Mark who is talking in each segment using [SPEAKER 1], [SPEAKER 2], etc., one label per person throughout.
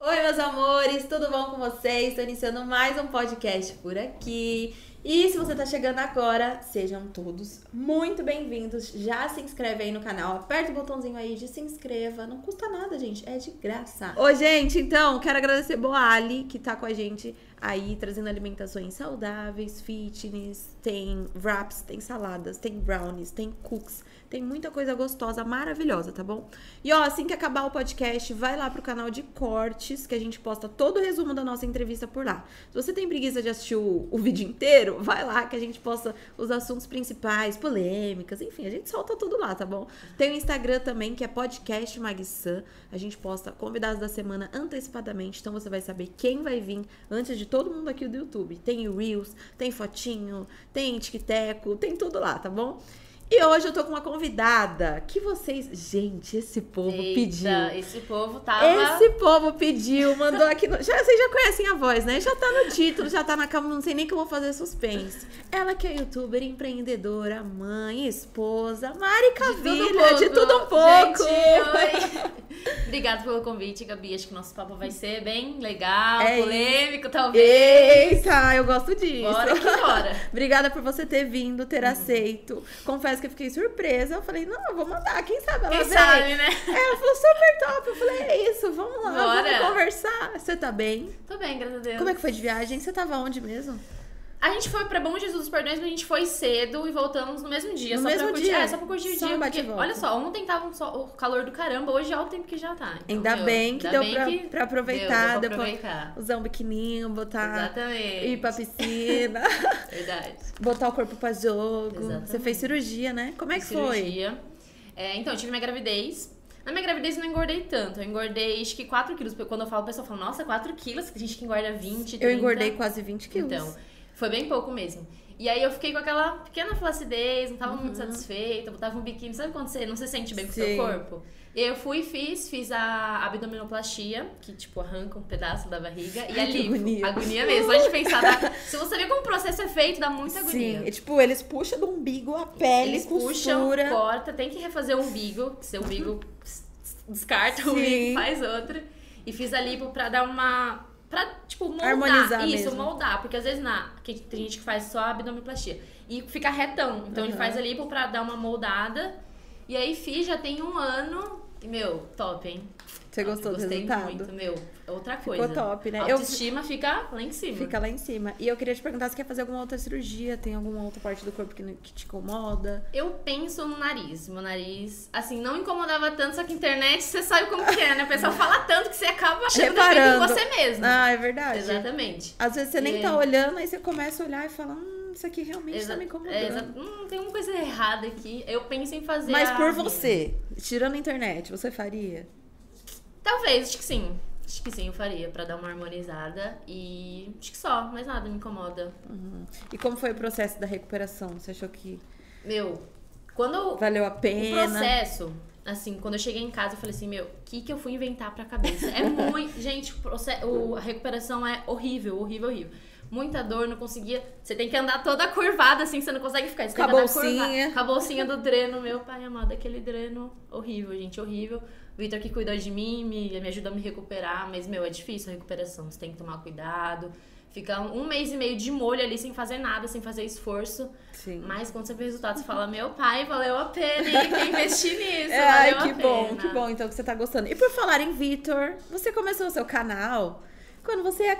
[SPEAKER 1] Oi, meus amores, tudo bom com vocês? Estou iniciando mais um podcast por aqui. E se você está chegando agora, sejam todos muito bem-vindos. Já se inscreve aí no canal, aperta o botãozinho aí de se inscreva. Não custa nada, gente, é de graça. Ô, gente, então, quero agradecer Boali, que tá com a gente aí, trazendo alimentações saudáveis, fitness, tem wraps, tem saladas, tem brownies, tem cookies, tem muita coisa gostosa, maravilhosa, tá bom? E ó, assim que acabar o podcast, vai lá pro canal de cortes, que a gente posta todo o resumo da nossa entrevista por lá. Se você tem preguiça de assistir o, o vídeo inteiro, vai lá que a gente posta os assuntos principais, polêmicas, enfim, a gente solta tudo lá, tá bom? Tem o Instagram também, que é podcast Magsan. A gente posta convidados da semana antecipadamente, então você vai saber quem vai vir antes de todo mundo aqui do YouTube. Tem Reels, tem fotinho, tem tic-teco, tem tudo lá, tá bom? E hoje eu tô com uma convidada que vocês. Gente, esse povo
[SPEAKER 2] Eita,
[SPEAKER 1] pediu.
[SPEAKER 2] Esse povo tava.
[SPEAKER 1] Esse povo pediu, mandou aqui. No... Já, vocês já conhecem a voz, né? Já tá no título, já tá na cama, não sei nem como eu vou fazer suspense. Ela que é youtuber, empreendedora, mãe, esposa, Mari
[SPEAKER 2] um
[SPEAKER 1] Cavilha, de tudo um pouco.
[SPEAKER 2] Gente, oi. Obrigada pelo convite, Gabi. Acho que nosso papo vai ser bem legal,
[SPEAKER 1] É
[SPEAKER 2] polêmico, talvez.
[SPEAKER 1] Eita, eu gosto disso.
[SPEAKER 2] Bora que bora.
[SPEAKER 1] Obrigada por você ter vindo, ter aceito. Confesso que eu fiquei surpresa. Eu falei, não, eu vou mandar, quem sabe ela
[SPEAKER 2] Quem
[SPEAKER 1] vem.
[SPEAKER 2] sabe, né?
[SPEAKER 1] Ela falou, super top. Eu falei, é isso, vamos lá, vamos
[SPEAKER 2] Bora.
[SPEAKER 1] conversar. Você tá bem?
[SPEAKER 2] Tô bem, graças a Deus.
[SPEAKER 1] Como é que foi de viagem? Você tava onde mesmo?
[SPEAKER 2] A gente foi pra Bom Jesus dos Perdões, mas a gente foi cedo e voltamos no mesmo dia.
[SPEAKER 1] No
[SPEAKER 2] só
[SPEAKER 1] mesmo
[SPEAKER 2] pra curtir,
[SPEAKER 1] dia.
[SPEAKER 2] É, só pra curtir o
[SPEAKER 1] Só
[SPEAKER 2] dia.
[SPEAKER 1] um bate e
[SPEAKER 2] porque,
[SPEAKER 1] volta.
[SPEAKER 2] olha só, ontem tava um sol- o calor do caramba, hoje é o tempo que já tá. Então,
[SPEAKER 1] Ainda
[SPEAKER 2] meu,
[SPEAKER 1] bem que
[SPEAKER 2] ainda
[SPEAKER 1] deu
[SPEAKER 2] bem
[SPEAKER 1] pra,
[SPEAKER 2] que
[SPEAKER 1] pra aproveitar,
[SPEAKER 2] deu
[SPEAKER 1] deu
[SPEAKER 2] pra
[SPEAKER 1] pra
[SPEAKER 2] aproveitar.
[SPEAKER 1] usar um biquininho, botar.
[SPEAKER 2] Exatamente.
[SPEAKER 1] ir pra piscina,
[SPEAKER 2] Verdade.
[SPEAKER 1] botar o corpo pra jogo.
[SPEAKER 2] Exatamente.
[SPEAKER 1] Você fez cirurgia, né? Como é que foi?
[SPEAKER 2] cirurgia. É, então, eu tive minha gravidez. Na minha gravidez eu não engordei tanto. Eu engordei acho que 4 quilos. Quando eu falo, o pessoal fala, nossa, 4 quilos? Tem gente que engorda 20, 30.
[SPEAKER 1] Eu engordei quase 20 quilos.
[SPEAKER 2] Então, foi bem pouco mesmo. E aí eu fiquei com aquela pequena flacidez, não tava muito satisfeita, botava um biquíni. Sabe quando você não se sente bem com o
[SPEAKER 1] Uhum. Sim.
[SPEAKER 2] seu corpo? E aí eu fui e fiz, fiz a abdominoplastia, que tipo arranca um pedaço da barriga e
[SPEAKER 1] Ai, que
[SPEAKER 2] alivia.
[SPEAKER 1] agonia.
[SPEAKER 2] Agonia mesmo, antes de pensar. Dá... Se você vê como o processo é feito, dá muita agonia.
[SPEAKER 1] Sim, e, tipo, eles puxam do umbigo a pele,
[SPEAKER 2] Eles
[SPEAKER 1] costura.
[SPEAKER 2] puxam, corta, tem que refazer o umbigo, que seu umbigo s- s- descarta o
[SPEAKER 1] Sim.
[SPEAKER 2] umbigo, faz outro. E fiz a lipo pra dar uma. Pra, tipo, moldar.
[SPEAKER 1] Harmonizar
[SPEAKER 2] Isso,
[SPEAKER 1] mesmo.
[SPEAKER 2] moldar. Porque às vezes na, que tem gente que faz só a abdominoplastia. E fica retão. Então ele
[SPEAKER 1] Aham.
[SPEAKER 2] faz a lipo pra dar uma moldada. E aí fiz, já tem um ano. E, meu, top, hein?
[SPEAKER 1] Você
[SPEAKER 2] Top,
[SPEAKER 1] gostou do
[SPEAKER 2] gostei
[SPEAKER 1] resultado?
[SPEAKER 2] muito, meu. Outra
[SPEAKER 1] Ficou
[SPEAKER 2] coisa.
[SPEAKER 1] top, né?
[SPEAKER 2] A
[SPEAKER 1] Eu-
[SPEAKER 2] autoestima fica lá em cima.
[SPEAKER 1] Fica lá em cima. E eu queria te perguntar se quer fazer alguma outra cirurgia, tem alguma outra parte do corpo que, não- que te incomoda?
[SPEAKER 2] Eu penso no nariz. Meu nariz, assim, não incomodava tanto, só que internet você sabe como que é, né? O pessoal fala tanto que você acaba achando defeito em
[SPEAKER 1] Reparando.
[SPEAKER 2] você mesmo.
[SPEAKER 1] Ah, é verdade.
[SPEAKER 2] Exatamente.
[SPEAKER 1] Às vezes você nem
[SPEAKER 2] E-
[SPEAKER 1] tá olhando, aí você começa a olhar e fala, hum, isso aqui realmente
[SPEAKER 2] Exa-
[SPEAKER 1] tá me incomodando.
[SPEAKER 2] é, exa- hum, tem uma coisa errada aqui. Eu penso em fazer.
[SPEAKER 1] Mas
[SPEAKER 2] a
[SPEAKER 1] por
[SPEAKER 2] minha.
[SPEAKER 1] você, tirando a internet, você faria?
[SPEAKER 2] Talvez, acho que sim. Acho que sim, eu faria pra dar uma harmonizada. E acho que só, mais nada me incomoda.
[SPEAKER 1] Uhum. E como foi o processo da recuperação? Você achou que
[SPEAKER 2] Meu, quando eu
[SPEAKER 1] valeu a
[SPEAKER 2] O
[SPEAKER 1] pena?
[SPEAKER 2] processo, assim, quando eu cheguei em casa, eu falei assim, meu, o que que eu fui inventar pra cabeça? É muito... Gente, o proce- o- a recuperação é horrível, horrível, horrível. Muita dor, não conseguia... Você tem que andar toda curvada, assim, você não consegue ficar. Você
[SPEAKER 1] Com a
[SPEAKER 2] tem que andar curva-
[SPEAKER 1] bolsinha.
[SPEAKER 2] Com a bolsinha do dreno, meu pai amado, aquele dreno horrível, gente, horrível. O Vitor que cuidou de mim, me, me ajudou a me recuperar, mas, meu, é difícil a recuperação, você tem que tomar cuidado. Ficar um mês e meio de molho ali, sem fazer nada, sem fazer esforço.
[SPEAKER 1] Sim.
[SPEAKER 2] Mas quando você vê o resultado, você fala, meu pai, valeu a pena, hein? Que eu investi nisso,
[SPEAKER 1] É,
[SPEAKER 2] valeu
[SPEAKER 1] ai, que
[SPEAKER 2] a
[SPEAKER 1] bom,
[SPEAKER 2] pena.
[SPEAKER 1] que bom então que você tá gostando. E por falar em Vitor, você começou o seu canal quando você ia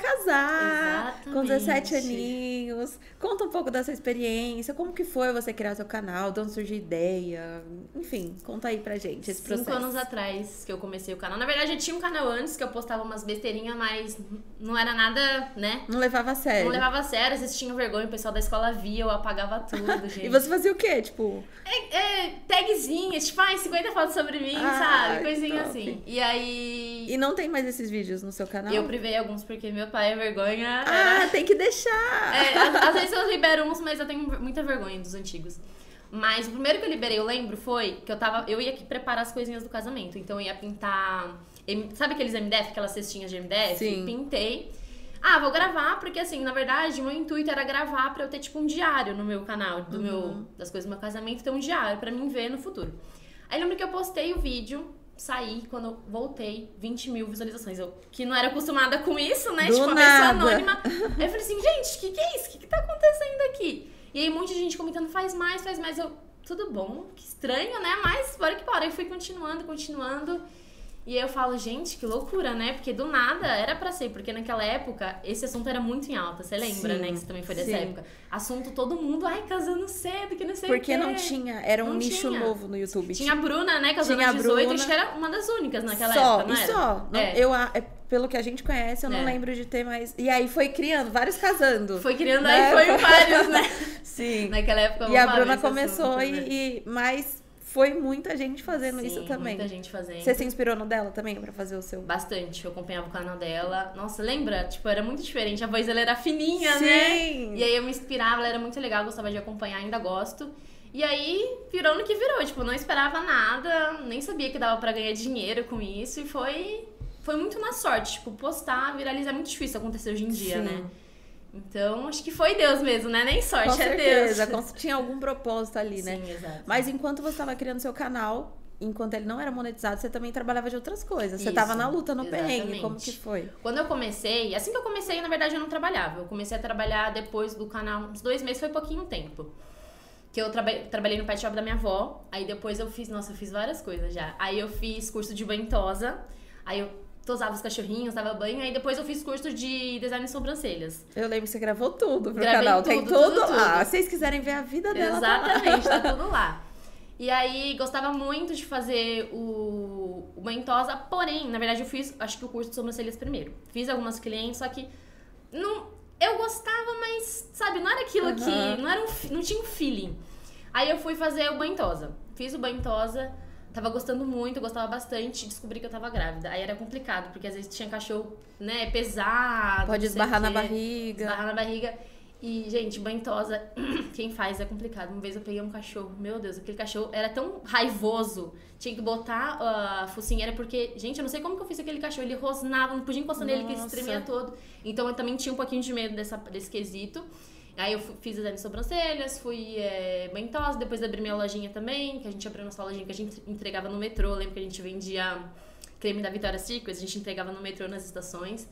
[SPEAKER 1] casar, com 17
[SPEAKER 2] Exatamente.
[SPEAKER 1] aninhos. Conta um pouco dessa experiência, como que foi você criar seu canal, de onde surgiu a ideia, enfim, conta aí pra gente esse
[SPEAKER 2] Cinco
[SPEAKER 1] processo.
[SPEAKER 2] anos atrás que eu comecei o canal. Na verdade, eu tinha um canal antes que eu postava umas besteirinhas, mas não era nada, né?
[SPEAKER 1] Não levava a sério.
[SPEAKER 2] Não levava a sério, vocês tinham vergonha, o pessoal da escola via, eu apagava tudo, gente.
[SPEAKER 1] E você fazia o quê? Tipo,
[SPEAKER 2] É, tagzinhas, tipo, ai, 50 fotos sobre mim,
[SPEAKER 1] Ah,
[SPEAKER 2] sabe?
[SPEAKER 1] que
[SPEAKER 2] Coisinha
[SPEAKER 1] top.
[SPEAKER 2] assim. E aí.
[SPEAKER 1] e não tem mais esses vídeos no seu canal?
[SPEAKER 2] Eu privei alguns porque meu pai é vergonha. era-
[SPEAKER 1] Ah, tem que deixar.
[SPEAKER 2] É, às, às vezes eu libero uns, mas eu tenho muita vergonha dos antigos. Mas o primeiro que eu liberei, eu lembro, foi que eu tava. Eu ia aqui preparar as coisinhas do casamento. Então eu ia pintar. em- Sabe aqueles MDF, aquelas cestinhas de MDF?
[SPEAKER 1] Sim.
[SPEAKER 2] Pintei. Ah, vou gravar, porque assim, na verdade, o meu intuito era gravar pra eu ter, tipo, um diário no meu canal, do meu, das coisas do meu casamento, ter um diário pra mim ver no futuro. Aí lembro que eu postei o vídeo, saí, quando eu voltei, 20 mil visualizações. Eu que não era acostumada com isso, né?
[SPEAKER 1] Do
[SPEAKER 2] tipo, uma pessoa
[SPEAKER 1] nada.
[SPEAKER 2] anônima. Aí eu falei assim, gente, o que, que é isso? O que, que tá acontecendo aqui? E aí um monte de gente comentando, faz mais, faz mais. Eu, tudo bom, que estranho, né? Mas bora que bora. Eu fui continuando, continuando. E aí eu falo, gente, que loucura, né? Porque do nada era pra ser, porque naquela época esse assunto era muito em alta. Você lembra,
[SPEAKER 1] Sim,
[SPEAKER 2] né? Que você também foi dessa
[SPEAKER 1] sim.
[SPEAKER 2] época. Assunto todo mundo, ai, casando cedo, que não sei o
[SPEAKER 1] Porque
[SPEAKER 2] quê.
[SPEAKER 1] não tinha, era um
[SPEAKER 2] Não
[SPEAKER 1] nicho
[SPEAKER 2] tinha.
[SPEAKER 1] novo no YouTube.
[SPEAKER 2] Tinha a Bruna, né? Casando
[SPEAKER 1] Tinha a
[SPEAKER 2] 18,
[SPEAKER 1] Bruna.
[SPEAKER 2] acho que era uma das únicas naquela
[SPEAKER 1] só,
[SPEAKER 2] época, não
[SPEAKER 1] e
[SPEAKER 2] era?
[SPEAKER 1] só. Não,
[SPEAKER 2] É.
[SPEAKER 1] Eu, a- é, pelo que a gente conhece, eu
[SPEAKER 2] É.
[SPEAKER 1] não lembro de ter mais. E aí foi criando, vários casando.
[SPEAKER 2] Foi criando
[SPEAKER 1] Né?
[SPEAKER 2] aí, foi vários, né?
[SPEAKER 1] Sim.
[SPEAKER 2] Naquela época,
[SPEAKER 1] E a
[SPEAKER 2] bombava
[SPEAKER 1] Bruna
[SPEAKER 2] esse assunto,
[SPEAKER 1] começou
[SPEAKER 2] né?
[SPEAKER 1] e, e- Mas foi muita gente fazendo
[SPEAKER 2] Sim,
[SPEAKER 1] isso também.
[SPEAKER 2] muita gente fazendo.
[SPEAKER 1] Você se inspirou no dela também pra fazer o seu.
[SPEAKER 2] Bastante, eu acompanhava o canal dela. Nossa, lembra? Tipo, era muito diferente. A voz dela era fininha, né?
[SPEAKER 1] Sim!
[SPEAKER 2] E aí eu me inspirava, ela era muito legal, eu gostava de acompanhar, ainda gosto. E aí virou no que virou, tipo, eu não esperava nada, nem sabia que dava pra ganhar dinheiro com isso e foi foi muito na sorte, tipo, postar, viralizar é muito difícil acontecer hoje em dia,
[SPEAKER 1] Sim.
[SPEAKER 2] né? Então, acho que foi Deus mesmo, né? Nem sorte,
[SPEAKER 1] Com
[SPEAKER 2] é
[SPEAKER 1] certeza,
[SPEAKER 2] Deus.
[SPEAKER 1] com- tinha algum propósito ali, né?
[SPEAKER 2] Sim, exato.
[SPEAKER 1] Mas enquanto você estava criando seu canal, enquanto ele não era monetizado, você também trabalhava de outras coisas. Você
[SPEAKER 2] Isso,
[SPEAKER 1] estava na luta, no perrengue.
[SPEAKER 2] exatamente.
[SPEAKER 1] Como que foi?
[SPEAKER 2] Quando eu comecei, assim que eu comecei, na verdade eu não trabalhava. Eu comecei a trabalhar depois do canal, uns dois meses, foi pouquinho tempo. Que eu traba- trabalhei no pet shop da minha avó. Aí depois eu fiz, nossa, eu fiz várias coisas já. Aí eu fiz curso de ventosa. Aí eu tosava os cachorrinhos, dava banho. Aí depois eu fiz curso de design de sobrancelhas.
[SPEAKER 1] Eu lembro que você gravou tudo pro
[SPEAKER 2] Gravei
[SPEAKER 1] canal. Tem
[SPEAKER 2] tudo, tudo,
[SPEAKER 1] tudo lá.
[SPEAKER 2] tudo.
[SPEAKER 1] Se vocês quiserem ver a vida dela, tá lá.
[SPEAKER 2] Exatamente, tá tudo lá. E aí gostava muito de fazer o, o ventosa, porém, na verdade eu fiz, acho que o curso de sobrancelhas primeiro. Fiz algumas clientes, só que não, eu gostava, mas sabe, não era aquilo
[SPEAKER 1] Aham.
[SPEAKER 2] que, não era um, fi- não tinha um feeling. Aí eu fui fazer o banhosa. Fiz o banhosa, tava gostando muito, gostava bastante, descobri que eu tava grávida. Aí era complicado, porque às vezes tinha cachorro, né, pesado,
[SPEAKER 1] Pode
[SPEAKER 2] não sei
[SPEAKER 1] esbarrar
[SPEAKER 2] o
[SPEAKER 1] na
[SPEAKER 2] quê
[SPEAKER 1] barriga.
[SPEAKER 2] esbarrar na barriga. E, gente, banhosa, quem faz é complicado. Uma vez eu peguei um cachorro, meu Deus, aquele cachorro era tão raivoso. Tinha que botar ah, a focinheira, porque, gente, eu não sei como que eu fiz aquele cachorro. Ele rosnava, não podia encostar nele, que ele
[SPEAKER 1] Nossa.
[SPEAKER 2] tremia todo. Então eu também tinha um pouquinho de medo dessa, desse quesito. Aí eu fu- fiz exame de sobrancelhas, fui é, banhosa, depois abri minha lojinha também, que a gente abriu nossa lojinha que a gente entregava no metrô. Eu Lembro que a gente vendia creme da Vitória Secrets, a gente entregava no metrô nas estações.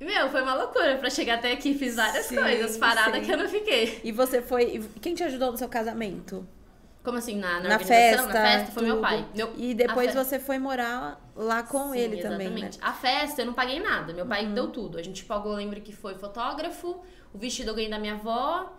[SPEAKER 2] E, meu, foi uma loucura pra chegar até aqui. Fiz várias
[SPEAKER 1] Sim,
[SPEAKER 2] coisas, parada
[SPEAKER 1] sim.
[SPEAKER 2] que eu não fiquei.
[SPEAKER 1] E você foi. e Quem te ajudou no seu casamento?
[SPEAKER 2] Como assim, na, na,
[SPEAKER 1] na festa.
[SPEAKER 2] organização, na festa, foi meu
[SPEAKER 1] tudo.
[SPEAKER 2] pai. Meu...
[SPEAKER 1] E depois
[SPEAKER 2] a fe-
[SPEAKER 1] você foi morar lá com
[SPEAKER 2] Sim,
[SPEAKER 1] ele também. Né? Uhum.
[SPEAKER 2] exatamente. A festa eu não paguei nada, meu pai que deu tudo. A gente pagou, eu lembro que foi fotógrafo, o vestido eu ganhei da minha avó.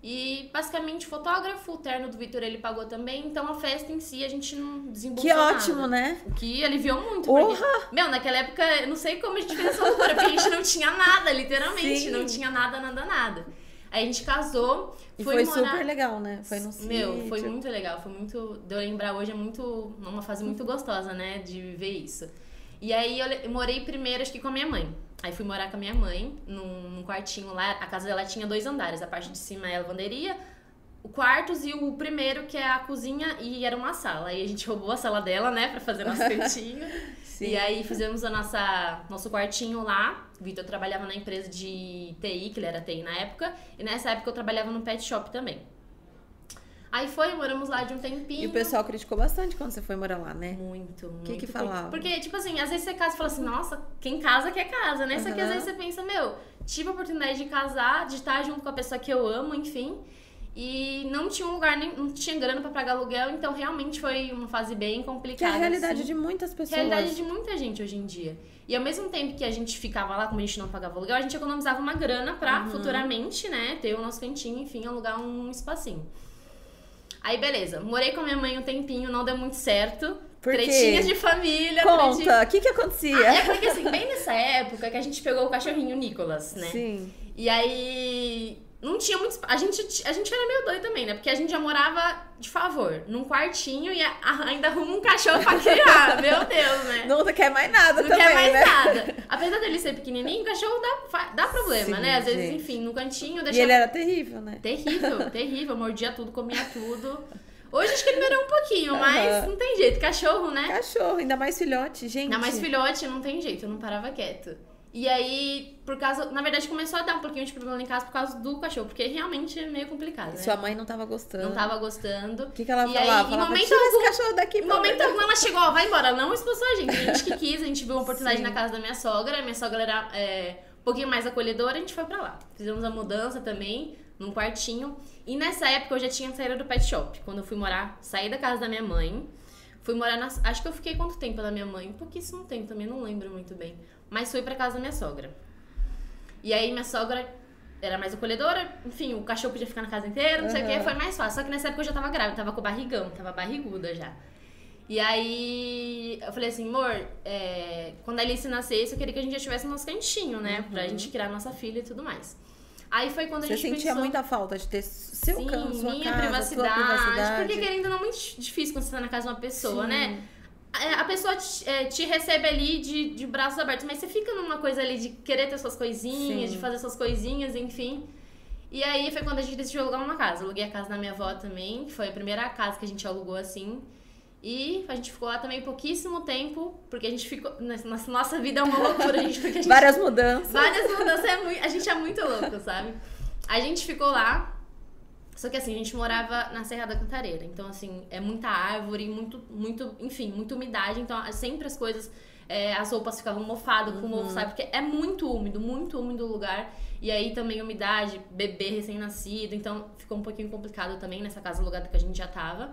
[SPEAKER 2] E basicamente fotógrafo, o terno do Vitor ele pagou também. Então a festa em si a gente não
[SPEAKER 1] Que
[SPEAKER 2] desembolsou
[SPEAKER 1] ótimo,
[SPEAKER 2] nada.
[SPEAKER 1] né?
[SPEAKER 2] O que aliviou muito.
[SPEAKER 1] Porra!
[SPEAKER 2] Porque, meu, naquela época, eu não sei como a gente fez essa loucura, porque a gente não tinha nada, literalmente.
[SPEAKER 1] Sim.
[SPEAKER 2] Não tinha nada, nada, nada. Aí a gente casou,
[SPEAKER 1] E
[SPEAKER 2] foi,
[SPEAKER 1] foi,
[SPEAKER 2] morar.
[SPEAKER 1] super legal, né? Foi no sítio.
[SPEAKER 2] Meu, foi muito legal, foi muito. De eu lembrar hoje é muito. uma fase muito gostosa, né? De viver isso. E aí eu, le- eu morei primeiro, acho que com a minha mãe. Aí fui morar com a minha mãe num, num quartinho lá. A casa dela tinha dois andares. A parte de cima é a lavanderia, o quartos e o primeiro, que é a cozinha, e era uma sala. Aí a gente roubou a sala dela, né? Pra fazer nosso cantinho.
[SPEAKER 1] Sim.
[SPEAKER 2] E aí fizemos a nossa nosso quartinho lá. O Vitor trabalhava na empresa de TI, que ele era TI na época, e nessa época eu trabalhava no pet shop também. Aí foi, moramos lá de um tempinho.
[SPEAKER 1] E o pessoal criticou bastante quando você foi morar lá, né?
[SPEAKER 2] Muito, muito.
[SPEAKER 1] Que que
[SPEAKER 2] Por-
[SPEAKER 1] falava?
[SPEAKER 2] Porque, tipo assim, às vezes você casa e fala assim, nossa, quem casa quer casa, né? Só que às
[SPEAKER 1] Aham.
[SPEAKER 2] vezes você pensa, meu, tive a oportunidade de casar, de estar junto com a pessoa que eu amo, enfim. E não tinha um lugar, nem, não tinha grana pra pagar aluguel, então realmente foi uma fase bem
[SPEAKER 1] Que é
[SPEAKER 2] complicada.
[SPEAKER 1] a realidade
[SPEAKER 2] assim
[SPEAKER 1] de muitas pessoas.
[SPEAKER 2] realidade é de muita gente hoje em dia. E ao mesmo tempo que a gente ficava lá, como a gente não pagava aluguel, a gente economizava uma grana pra
[SPEAKER 1] Uhum.
[SPEAKER 2] futuramente, né, ter o nosso cantinho, enfim, alugar um espacinho. Aí, beleza. Morei com a minha mãe um tempinho, não deu muito certo.
[SPEAKER 1] Por quê?
[SPEAKER 2] Tretinhas de família, tretinhas-
[SPEAKER 1] Conta, o que que
[SPEAKER 2] Ah,
[SPEAKER 1] acontecia?
[SPEAKER 2] é porque assim, bem nessa época que a gente pegou o cachorrinho Nicolas, né?
[SPEAKER 1] Sim.
[SPEAKER 2] E aí. Não tinha muito. espa- A gente, ti- a gente era meio doido também, né? Porque a gente já morava de favor, num quartinho e a- a- ainda arruma um cachorro pra criar. Meu Deus, né?
[SPEAKER 1] Não quer mais nada
[SPEAKER 2] Não
[SPEAKER 1] também,
[SPEAKER 2] quer mais
[SPEAKER 1] né?
[SPEAKER 2] nada. Apesar dele ser pequenininho, o cachorro dá, fa- dá problema,
[SPEAKER 1] Sim,
[SPEAKER 2] né? Às vezes,
[SPEAKER 1] gente.
[SPEAKER 2] enfim, no cantinho,
[SPEAKER 1] E
[SPEAKER 2] deixa...
[SPEAKER 1] ele era terrível, né?
[SPEAKER 2] Terrível, terrível. Mordia tudo, comia tudo. Hoje acho que ele melhorou um pouquinho, mas
[SPEAKER 1] Aham.
[SPEAKER 2] não tem jeito. Cachorro, né?
[SPEAKER 1] Cachorro, ainda mais filhote, gente.
[SPEAKER 2] Ainda mais filhote, não tem jeito. Eu não parava quieto. E E aí, por causa. Na verdade, começou a dar um pouquinho de problema em casa por causa do cachorro, porque realmente é meio complicado, né?
[SPEAKER 1] Sua mãe não tava gostando.
[SPEAKER 2] Não tava gostando.
[SPEAKER 1] O que, que ela
[SPEAKER 2] E aí,
[SPEAKER 1] falava?
[SPEAKER 2] em
[SPEAKER 1] falava,
[SPEAKER 2] momento
[SPEAKER 1] Tira
[SPEAKER 2] algum-
[SPEAKER 1] esse cachorro daqui,
[SPEAKER 2] Em
[SPEAKER 1] pelo
[SPEAKER 2] momento algum ela chegou, ó, vai embora, ela não expulsou a gente. A gente que quis, a gente viu uma oportunidade
[SPEAKER 1] Sim.
[SPEAKER 2] na casa da minha sogra, a minha sogra era é, um pouquinho mais acolhedora, a gente foi pra lá. Fizemos a mudança também, num quartinho. E nessa época eu já tinha saído do pet shop. Quando eu fui morar, saí da casa da minha mãe. Fui morar na. Acho que eu fiquei quanto tempo da minha mãe? Pouquíssimo tempo também, não lembro muito bem. Mas fui pra casa da minha sogra. E aí minha sogra era mais acolhedora, enfim, o cachorro podia ficar na casa inteira, não sei o que,
[SPEAKER 1] Aham.
[SPEAKER 2] foi mais fácil. Só que nessa época eu já tava grávida, tava com barrigão, tava barriguda já. E aí eu falei assim, amor, é, quando a Alice nascesse, eu queria que a gente já tivesse o nosso cantinho, né? Pra gente criar nossa filha e tudo mais. Aí foi quando a
[SPEAKER 1] Uhum. Você
[SPEAKER 2] gente
[SPEAKER 1] sentia
[SPEAKER 2] pensou,
[SPEAKER 1] muita falta de ter seu
[SPEAKER 2] sim,
[SPEAKER 1] canto, sua
[SPEAKER 2] minha
[SPEAKER 1] casa,
[SPEAKER 2] privacidade,
[SPEAKER 1] sua privacidade.
[SPEAKER 2] Porque querendo ou não é muito difícil quando você tá na casa de uma pessoa,
[SPEAKER 1] Sim.
[SPEAKER 2] né? A a pessoa te, eh, te recebe ali de, de braços abertos, mas você fica numa coisa ali de querer ter suas coisinhas,
[SPEAKER 1] Sim.
[SPEAKER 2] de fazer suas coisinhas, enfim. E aí foi quando a gente decidiu alugar uma casa. Aluguei a casa da minha avó também, que foi a primeira casa que a gente alugou assim. E a gente ficou lá também pouquíssimo tempo, porque a gente ficou. Nossa, nossa vida é uma loucura, a gente, porque a gente
[SPEAKER 1] Várias mudanças.
[SPEAKER 2] Várias mudanças, é muito, a gente é muito louco, sabe? A gente ficou lá, só que assim, a gente morava na Serra da Cantareira. Então, assim, é muita árvore, muito, muito, enfim, muita umidade. Então, sempre as coisas, é, as roupas ficavam mofadas com o ovo, sabe? Porque é muito úmido, muito úmido o lugar. E aí também umidade, bebê recém-nascido. Então, ficou um pouquinho complicado também nessa casa alugada que a gente já tava.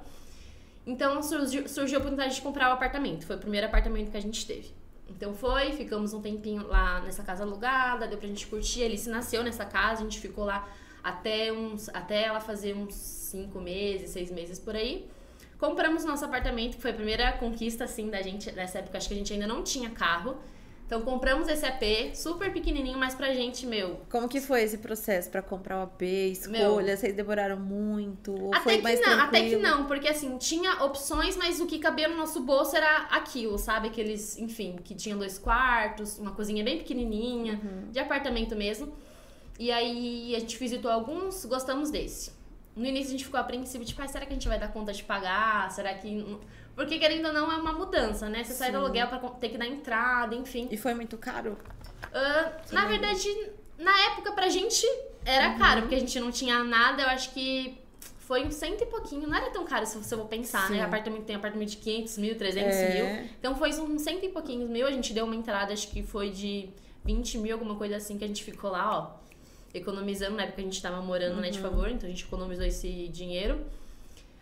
[SPEAKER 2] Então surgiu, surgiu a oportunidade de comprar o apartamento. Foi o primeiro apartamento que a gente teve. Então foi, ficamos um tempinho lá nessa casa alugada, deu pra gente curtir. A Alice nasceu nessa casa, a gente ficou lá até, uns, até ela fazer uns cinco meses, seis meses por aí. Compramos nosso apartamento, que foi a primeira conquista assim da gente nessa época. Acho que a gente ainda não tinha carro. Então compramos esse AP, super pequenininho, mas pra gente, meu,
[SPEAKER 1] Como que foi esse processo pra comprar o AP, escolha?
[SPEAKER 2] Meu.
[SPEAKER 1] Vocês demoraram muito? Ou
[SPEAKER 2] Até
[SPEAKER 1] foi
[SPEAKER 2] que,
[SPEAKER 1] mais
[SPEAKER 2] não,
[SPEAKER 1] tranquilo?
[SPEAKER 2] até que não, porque assim, tinha opções, mas o que cabia no nosso bolso era aquilo, sabe? Aqueles, enfim, que tinham dois quartos, uma cozinha bem pequenininha,
[SPEAKER 1] Uhum.
[SPEAKER 2] de apartamento mesmo. E aí a gente visitou alguns, gostamos desse. No início a gente ficou apreensivo, tipo, ah, será que a gente vai dar conta de pagar? Será que. Porque querendo ou não, é uma mudança, né? Você sai do
[SPEAKER 1] Sim.
[SPEAKER 2] aluguel pra ter que dar entrada, enfim.
[SPEAKER 1] E foi muito caro?
[SPEAKER 2] Ah, na verdade, na época pra gente era
[SPEAKER 1] Uhum.
[SPEAKER 2] caro, porque a gente não tinha nada, eu acho que foi um cento e pouquinho, não era tão caro se você for pensar,
[SPEAKER 1] Sim.
[SPEAKER 2] né? Apartamento tem apartamento de 500 mil, 300 mil.
[SPEAKER 1] É.
[SPEAKER 2] Então foi uns cento e pouquinhos mil, a gente deu uma entrada, acho que foi de 20 mil, alguma coisa assim, que a gente ficou lá, ó, economizando, na época a gente tava morando,
[SPEAKER 1] Uhum.
[SPEAKER 2] né, de favor, então a gente economizou esse dinheiro.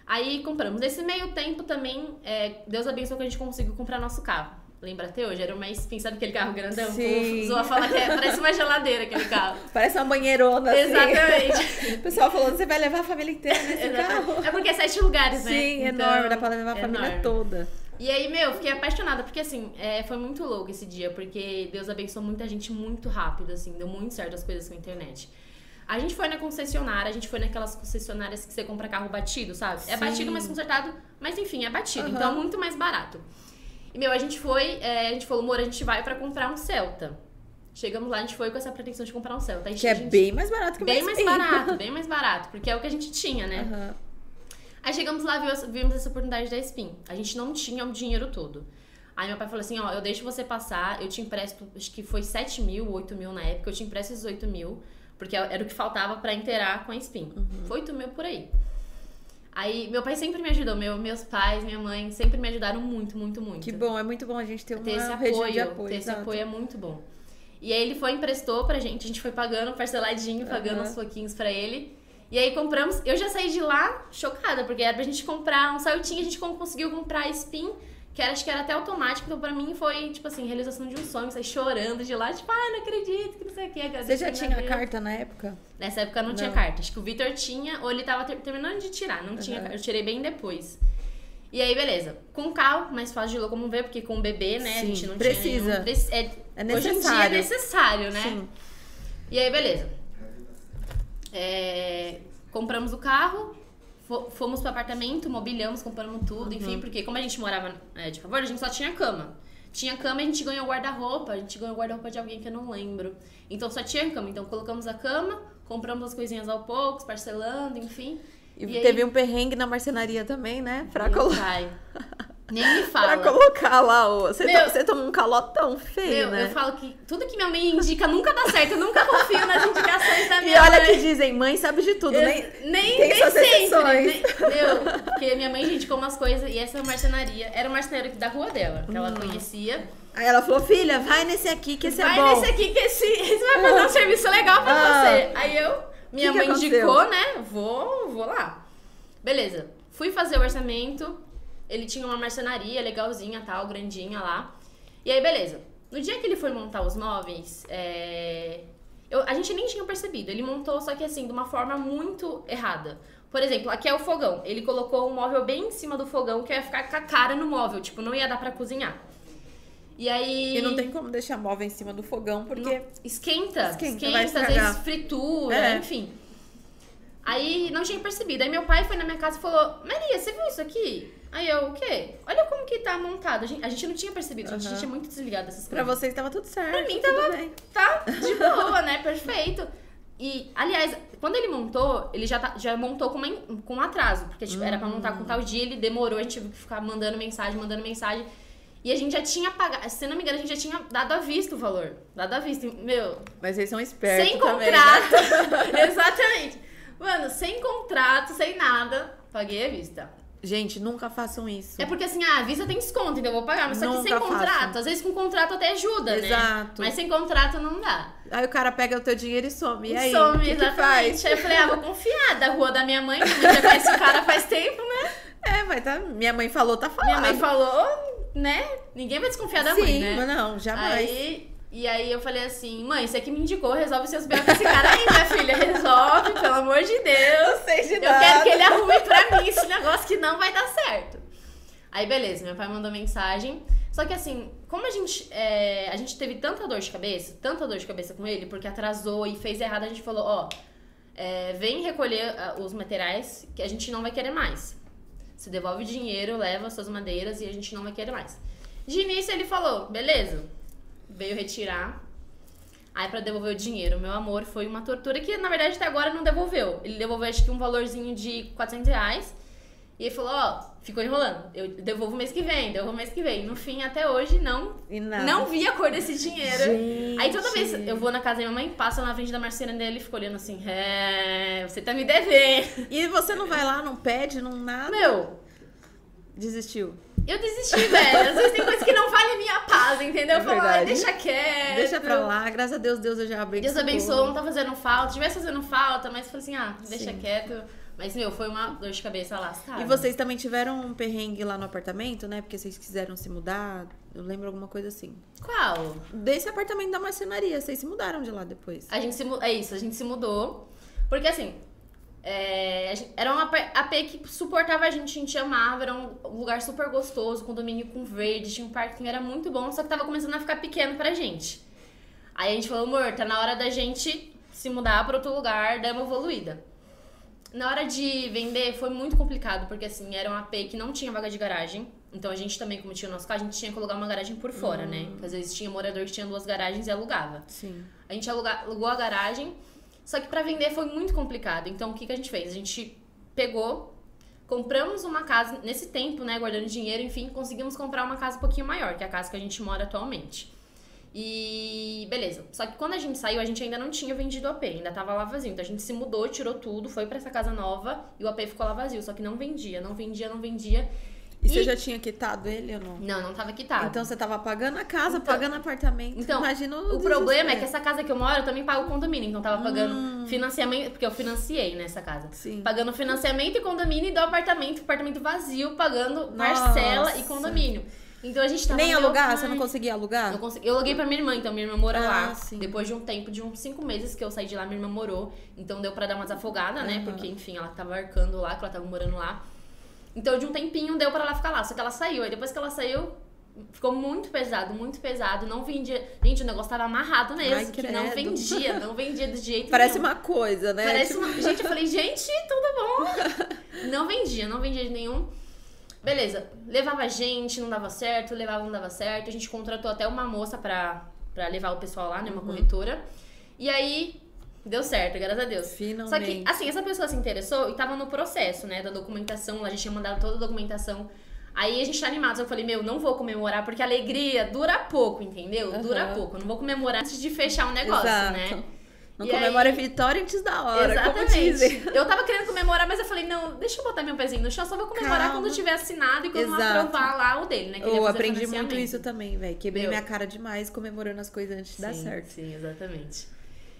[SPEAKER 2] Aí compramos. Nesse meio tempo também, é, Deus abençoou que a gente conseguiu comprar nosso carro. Lembra até hoje? Era uma Spin, sabe aquele carro grandão?
[SPEAKER 1] Sim.
[SPEAKER 2] Zoa fala que é, parece uma geladeira aquele carro.
[SPEAKER 1] Parece uma banheirona, assim.
[SPEAKER 2] Exatamente.
[SPEAKER 1] O pessoal falando, você vai levar a família inteira nesse carro?
[SPEAKER 2] Exatamente. É porque é sete lugares, né?
[SPEAKER 1] Sim, é
[SPEAKER 2] Então,
[SPEAKER 1] enorme, dá pra levar a família
[SPEAKER 2] enorme.
[SPEAKER 1] toda.
[SPEAKER 2] E aí, meu, eu fiquei apaixonada, porque assim, é, foi muito louco esse dia, porque Deus abençoou muita gente muito rápido, assim, deu muito certo as coisas com a internet. A gente foi na concessionária, a gente foi naquelas concessionárias que você compra carro batido, sabe? É
[SPEAKER 1] Sim.
[SPEAKER 2] batido, mas consertado, mas enfim, é batido,
[SPEAKER 1] Aham.
[SPEAKER 2] então é muito mais barato. E, meu, a gente foi, é, a gente falou, amor, a gente vai pra comprar um Celta. Chegamos lá, a gente foi com essa pretensão de comprar um Celta. Aí
[SPEAKER 1] Que é
[SPEAKER 2] a gente-
[SPEAKER 1] bem assim. mais barato que o
[SPEAKER 2] bem
[SPEAKER 1] Max
[SPEAKER 2] mais
[SPEAKER 1] Payne.
[SPEAKER 2] barato, bem mais barato, porque é o que a gente tinha, né?
[SPEAKER 1] Aham.
[SPEAKER 2] Aí chegamos lá, viu- vimos essa oportunidade da Spin. A gente não tinha o dinheiro todo. Aí meu pai falou assim, ó, eu deixo você passar, eu te empresto, acho que foi 7 mil, 8 mil na época, eu te empresto esses 8 mil, porque era o que faltava pra inteirar com a Spin. Foi 8 mil por aí. Aí meu pai sempre me ajudou, meu, meus pais, minha mãe, sempre me ajudaram muito, muito, muito
[SPEAKER 1] Que bom, é muito bom a gente ter uma
[SPEAKER 2] ter esse
[SPEAKER 1] rede
[SPEAKER 2] apoio,
[SPEAKER 1] de apoio.
[SPEAKER 2] ter esse
[SPEAKER 1] exato.
[SPEAKER 2] apoio é muito bom. E aí ele foi e emprestou pra gente, a gente foi pagando parceladinho, pagando
[SPEAKER 1] Aham.
[SPEAKER 2] uns pouquinhos pra ele. E aí compramos, eu já saí de lá chocada, porque era pra gente comprar um saltinho, a gente con- conseguiu comprar a Spin, que era, acho que era até automático, então pra mim foi, tipo assim, realização de um sonho, saí chorando de lá, tipo, ai, não acredito, que não sei o que.
[SPEAKER 1] Você já tinha
[SPEAKER 2] a
[SPEAKER 1] a carta na época?
[SPEAKER 2] Nessa época não, tinha
[SPEAKER 1] Não.
[SPEAKER 2] carta. Acho que o Vitor tinha, ou ele tava ter- terminando de tirar. Não tinha,
[SPEAKER 1] Aham.
[SPEAKER 2] eu tirei bem depois. E aí, beleza. Com carro, mais fácil de locomover, porque com o bebê, né? a
[SPEAKER 1] Sim,
[SPEAKER 2] gente não
[SPEAKER 1] precisa.
[SPEAKER 2] tinha. nenhum- preci- É,
[SPEAKER 1] É
[SPEAKER 2] Hoje em dia é
[SPEAKER 1] necessário.
[SPEAKER 2] necessário, né?
[SPEAKER 1] Sim.
[SPEAKER 2] E aí, beleza. É, compramos o carro, fo- fomos pro apartamento, mobiliamos, compramos tudo,
[SPEAKER 1] Uhum.
[SPEAKER 2] enfim, porque como a gente morava é, de favor, a gente só tinha cama. Tinha cama e a gente ganhou guarda-roupa. A gente ganhou guarda-roupa de alguém que eu não lembro. Então só tinha cama. Então colocamos a cama, compramos as coisinhas ao poucos, parcelando, enfim.
[SPEAKER 1] E,
[SPEAKER 2] E aí-
[SPEAKER 1] teve um perrengue na marcenaria também, né? Pra
[SPEAKER 2] Meu
[SPEAKER 1] colocar.
[SPEAKER 2] pai. Nem me
[SPEAKER 1] Pra
[SPEAKER 2] fala.
[SPEAKER 1] colocar lá o. Você,
[SPEAKER 2] Meu-
[SPEAKER 1] to- você toma um calotão feio,
[SPEAKER 2] Meu,
[SPEAKER 1] né?
[SPEAKER 2] eu falo que tudo que minha mãe indica nunca dá certo. Eu nunca confio nas indicações da
[SPEAKER 1] E
[SPEAKER 2] minha
[SPEAKER 1] olha
[SPEAKER 2] mãe.
[SPEAKER 1] que dizem, mãe sabe de tudo,
[SPEAKER 2] Eu-
[SPEAKER 1] né?
[SPEAKER 2] nem,
[SPEAKER 1] tem
[SPEAKER 2] nem
[SPEAKER 1] suas
[SPEAKER 2] sempre.
[SPEAKER 1] exceções.
[SPEAKER 2] nem- meu, porque minha mãe, gente, como as coisas. E essa é marcenaria era uma marcenaria aqui da rua dela, que ela
[SPEAKER 1] Uhum.
[SPEAKER 2] conhecia.
[SPEAKER 1] Aí ela falou, filha, vai nesse aqui que esse
[SPEAKER 2] vai
[SPEAKER 1] é bom.
[SPEAKER 2] nesse aqui que esse, esse vai fazer um serviço legal pra
[SPEAKER 1] Ah.
[SPEAKER 2] você. Aí eu, minha
[SPEAKER 1] que
[SPEAKER 2] mãe
[SPEAKER 1] aconteceu?
[SPEAKER 2] indicou, né? Vou, vou lá. Beleza. Fui fazer o orçamento. Ele tinha uma marcenaria legalzinha, tal, grandinha lá. E aí, beleza. No dia que ele foi montar os móveis, é, eu- a gente nem tinha percebido. Ele montou, só que assim, de uma forma muito errada. Por exemplo, aqui é o fogão. Ele colocou um móvel bem em cima do fogão que ia ficar com a cara no móvel. Tipo, não ia dar pra cozinhar. E aí.
[SPEAKER 1] E não tem como deixar móvel em cima do fogão, porque.
[SPEAKER 2] Não,
[SPEAKER 1] Esquenta,
[SPEAKER 2] esquenta, esquenta,
[SPEAKER 1] vai
[SPEAKER 2] às vezes
[SPEAKER 1] estragar.
[SPEAKER 2] fritura,
[SPEAKER 1] É.
[SPEAKER 2] enfim. Aí não tinha percebido. Aí meu pai foi na minha casa e falou: Maria, você viu isso aqui? Aí eu, o quê? Olha como que tá montado. A gente, a gente não tinha percebido, gente, a gente é muito desligado dessas
[SPEAKER 1] Pra
[SPEAKER 2] coisas.
[SPEAKER 1] vocês tava tudo certo.
[SPEAKER 2] mim
[SPEAKER 1] tudo
[SPEAKER 2] tava-
[SPEAKER 1] bem.
[SPEAKER 2] Tá de boa, né? Perfeito. E, aliás, quando ele montou, ele já, tá- já montou com, uma en- com um atraso. Porque tipo, era pra montar
[SPEAKER 1] Hum.
[SPEAKER 2] com tal dia, ele demorou, a gente teve que ficar mandando mensagem, mandando mensagem. E a gente já tinha pagado, se não me engano, a gente já tinha dado à vista o valor. Dado à vista. Meu,
[SPEAKER 1] Mas eles são espertos.
[SPEAKER 2] sem
[SPEAKER 1] também, né?
[SPEAKER 2] contrato. Exatamente. Mano, sem contrato, sem nada, paguei à vista.
[SPEAKER 1] Gente, nunca façam isso.
[SPEAKER 2] É porque assim, ah, à vista tem desconto, então eu vou pagar. Mas só que sem
[SPEAKER 1] Nunca
[SPEAKER 2] contrato.
[SPEAKER 1] façam.
[SPEAKER 2] Às vezes com contrato até ajuda, né?
[SPEAKER 1] Exato.
[SPEAKER 2] Mas sem contrato não dá.
[SPEAKER 1] Aí o cara pega o teu dinheiro e some. E aí?
[SPEAKER 2] Some,
[SPEAKER 1] o que que
[SPEAKER 2] exatamente.
[SPEAKER 1] faz?
[SPEAKER 2] Aí eu falei, ah, vou confiar da rua da minha mãe, minha mãe já conhece o cara faz tempo, né?
[SPEAKER 1] É, mas tá. Minha mãe falou, tá falando.
[SPEAKER 2] Minha mãe falou, né? Ninguém vai desconfiar da
[SPEAKER 1] Sim,
[SPEAKER 2] mãe, né?
[SPEAKER 1] mas não, jamais.
[SPEAKER 2] Aí, e aí eu falei assim, mãe, você que me indicou, resolve seus B.O. com esse cara aí, minha filha. Resolve, pelo amor de Deus.
[SPEAKER 1] Não sei de
[SPEAKER 2] Eu
[SPEAKER 1] nada.
[SPEAKER 2] quero que ele arrume pra mim esse negócio que não vai dar certo. Aí, beleza, meu pai mandou mensagem. Só que assim, como a gente, é, a gente teve tanta dor de cabeça, tanta dor de cabeça com ele, porque atrasou e fez errado, a gente falou, ó, é, vem recolher ah, os materiais que a gente não vai querer mais. Você devolve o dinheiro, leva suas madeiras e a gente não vai querer mais. De início ele falou, beleza. Veio retirar. Aí pra devolver o dinheiro, meu amor, foi uma tortura que na verdade até agora não devolveu. Ele devolveu acho que um valorzinho de 400 reais. E ele falou, ó, ficou enrolando. Eu devolvo mês que vem, devolvo mês que vem. No fim, até hoje, não,
[SPEAKER 1] E nada.
[SPEAKER 2] não vi a cor desse dinheiro.
[SPEAKER 1] Ah. Gente.
[SPEAKER 2] Aí toda vez eu vou na casa da minha mãe, passo na frente da marcenaria dele, fico olhando assim, é, você tá me devendo.
[SPEAKER 1] E você não vai lá, não pede, não nada.
[SPEAKER 2] Meu,
[SPEAKER 1] Desistiu.
[SPEAKER 2] eu desisti, velho. Às vezes tem coisa que não vale minha paz, entendeu?
[SPEAKER 1] É
[SPEAKER 2] Eu falo, ai,
[SPEAKER 1] verdade.
[SPEAKER 2] deixa quieto.
[SPEAKER 1] Deixa pra lá. Graças a Deus, Deus eu já abençoou.
[SPEAKER 2] É, Deus abençoou, não tá fazendo falta. Tivesse fazendo falta, mas falei assim, ah, deixa
[SPEAKER 1] Sim.
[SPEAKER 2] quieto. Mas, meu, foi uma dor de cabeça lascada.
[SPEAKER 1] E vocês também tiveram um perrengue lá no apartamento, né? Porque vocês quiseram se mudar. Eu lembro alguma coisa assim.
[SPEAKER 2] Qual?
[SPEAKER 1] Desse apartamento da marcenaria, vocês se mudaram de lá depois.
[SPEAKER 2] A gente se mu- É isso, a gente se mudou. Porque assim. é, a gente- era uma AP AP que suportava a gente, a gente amava, era um lugar super gostoso, condomínio com verde, tinha um parquinho, era muito bom, só que tava começando a ficar pequeno pra gente. Aí a gente falou, amor, tá na hora da gente se mudar pra outro lugar, dar uma evoluída. Na hora de vender foi muito complicado, porque assim, era um AP que não tinha vaga de garagem. Então a gente também, como tinha o nosso carro, a gente tinha que alugar uma garagem por fora, né? Porque às vezes tinha morador que tinha duas garagens e alugava.
[SPEAKER 1] Sim.
[SPEAKER 2] A gente aluga- alugou a garagem, só que pra vender foi muito complicado. Então o que, que a gente fez? A gente pegou, compramos uma casa, nesse tempo, né, guardando dinheiro, enfim, conseguimos comprar uma casa um pouquinho maior, que é a casa que a gente mora atualmente. E beleza. Só que quando a gente saiu, a gente ainda não tinha vendido o AP, ainda tava lá vazio. Então a gente se mudou, tirou tudo, foi pra essa casa nova e o AP ficou lá vazio. Só que não vendia, não vendia, não vendia.
[SPEAKER 1] E, você
[SPEAKER 2] E-
[SPEAKER 1] já tinha quitado ele ou não?
[SPEAKER 2] Não, não tava quitado.
[SPEAKER 1] Então você tava pagando a casa,
[SPEAKER 2] Então-
[SPEAKER 1] pagando apartamento.
[SPEAKER 2] Então,
[SPEAKER 1] Imagina
[SPEAKER 2] O problema é que essa casa que eu moro, eu também pago condomínio. Então tava pagando financiamento, porque eu financiei nessa casa.
[SPEAKER 1] Hum. Sim.
[SPEAKER 2] Pagando financiamento e condomínio e do apartamento, apartamento vazio, pagando
[SPEAKER 1] Nossa.
[SPEAKER 2] parcela e condomínio. Então a gente tava.
[SPEAKER 1] Nem
[SPEAKER 2] meu
[SPEAKER 1] alugar?
[SPEAKER 2] pai,
[SPEAKER 1] Você não conseguia alugar?
[SPEAKER 2] não consegui- Eu aluguei pra minha irmã, então minha irmã mora
[SPEAKER 1] Ah,
[SPEAKER 2] lá.
[SPEAKER 1] sim.
[SPEAKER 2] Depois de um tempo, de uns cinco meses que eu saí de lá, minha irmã morou. Então deu pra dar uma desafogada, né?
[SPEAKER 1] Aham.
[SPEAKER 2] Porque, enfim, ela tava arcando lá, que ela tava morando lá. Então de um tempinho deu pra ela ficar lá. Só que ela saiu. Aí depois que ela saiu, ficou muito pesado, muito pesado. Não vendia. Gente, o negócio tava amarrado mesmo.
[SPEAKER 1] Ai,
[SPEAKER 2] que não
[SPEAKER 1] credo.
[SPEAKER 2] vendia, não vendia do jeito
[SPEAKER 1] Parece
[SPEAKER 2] nenhum.
[SPEAKER 1] uma coisa, né?
[SPEAKER 2] Parece
[SPEAKER 1] Tipo,
[SPEAKER 2] uma... Gente, eu falei, gente, tudo bom? não vendia, não vendia de nenhum. Beleza, levava gente, não dava certo, levava, não dava certo. A gente contratou até uma moça pra, pra levar o pessoal lá, né?
[SPEAKER 1] Uhum.
[SPEAKER 2] Uma corretora. E aí, deu certo, graças a Deus. Só que,
[SPEAKER 1] Finalmente.
[SPEAKER 2] assim, essa pessoa se interessou e tava no processo, né? Da documentação, a gente tinha mandado toda a documentação. Aí a gente tá animado, eu falei, meu, não vou comemorar, porque a alegria dura pouco, entendeu? Dura
[SPEAKER 1] Aham.
[SPEAKER 2] pouco. Não vou comemorar antes de fechar o negócio,
[SPEAKER 1] Exato.
[SPEAKER 2] né?
[SPEAKER 1] Não
[SPEAKER 2] E
[SPEAKER 1] comemora
[SPEAKER 2] aí-
[SPEAKER 1] a vitória antes da hora, como dizem.
[SPEAKER 2] Exatamente. Eu tava querendo comemorar, mas eu falei, não, deixa eu botar meu pezinho no chão, só vou comemorar
[SPEAKER 1] Calma.
[SPEAKER 2] quando tiver assinado e quando
[SPEAKER 1] Exato.
[SPEAKER 2] aprovar lá o dele, né? Que ele ia
[SPEAKER 1] Eu
[SPEAKER 2] fazer
[SPEAKER 1] aprendi muito
[SPEAKER 2] financiamento.
[SPEAKER 1] isso também, velho. Quebrei
[SPEAKER 2] Meu.
[SPEAKER 1] minha cara demais comemorando as coisas antes de dar
[SPEAKER 2] Sim,
[SPEAKER 1] certo.
[SPEAKER 2] Sim, exatamente.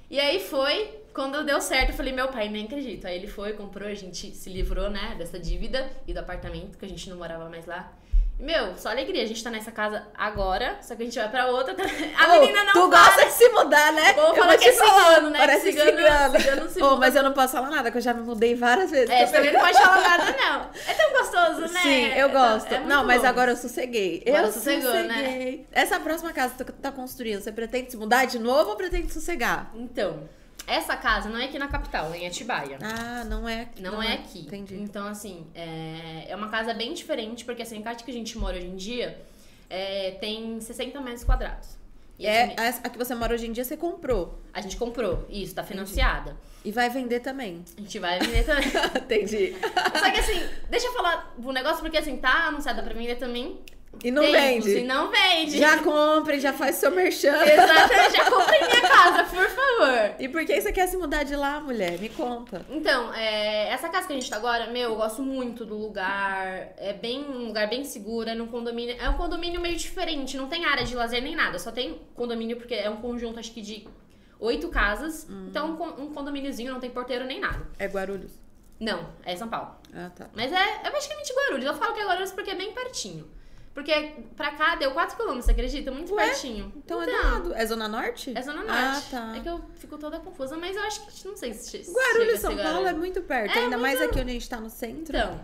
[SPEAKER 2] E aí foi, quando deu certo, eu falei, meu pai, nem acredito. Aí ele foi, comprou, a gente se livrou, né, dessa dívida e do apartamento, que a gente não morava mais lá. E, meu, só alegria, a gente tá nessa casa agora, só que a gente vai pra outra. tá- A
[SPEAKER 1] Ô,
[SPEAKER 2] menina não
[SPEAKER 1] tu
[SPEAKER 2] para.
[SPEAKER 1] gosta de se mudar, né?
[SPEAKER 2] O povo
[SPEAKER 1] eu
[SPEAKER 2] fala
[SPEAKER 1] vou
[SPEAKER 2] que é
[SPEAKER 1] te falar,
[SPEAKER 2] cigano, né? Que
[SPEAKER 1] Parece
[SPEAKER 2] cigano-
[SPEAKER 1] cigano.
[SPEAKER 2] cigano se
[SPEAKER 1] Ô,
[SPEAKER 2] muda.
[SPEAKER 1] mas eu não posso falar nada, que eu já me mudei várias vezes.
[SPEAKER 2] É,
[SPEAKER 1] Tô
[SPEAKER 2] você também não pode falar nada, não. É tão gostoso, né?
[SPEAKER 1] Sim,
[SPEAKER 2] É
[SPEAKER 1] eu
[SPEAKER 2] tão-
[SPEAKER 1] gosto.
[SPEAKER 2] é muito
[SPEAKER 1] não, mas
[SPEAKER 2] bom.
[SPEAKER 1] agora eu sosseguei.
[SPEAKER 2] Agora
[SPEAKER 1] eu
[SPEAKER 2] sossegou, né?
[SPEAKER 1] sosseguei. Essa próxima casa que tu tá construindo, você pretende se mudar de novo ou pretende sossegar?
[SPEAKER 2] Então, essa casa não é aqui na capital, é em Atibaia.
[SPEAKER 1] Ah, não é aqui.
[SPEAKER 2] Não, é aqui.
[SPEAKER 1] Entendi.
[SPEAKER 2] Então, assim, é, é uma casa bem diferente, porque assim, a casa que a gente mora hoje em dia é, tem 60 metros quadrados. E
[SPEAKER 1] É,
[SPEAKER 2] assim,
[SPEAKER 1] a a que você mora hoje em dia, você comprou.
[SPEAKER 2] a gente comprou, isso, tá financiada.
[SPEAKER 1] E vai vender também.
[SPEAKER 2] A gente vai vender também.
[SPEAKER 1] Entendi.
[SPEAKER 2] Só que assim, deixa eu falar um negócio, porque assim, tá anunciada pra vender também.
[SPEAKER 1] E não
[SPEAKER 2] tempos,
[SPEAKER 1] vende.
[SPEAKER 2] E não vende.
[SPEAKER 1] Já compre, já faz seu merchan.
[SPEAKER 2] Exatamente, já comprei minha casa, por favor.
[SPEAKER 1] E por que você quer se mudar de lá, mulher? Me conta.
[SPEAKER 2] Então, é, essa casa que a gente tá agora, meu, eu gosto muito do lugar. É bem um lugar bem seguro, é num condomínio. É um condomínio meio diferente, não tem área de lazer nem nada. Só tem condomínio porque é um conjunto, acho que, de oito casas.
[SPEAKER 1] Hum.
[SPEAKER 2] Então, um, con- um condomíniozinho, não tem porteiro nem nada.
[SPEAKER 1] É Guarulhos?
[SPEAKER 2] Não, é São Paulo.
[SPEAKER 1] Ah, tá.
[SPEAKER 2] Mas é, é praticamente Guarulhos. Eu falo que é Guarulhos porque é bem pertinho. Porque pra cá deu 4 km, você acredita? Muito
[SPEAKER 1] Ué?
[SPEAKER 2] pertinho.
[SPEAKER 1] Então é do lado. É Zona Norte?
[SPEAKER 2] É Zona Norte.
[SPEAKER 1] Ah, tá.
[SPEAKER 2] É que eu fico toda confusa, mas eu acho que não sei se. che- se chega a
[SPEAKER 1] Guarulhos,
[SPEAKER 2] ser
[SPEAKER 1] São Paulo, é muito perto.
[SPEAKER 2] É,
[SPEAKER 1] ainda mais aqui onde a gente tá no centro.
[SPEAKER 2] Então.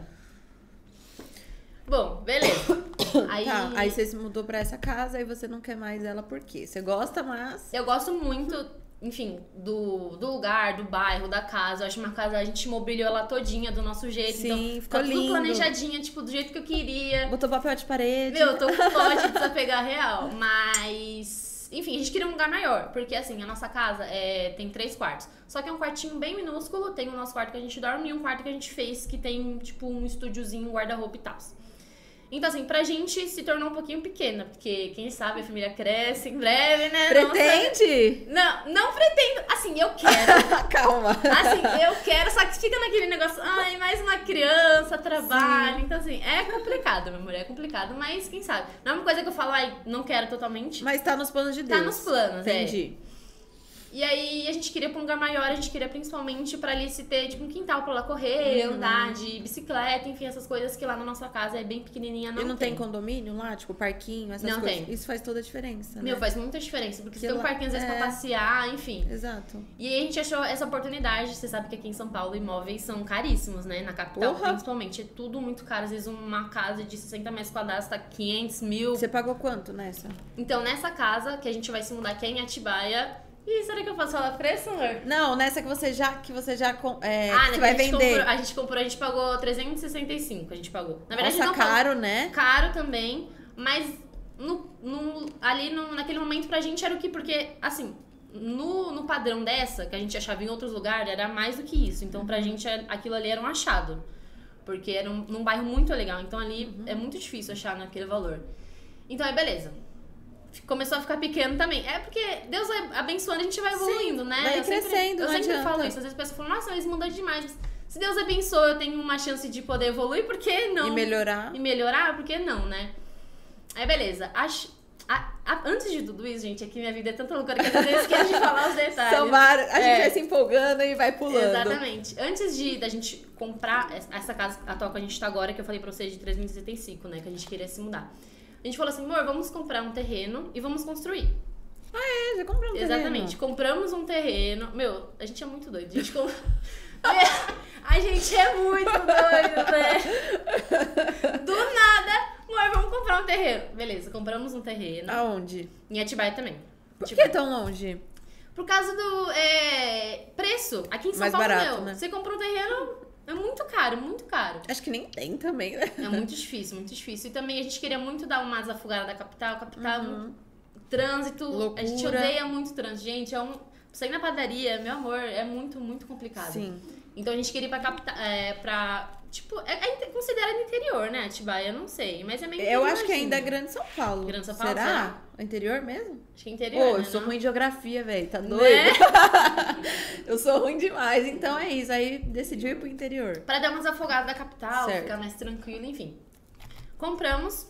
[SPEAKER 2] Bom, beleza. Aí,
[SPEAKER 1] Tá, aí você se mudou pra essa casa e você não quer mais ela por quê? Você gosta, mas.
[SPEAKER 2] eu gosto muito, enfim, do, do lugar, do bairro, da casa. Eu acho uma casa, a gente mobiliou ela todinha do nosso jeito.
[SPEAKER 1] Sim,
[SPEAKER 2] então,
[SPEAKER 1] ficou
[SPEAKER 2] tá
[SPEAKER 1] lindo.
[SPEAKER 2] tudo planejadinha, tipo, do jeito que eu queria.
[SPEAKER 1] Botou papel de parede.
[SPEAKER 2] Meu, eu tô com fome de desapegar real. Mas, enfim, a gente queria um lugar maior. Porque, assim, a nossa casa é, tem três quartos. Só que é um quartinho bem minúsculo. Tem o nosso quarto que a gente dorme e um quarto que a gente fez que tem, tipo, um estúdiozinho, guarda-roupa e tal. Então, assim, pra gente se tornou um pouquinho pequena. Porque, quem sabe, a família cresce em breve, né?
[SPEAKER 1] Pretende?
[SPEAKER 2] Nossa, não, não pretendo. Assim, eu quero.
[SPEAKER 1] Calma.
[SPEAKER 2] Assim, eu quero, só que fica naquele negócio, ai, mais uma criança, trabalho. Então, assim, é complicado, meu amor, é complicado, mas quem sabe? Não é uma coisa que eu falo, ai, não quero totalmente.
[SPEAKER 1] Mas tá nos planos de
[SPEAKER 2] Tá
[SPEAKER 1] Deus.
[SPEAKER 2] nos planos, é.
[SPEAKER 1] Entendi.
[SPEAKER 2] E aí a gente queria pra um lugar maior, a gente queria principalmente pra ali se ter, tipo, um quintal pra lá correr,
[SPEAKER 1] Uhum.
[SPEAKER 2] andar de bicicleta, enfim, essas coisas que lá na nossa casa é bem pequenininha, não,
[SPEAKER 1] e não tem. condomínio lá, tipo parquinho, essas
[SPEAKER 2] Não
[SPEAKER 1] coisas?
[SPEAKER 2] tem.
[SPEAKER 1] Isso faz toda a diferença,
[SPEAKER 2] Meu,
[SPEAKER 1] né?
[SPEAKER 2] faz muita diferença, porque
[SPEAKER 1] Que
[SPEAKER 2] você tem um
[SPEAKER 1] lá-
[SPEAKER 2] parquinho às vezes
[SPEAKER 1] é.
[SPEAKER 2] pra passear, enfim.
[SPEAKER 1] Exato.
[SPEAKER 2] E aí a gente achou essa oportunidade. Você sabe que aqui em São Paulo imóveis são caríssimos, né? Na capital,
[SPEAKER 1] Porra!
[SPEAKER 2] principalmente. É tudo muito caro. Às vezes uma casa de 60 metros quadrados tá 500 mil.
[SPEAKER 1] Você pagou quanto nessa?
[SPEAKER 2] Então nessa casa que a gente vai se mudar, que é em Atibaia. Ih, será que eu posso falar preço, amor?
[SPEAKER 1] Não, nessa que você já que você já com- é, que
[SPEAKER 2] né,
[SPEAKER 1] você
[SPEAKER 2] que
[SPEAKER 1] vai
[SPEAKER 2] a gente
[SPEAKER 1] vender.
[SPEAKER 2] Comprou, a gente comprou, a gente pagou 365, a gente pagou. Na verdade,
[SPEAKER 1] Nossa,
[SPEAKER 2] não pagou-
[SPEAKER 1] caro, né?
[SPEAKER 2] caro também, mas no, no- ali no- naquele momento pra gente era o que? Porque, assim, no, no padrão dessa, que a gente achava em outros lugares, era mais do que isso. Então pra gente é- aquilo ali era um achado. Porque era um, num bairro muito legal. Então ali é muito difícil achar naquele valor. Então aí beleza. Fi- Começou a ficar pequeno também. É porque Deus vai abençoando, a gente vai evoluindo, né?
[SPEAKER 1] vai
[SPEAKER 2] eu sempre-
[SPEAKER 1] crescendo,
[SPEAKER 2] eu
[SPEAKER 1] não
[SPEAKER 2] sempre
[SPEAKER 1] adianta.
[SPEAKER 2] falo isso. Às vezes as pessoas falam, nossa, mas mudou demais. Mas se Deus abençoou, eu tenho uma chance de poder evoluir, por que não?
[SPEAKER 1] E melhorar.
[SPEAKER 2] e melhorar, por que não, né? Aí beleza. Acho- a- a- antes de tudo isso, gente, aqui minha vida é tanta loucura que às vezes esquece de falar os detalhes.
[SPEAKER 1] São vários- a gente
[SPEAKER 2] É.
[SPEAKER 1] vai se empolgando e vai pulando.
[SPEAKER 2] Exatamente. Antes de da gente comprar es- essa casa atual que a gente tá agora, que eu falei pra vocês de 3.075, né? Que a gente queria se mudar. A gente falou assim, amor, vamos comprar um terreno e vamos construir.
[SPEAKER 1] É, já comprou um terreno.
[SPEAKER 2] Exatamente. Compramos um terreno. Meu, a gente é muito doido. A gente, com- a gente é muito doido, né? Do nada, amor, vamos comprar um terreno. Beleza, compramos um terreno.
[SPEAKER 1] Aonde?
[SPEAKER 2] Em Atibaia também.
[SPEAKER 1] Por
[SPEAKER 2] Atibaia.
[SPEAKER 1] que tão longe?
[SPEAKER 2] Por causa do é, preço. Aqui em São
[SPEAKER 1] Mais
[SPEAKER 2] Paulo,
[SPEAKER 1] barato,
[SPEAKER 2] meu,
[SPEAKER 1] né?
[SPEAKER 2] você compra um terreno, é muito caro, muito caro.
[SPEAKER 1] Acho que nem tem também, né?
[SPEAKER 2] É muito difícil, muito difícil. E também a gente queria muito dar uma desafogada da capital. A
[SPEAKER 1] Uhum.
[SPEAKER 2] capital, é trânsito. A gente
[SPEAKER 1] Loucura.
[SPEAKER 2] odeia muito trânsito. Gente, é um. Sair na padaria, meu amor, é muito, muito complicado.
[SPEAKER 1] Sim.
[SPEAKER 2] Então a gente queria ir pra, capita- é, pra Tipo, é, é inte- considerado interior, né? Atibaia, não sei. Mas é meio
[SPEAKER 1] Eu acho que
[SPEAKER 2] interiorzinho.
[SPEAKER 1] ainda é Grande São Paulo.
[SPEAKER 2] Grande São Paulo,
[SPEAKER 1] Será?
[SPEAKER 2] será?
[SPEAKER 1] Interior mesmo?
[SPEAKER 2] Acho que é
[SPEAKER 1] Pô,
[SPEAKER 2] interior,
[SPEAKER 1] eu
[SPEAKER 2] né,
[SPEAKER 1] sou
[SPEAKER 2] não?
[SPEAKER 1] ruim de geografia, velho. Tá
[SPEAKER 2] Né?
[SPEAKER 1] doido? Eu sou ruim demais. Então é isso. Aí decidiu ir pro interior.
[SPEAKER 2] Pra dar uma desafogada da capital,
[SPEAKER 1] Certo.
[SPEAKER 2] ficar mais tranquilo, enfim. Compramos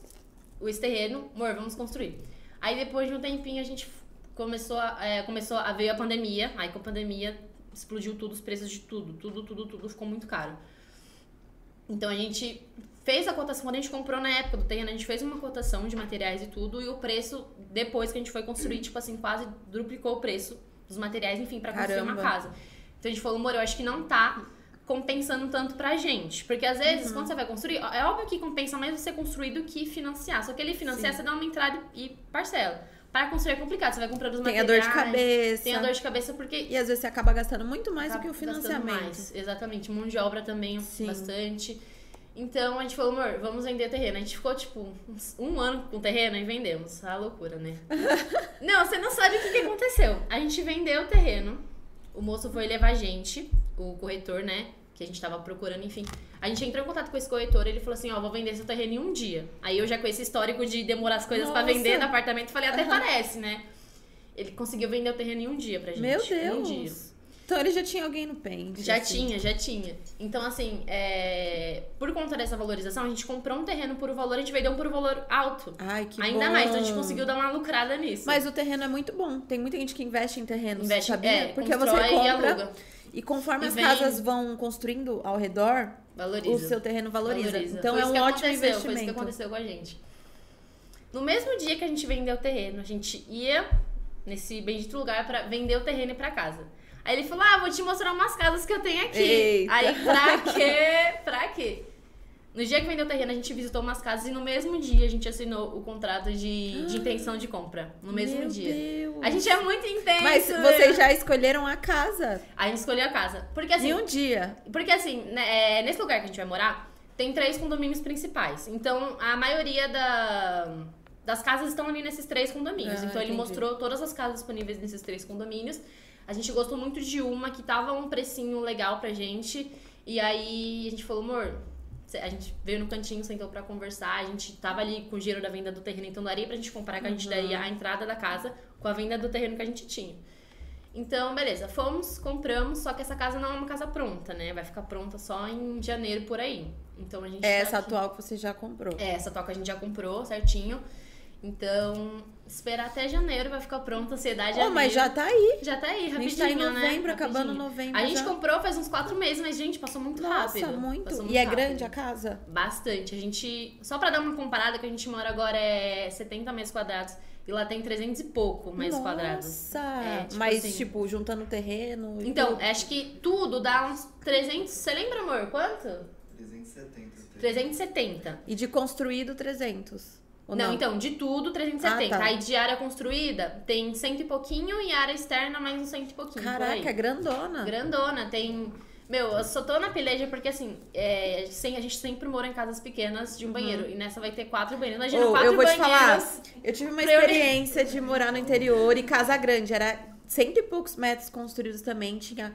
[SPEAKER 2] o esse terreno, amor, vamos construir. Aí depois de um tempinho a gente f- começou a, é, começou a veio a pandemia, aí com a pandemia explodiu tudo, os preços de tudo, tudo, tudo, tudo ficou muito caro. Então a gente fez a cotação, quando a gente comprou na época do terreno, a gente fez uma cotação de materiais e tudo, e o preço, depois que a gente foi construir, tipo assim, quase duplicou o preço dos materiais, enfim, pra construir uma
[SPEAKER 1] Caramba.
[SPEAKER 2] casa. Então a gente falou, amor, eu acho que não tá compensando tanto pra gente. Porque às
[SPEAKER 1] Uhum.
[SPEAKER 2] vezes, quando você vai construir, ó, é óbvio que compensa mais você construir do que financiar. Só que ele financiar, você dá uma entrada e e parcela. Para construir é complicado, você vai comprando os
[SPEAKER 1] Tem a dor
[SPEAKER 2] materiais.
[SPEAKER 1] de cabeça.
[SPEAKER 2] Tem a dor de cabeça porque
[SPEAKER 1] E às vezes você acaba gastando muito mais do
[SPEAKER 2] Acaba
[SPEAKER 1] que o
[SPEAKER 2] gastando
[SPEAKER 1] financiamento.
[SPEAKER 2] mais, Exatamente. Mão de obra também
[SPEAKER 1] Sim.
[SPEAKER 2] bastante. Então a gente falou, amor, vamos vender terreno. A gente ficou, tipo, uns- um ano com o terreno e vendemos. A loucura, né? não, você não sabe o que, que aconteceu. A gente vendeu o terreno, o moço foi levar a gente, o corretor, né? Que a gente tava procurando, enfim. A gente entrou em contato com esse corretor, ele falou assim: Ó, vou vender seu terreno em um dia. Aí eu já com esse histórico de demorar as coisas pra
[SPEAKER 1] Nossa.
[SPEAKER 2] vender no apartamento, falei: até parece, né? Ele conseguiu vender o terreno em um dia pra gente.
[SPEAKER 1] Meu
[SPEAKER 2] Em um
[SPEAKER 1] Deus.
[SPEAKER 2] dia.
[SPEAKER 1] Então ele já tinha alguém no pente.
[SPEAKER 2] Já
[SPEAKER 1] assim.
[SPEAKER 2] tinha, já tinha. Então, assim, é, por conta dessa valorização, a gente comprou um terreno por um valor, a gente vendeu por um valor alto.
[SPEAKER 1] Ai, que
[SPEAKER 2] Ainda
[SPEAKER 1] bom.
[SPEAKER 2] mais, então a gente conseguiu dar uma lucrada nisso.
[SPEAKER 1] Mas o terreno é muito bom. Tem muita gente que investe em terrenos,
[SPEAKER 2] investe,
[SPEAKER 1] sabia?
[SPEAKER 2] é,
[SPEAKER 1] Porque você
[SPEAKER 2] constrói e
[SPEAKER 1] compra
[SPEAKER 2] aluga.
[SPEAKER 1] e, conforme
[SPEAKER 2] E
[SPEAKER 1] as
[SPEAKER 2] vem-
[SPEAKER 1] casas vão construindo ao redor,
[SPEAKER 2] Valoriza.
[SPEAKER 1] o seu terreno valoriza. Então
[SPEAKER 2] Foi
[SPEAKER 1] é
[SPEAKER 2] isso
[SPEAKER 1] um ótimo
[SPEAKER 2] que aconteceu, Foi isso que
[SPEAKER 1] investimento.
[SPEAKER 2] aconteceu com a gente. No mesmo dia que a gente vendeu o terreno, a gente ia nesse bendito lugar pra vender o terreno e ir pra casa. Aí ele falou: Ah, vou te mostrar umas casas que eu tenho aqui.
[SPEAKER 1] Eita.
[SPEAKER 2] Aí pra quê? Pra quê? No dia que vendeu o terreno, a gente visitou umas casas e no mesmo dia a gente assinou o contrato de, de intenção de compra. No mesmo
[SPEAKER 1] Meu
[SPEAKER 2] dia.
[SPEAKER 1] Deus.
[SPEAKER 2] A gente é muito intenso.
[SPEAKER 1] Mas
[SPEAKER 2] né?
[SPEAKER 1] vocês já escolheram a casa
[SPEAKER 2] A gente escolheu a casa. Porque assim,
[SPEAKER 1] em um dia.
[SPEAKER 2] porque assim, né, é, nesse lugar que a gente vai morar, tem três condomínios principais. Então, a maioria da- das casas estão ali nesses três condomínios.
[SPEAKER 1] Ah,
[SPEAKER 2] então, ele
[SPEAKER 1] entendi.
[SPEAKER 2] mostrou todas as casas disponíveis nesses três condomínios. A gente gostou muito de uma que tava um precinho legal pra gente. E aí, a gente falou, amor... cê- A gente veio no cantinho, sentou pra conversar. A gente tava ali com o dinheiro da venda do terreno, então daria pra gente comprar, que a gente
[SPEAKER 1] Uhum.
[SPEAKER 2] daria a entrada da casa com a venda do terreno que a gente tinha. Então, beleza, fomos, compramos, só que essa casa não é uma casa pronta, né? Vai ficar pronta só em janeiro por aí. Então a gente.
[SPEAKER 1] É
[SPEAKER 2] tá
[SPEAKER 1] essa
[SPEAKER 2] aqui-
[SPEAKER 1] atual que você já comprou.
[SPEAKER 2] É, essa toca a gente já comprou certinho. Então, esperar até janeiro vai ficar pronta, ansiedade
[SPEAKER 1] oh, mas
[SPEAKER 2] é
[SPEAKER 1] já tá aí.
[SPEAKER 2] mil. já tá aí,
[SPEAKER 1] A
[SPEAKER 2] rapidinho,
[SPEAKER 1] gente tá em
[SPEAKER 2] né?
[SPEAKER 1] novembro, acabando
[SPEAKER 2] Rapidinho.
[SPEAKER 1] novembro.
[SPEAKER 2] A gente
[SPEAKER 1] já.
[SPEAKER 2] comprou faz uns quatro meses, mas, gente, passou muito
[SPEAKER 1] Nossa,
[SPEAKER 2] rápido.
[SPEAKER 1] muito.
[SPEAKER 2] Passou
[SPEAKER 1] E é
[SPEAKER 2] rápido.
[SPEAKER 1] grande a casa?
[SPEAKER 2] Bastante. A gente. Só pra dar uma comparada, que a gente mora agora é 70 metros quadrados. E lá tem 300 e pouco metros
[SPEAKER 1] Nossa.
[SPEAKER 2] quadrados. É, tipo
[SPEAKER 1] mas,
[SPEAKER 2] assim.
[SPEAKER 1] tipo, juntando terreno. e
[SPEAKER 2] Então,
[SPEAKER 1] tudo.
[SPEAKER 2] acho que tudo dá uns 300. Você lembra, amor? Quanto?
[SPEAKER 3] 370.
[SPEAKER 2] 370.
[SPEAKER 1] E de construído 300. ou
[SPEAKER 2] Não, então, de tudo, 370.
[SPEAKER 1] Ah, tá.
[SPEAKER 2] Aí de área construída tem cento e pouquinho e área externa mais um cento e pouquinho. por aí.
[SPEAKER 1] Caraca, é grandona.
[SPEAKER 2] Grandona, tem. Meu, eu só tô na peleja porque assim, é, sem, a gente sempre mora em casas pequenas de um banheiro. E nessa vai ter quatro banheiros. Imagina
[SPEAKER 1] Uhum. Ô,
[SPEAKER 2] quatro
[SPEAKER 1] eu vou te
[SPEAKER 2] banheiros.
[SPEAKER 1] falar, eu tive uma
[SPEAKER 2] Priori-
[SPEAKER 1] experiência de morar no interior e casa grande. Era cento e poucos metros construídos também. Tinha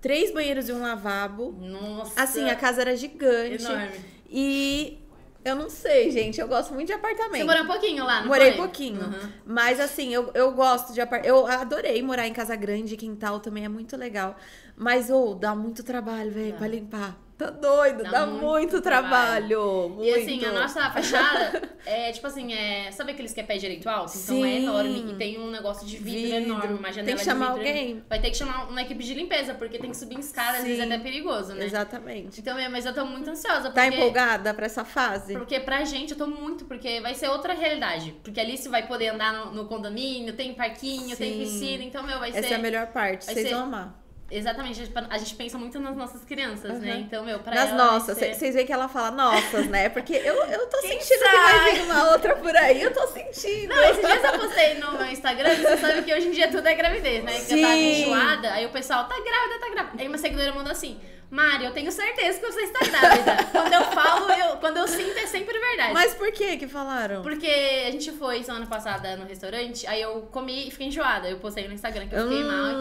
[SPEAKER 1] três banheiros e um lavabo.
[SPEAKER 2] Nossa.
[SPEAKER 1] Assim, a casa era gigante.
[SPEAKER 2] enorme.
[SPEAKER 1] E eu não sei, gente. Eu gosto muito de apartamento.
[SPEAKER 2] Você morou um pouquinho lá, não
[SPEAKER 1] Morei
[SPEAKER 2] foi?
[SPEAKER 1] pouquinho.
[SPEAKER 2] Uhum.
[SPEAKER 1] Mas assim, eu, eu gosto de apartamento. Eu adorei morar em casa grande, quintal também é muito legal. Mas, ô, dá muito trabalho, velho,
[SPEAKER 2] Dá.
[SPEAKER 1] pra limpar. Tá doido, dá,
[SPEAKER 2] Dá
[SPEAKER 1] muito,
[SPEAKER 2] muito
[SPEAKER 1] trabalho. muito.
[SPEAKER 2] E assim, a nossa fachada é tipo assim, é. Sabe aqueles que é pé direito alto? Então é
[SPEAKER 1] Sim.
[SPEAKER 2] enorme. E tem um negócio de vidro,
[SPEAKER 1] Vidro.
[SPEAKER 2] enorme, uma janela
[SPEAKER 1] Tem que chamar
[SPEAKER 2] de vidro.
[SPEAKER 1] alguém?
[SPEAKER 2] Vai ter que chamar uma equipe de limpeza, porque tem que subir em escada, às vezes é
[SPEAKER 1] Sim.
[SPEAKER 2] até perigoso, né?
[SPEAKER 1] Exatamente.
[SPEAKER 2] Então, é, mas eu tô muito ansiosa.
[SPEAKER 1] Tá
[SPEAKER 2] porque,
[SPEAKER 1] empolgada pra essa fase?
[SPEAKER 2] Porque pra gente eu tô muito, porque vai ser outra realidade. Porque ali você vai poder andar no, no condomínio, tem parquinho, tem
[SPEAKER 1] Sim.
[SPEAKER 2] piscina, então, meu, vai
[SPEAKER 1] Essa
[SPEAKER 2] ser.
[SPEAKER 1] é a melhor parte,
[SPEAKER 2] vai
[SPEAKER 1] vocês
[SPEAKER 2] ser-
[SPEAKER 1] vão amar.
[SPEAKER 2] Exatamente, a gente, a gente pensa muito nas nossas crianças, né?
[SPEAKER 1] Aham.
[SPEAKER 2] Então, meu, pra
[SPEAKER 1] Nas
[SPEAKER 2] ela vai
[SPEAKER 1] nossas,
[SPEAKER 2] ser-
[SPEAKER 1] vocês veem que ela fala nossas, né? Porque eu, eu tô
[SPEAKER 2] Quem
[SPEAKER 1] sentindo que vai vir uma outra por aí, eu tô sentindo.
[SPEAKER 2] Não, esses dias eu postei no meu Instagram, você sabe que hoje em dia tudo é gravidez, né? Que eu tava
[SPEAKER 1] Sim.
[SPEAKER 2] enjoada, aí o pessoal, tá grávida, tá grávida. Aí uma seguidora mandou assim, Mari, eu tenho certeza que você está grávida. quando eu falo, eu- quando eu sinto, é sempre verdade.
[SPEAKER 1] Mas por que que falaram?
[SPEAKER 2] Porque a gente foi semana passada no restaurante, aí eu comi e fiquei enjoada. Eu postei no Instagram que eu fiquei mal e
[SPEAKER 1] Hum,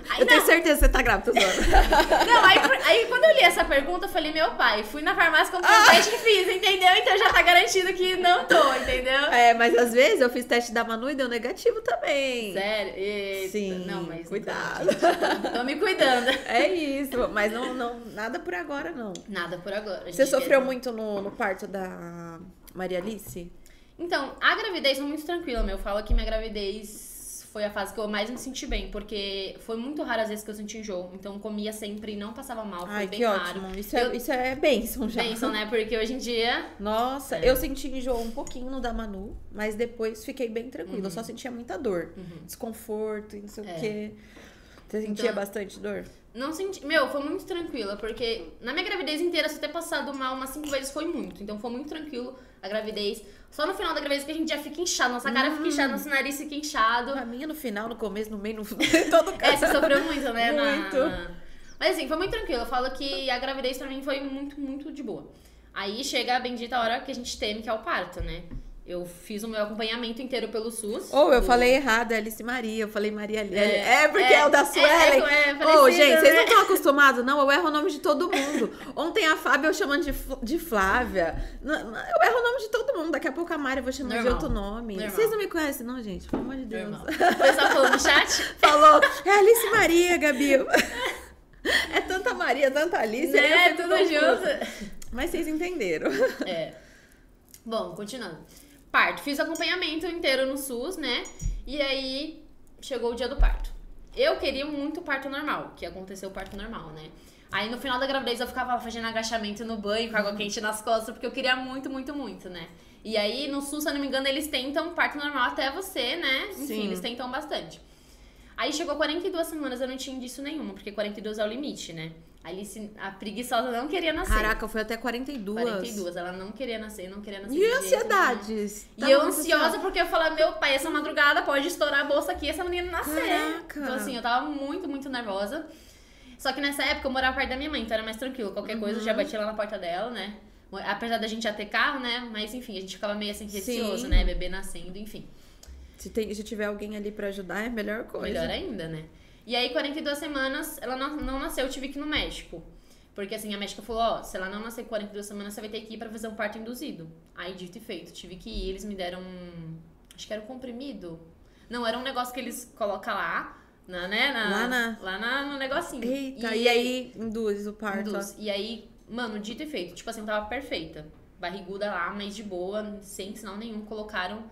[SPEAKER 2] tal. Aí,
[SPEAKER 1] Eu tenho certeza que você tá grávida, tô zoando.
[SPEAKER 2] não, não, aí, aí quando eu li essa pergunta, eu falei, meu pai, fui na farmácia comprei
[SPEAKER 1] Ah.
[SPEAKER 2] um teste e fiz, entendeu? Então já tá garantido que não tô, entendeu?
[SPEAKER 1] É, mas às vezes eu fiz teste da Manu e deu negativo também.
[SPEAKER 2] Sério? Eita,
[SPEAKER 1] Sim,
[SPEAKER 2] não, mas
[SPEAKER 1] cuidado.
[SPEAKER 2] Tô, tô me cuidando.
[SPEAKER 1] É isso, mas não, não, nada por agora, não.
[SPEAKER 2] Nada por agora. a
[SPEAKER 1] Você
[SPEAKER 2] gente é
[SPEAKER 1] sofreu
[SPEAKER 2] vê.
[SPEAKER 1] muito no, no parto da Maria Alice?
[SPEAKER 2] Então, a gravidez foi muito tranquila, meu. Eu falo que minha gravidez foi a fase que eu mais me senti bem, porque foi muito raro as vezes que eu senti enjoo. Então, comia sempre e não passava mal. Foi
[SPEAKER 1] Ai,
[SPEAKER 2] bem
[SPEAKER 1] que
[SPEAKER 2] raro.
[SPEAKER 1] ótimo. Isso, é, isso é bênção já.
[SPEAKER 2] Bênção, É. né? Porque hoje em dia.
[SPEAKER 1] Nossa, eu senti enjoo um pouquinho no da Manu, mas depois fiquei bem tranquila. Eu só sentia muita dor, desconforto e não sei
[SPEAKER 2] Uhum. É.
[SPEAKER 1] o quê. Você sentia
[SPEAKER 2] Então-
[SPEAKER 1] bastante dor?
[SPEAKER 2] Não senti. Meu, foi muito tranquila, porque na minha gravidez inteira, se eu ter passado mal umas cinco vezes foi muito. Então foi muito tranquilo a gravidez. Só no final da gravidez que a gente já fica inchado, nossa cara fica
[SPEAKER 1] Uhum.
[SPEAKER 2] inchada, nosso nariz fica inchado.
[SPEAKER 1] A minha no final, no começo, no meio, no em todo
[SPEAKER 2] Então É,
[SPEAKER 1] caso.
[SPEAKER 2] você sofreu muito, né? na-
[SPEAKER 1] Muito.
[SPEAKER 2] na- Mas assim, foi muito tranquilo. Eu falo que a gravidez pra mim foi muito, muito de boa. Aí chega a bendita hora que a gente teme, que é o parto, né? Eu fiz o meu acompanhamento inteiro pelo SUS.
[SPEAKER 1] Ou eu
[SPEAKER 2] Do-
[SPEAKER 1] falei errado, é Alice Maria, eu falei Maria Alice.
[SPEAKER 2] É,
[SPEAKER 1] É, porque é, o da Suelen.
[SPEAKER 2] É, é, é
[SPEAKER 1] Ô,
[SPEAKER 2] parecido,
[SPEAKER 1] gente, vocês
[SPEAKER 2] né?
[SPEAKER 1] não estão acostumados, não? Eu erro o nome de todo mundo. Ontem a Fábio eu chamando de, Fl- de Flávia. N- n- Eu erro o nome de todo mundo. Daqui a pouco a Mari eu vou chamar de
[SPEAKER 2] Normal.
[SPEAKER 1] outro nome.
[SPEAKER 2] Normal.
[SPEAKER 1] Vocês não me conhecem, não, gente? Pelo amor de Deus.
[SPEAKER 2] Normal. O pessoal falou no chat.
[SPEAKER 1] Falou, é Alice Maria, Gabi. É tanta Maria, tanta Alice. aí eu
[SPEAKER 2] né?
[SPEAKER 1] fico
[SPEAKER 2] Tudo
[SPEAKER 1] confusa.
[SPEAKER 2] junto.
[SPEAKER 1] Mas vocês entenderam.
[SPEAKER 2] É. Bom, continuando. Parto. Fiz o acompanhamento inteiro no SUS, né? E aí chegou o dia do parto. Eu queria muito o parto normal, que aconteceu o parto normal, né? Aí no final da gravidez eu ficava fazendo agachamento no banho com água
[SPEAKER 1] Uhum.
[SPEAKER 2] quente nas costas, porque eu queria muito, muito, muito, né? E aí no SUS, se eu não me engano, eles tentam parto normal até você, né? Enfim,
[SPEAKER 1] Sim.
[SPEAKER 2] eles tentam bastante. Aí chegou 42 semanas, eu não tinha indício nenhuma, porque 42 é o limite, né? A Alice, a preguiçosa não queria nascer.
[SPEAKER 1] Caraca, foi até 42.
[SPEAKER 2] 42, ela não queria nascer, não queria nascer.
[SPEAKER 1] E
[SPEAKER 2] assim,
[SPEAKER 1] Tá
[SPEAKER 2] de jeito nenhum.
[SPEAKER 1] ansiedades? assim,
[SPEAKER 2] E eu ansiosa porque eu falava, meu pai, essa madrugada pode estourar a bolsa aqui e essa menina nascer.
[SPEAKER 1] Caraca.
[SPEAKER 2] Então assim, eu tava muito, muito nervosa. Só que nessa época eu morava perto da minha mãe, então era mais tranquilo. Qualquer coisa
[SPEAKER 1] Uhum.
[SPEAKER 2] eu já batia lá na porta dela, né? Apesar da gente já ter carro, né? Mas enfim, a gente ficava meio assim receoso,
[SPEAKER 1] Sim.
[SPEAKER 2] né? Bebê nascendo, enfim.
[SPEAKER 1] Se, tem- se tiver alguém ali pra ajudar, é a melhor coisa.
[SPEAKER 2] Melhor ainda, né? E aí, 42 semanas, ela não, não nasceu, eu tive que ir no México. Porque assim, a médica falou, ó, se ela não nascer 42 semanas, você vai ter que ir pra fazer um parto induzido. Aí, dito e feito, tive que ir, eles me deram um... Acho que era um comprimido. Não, era um negócio que eles colocam lá, na, né? na-
[SPEAKER 1] Lá na-
[SPEAKER 2] Lá na- no negocinho.
[SPEAKER 1] Eita, e, aí induz o parto.
[SPEAKER 2] Induz. Um E aí, mano, dito e feito. Tipo assim, eu tava perfeita. Barriguda lá, mas de boa, sem sinal nenhum. Colocaram.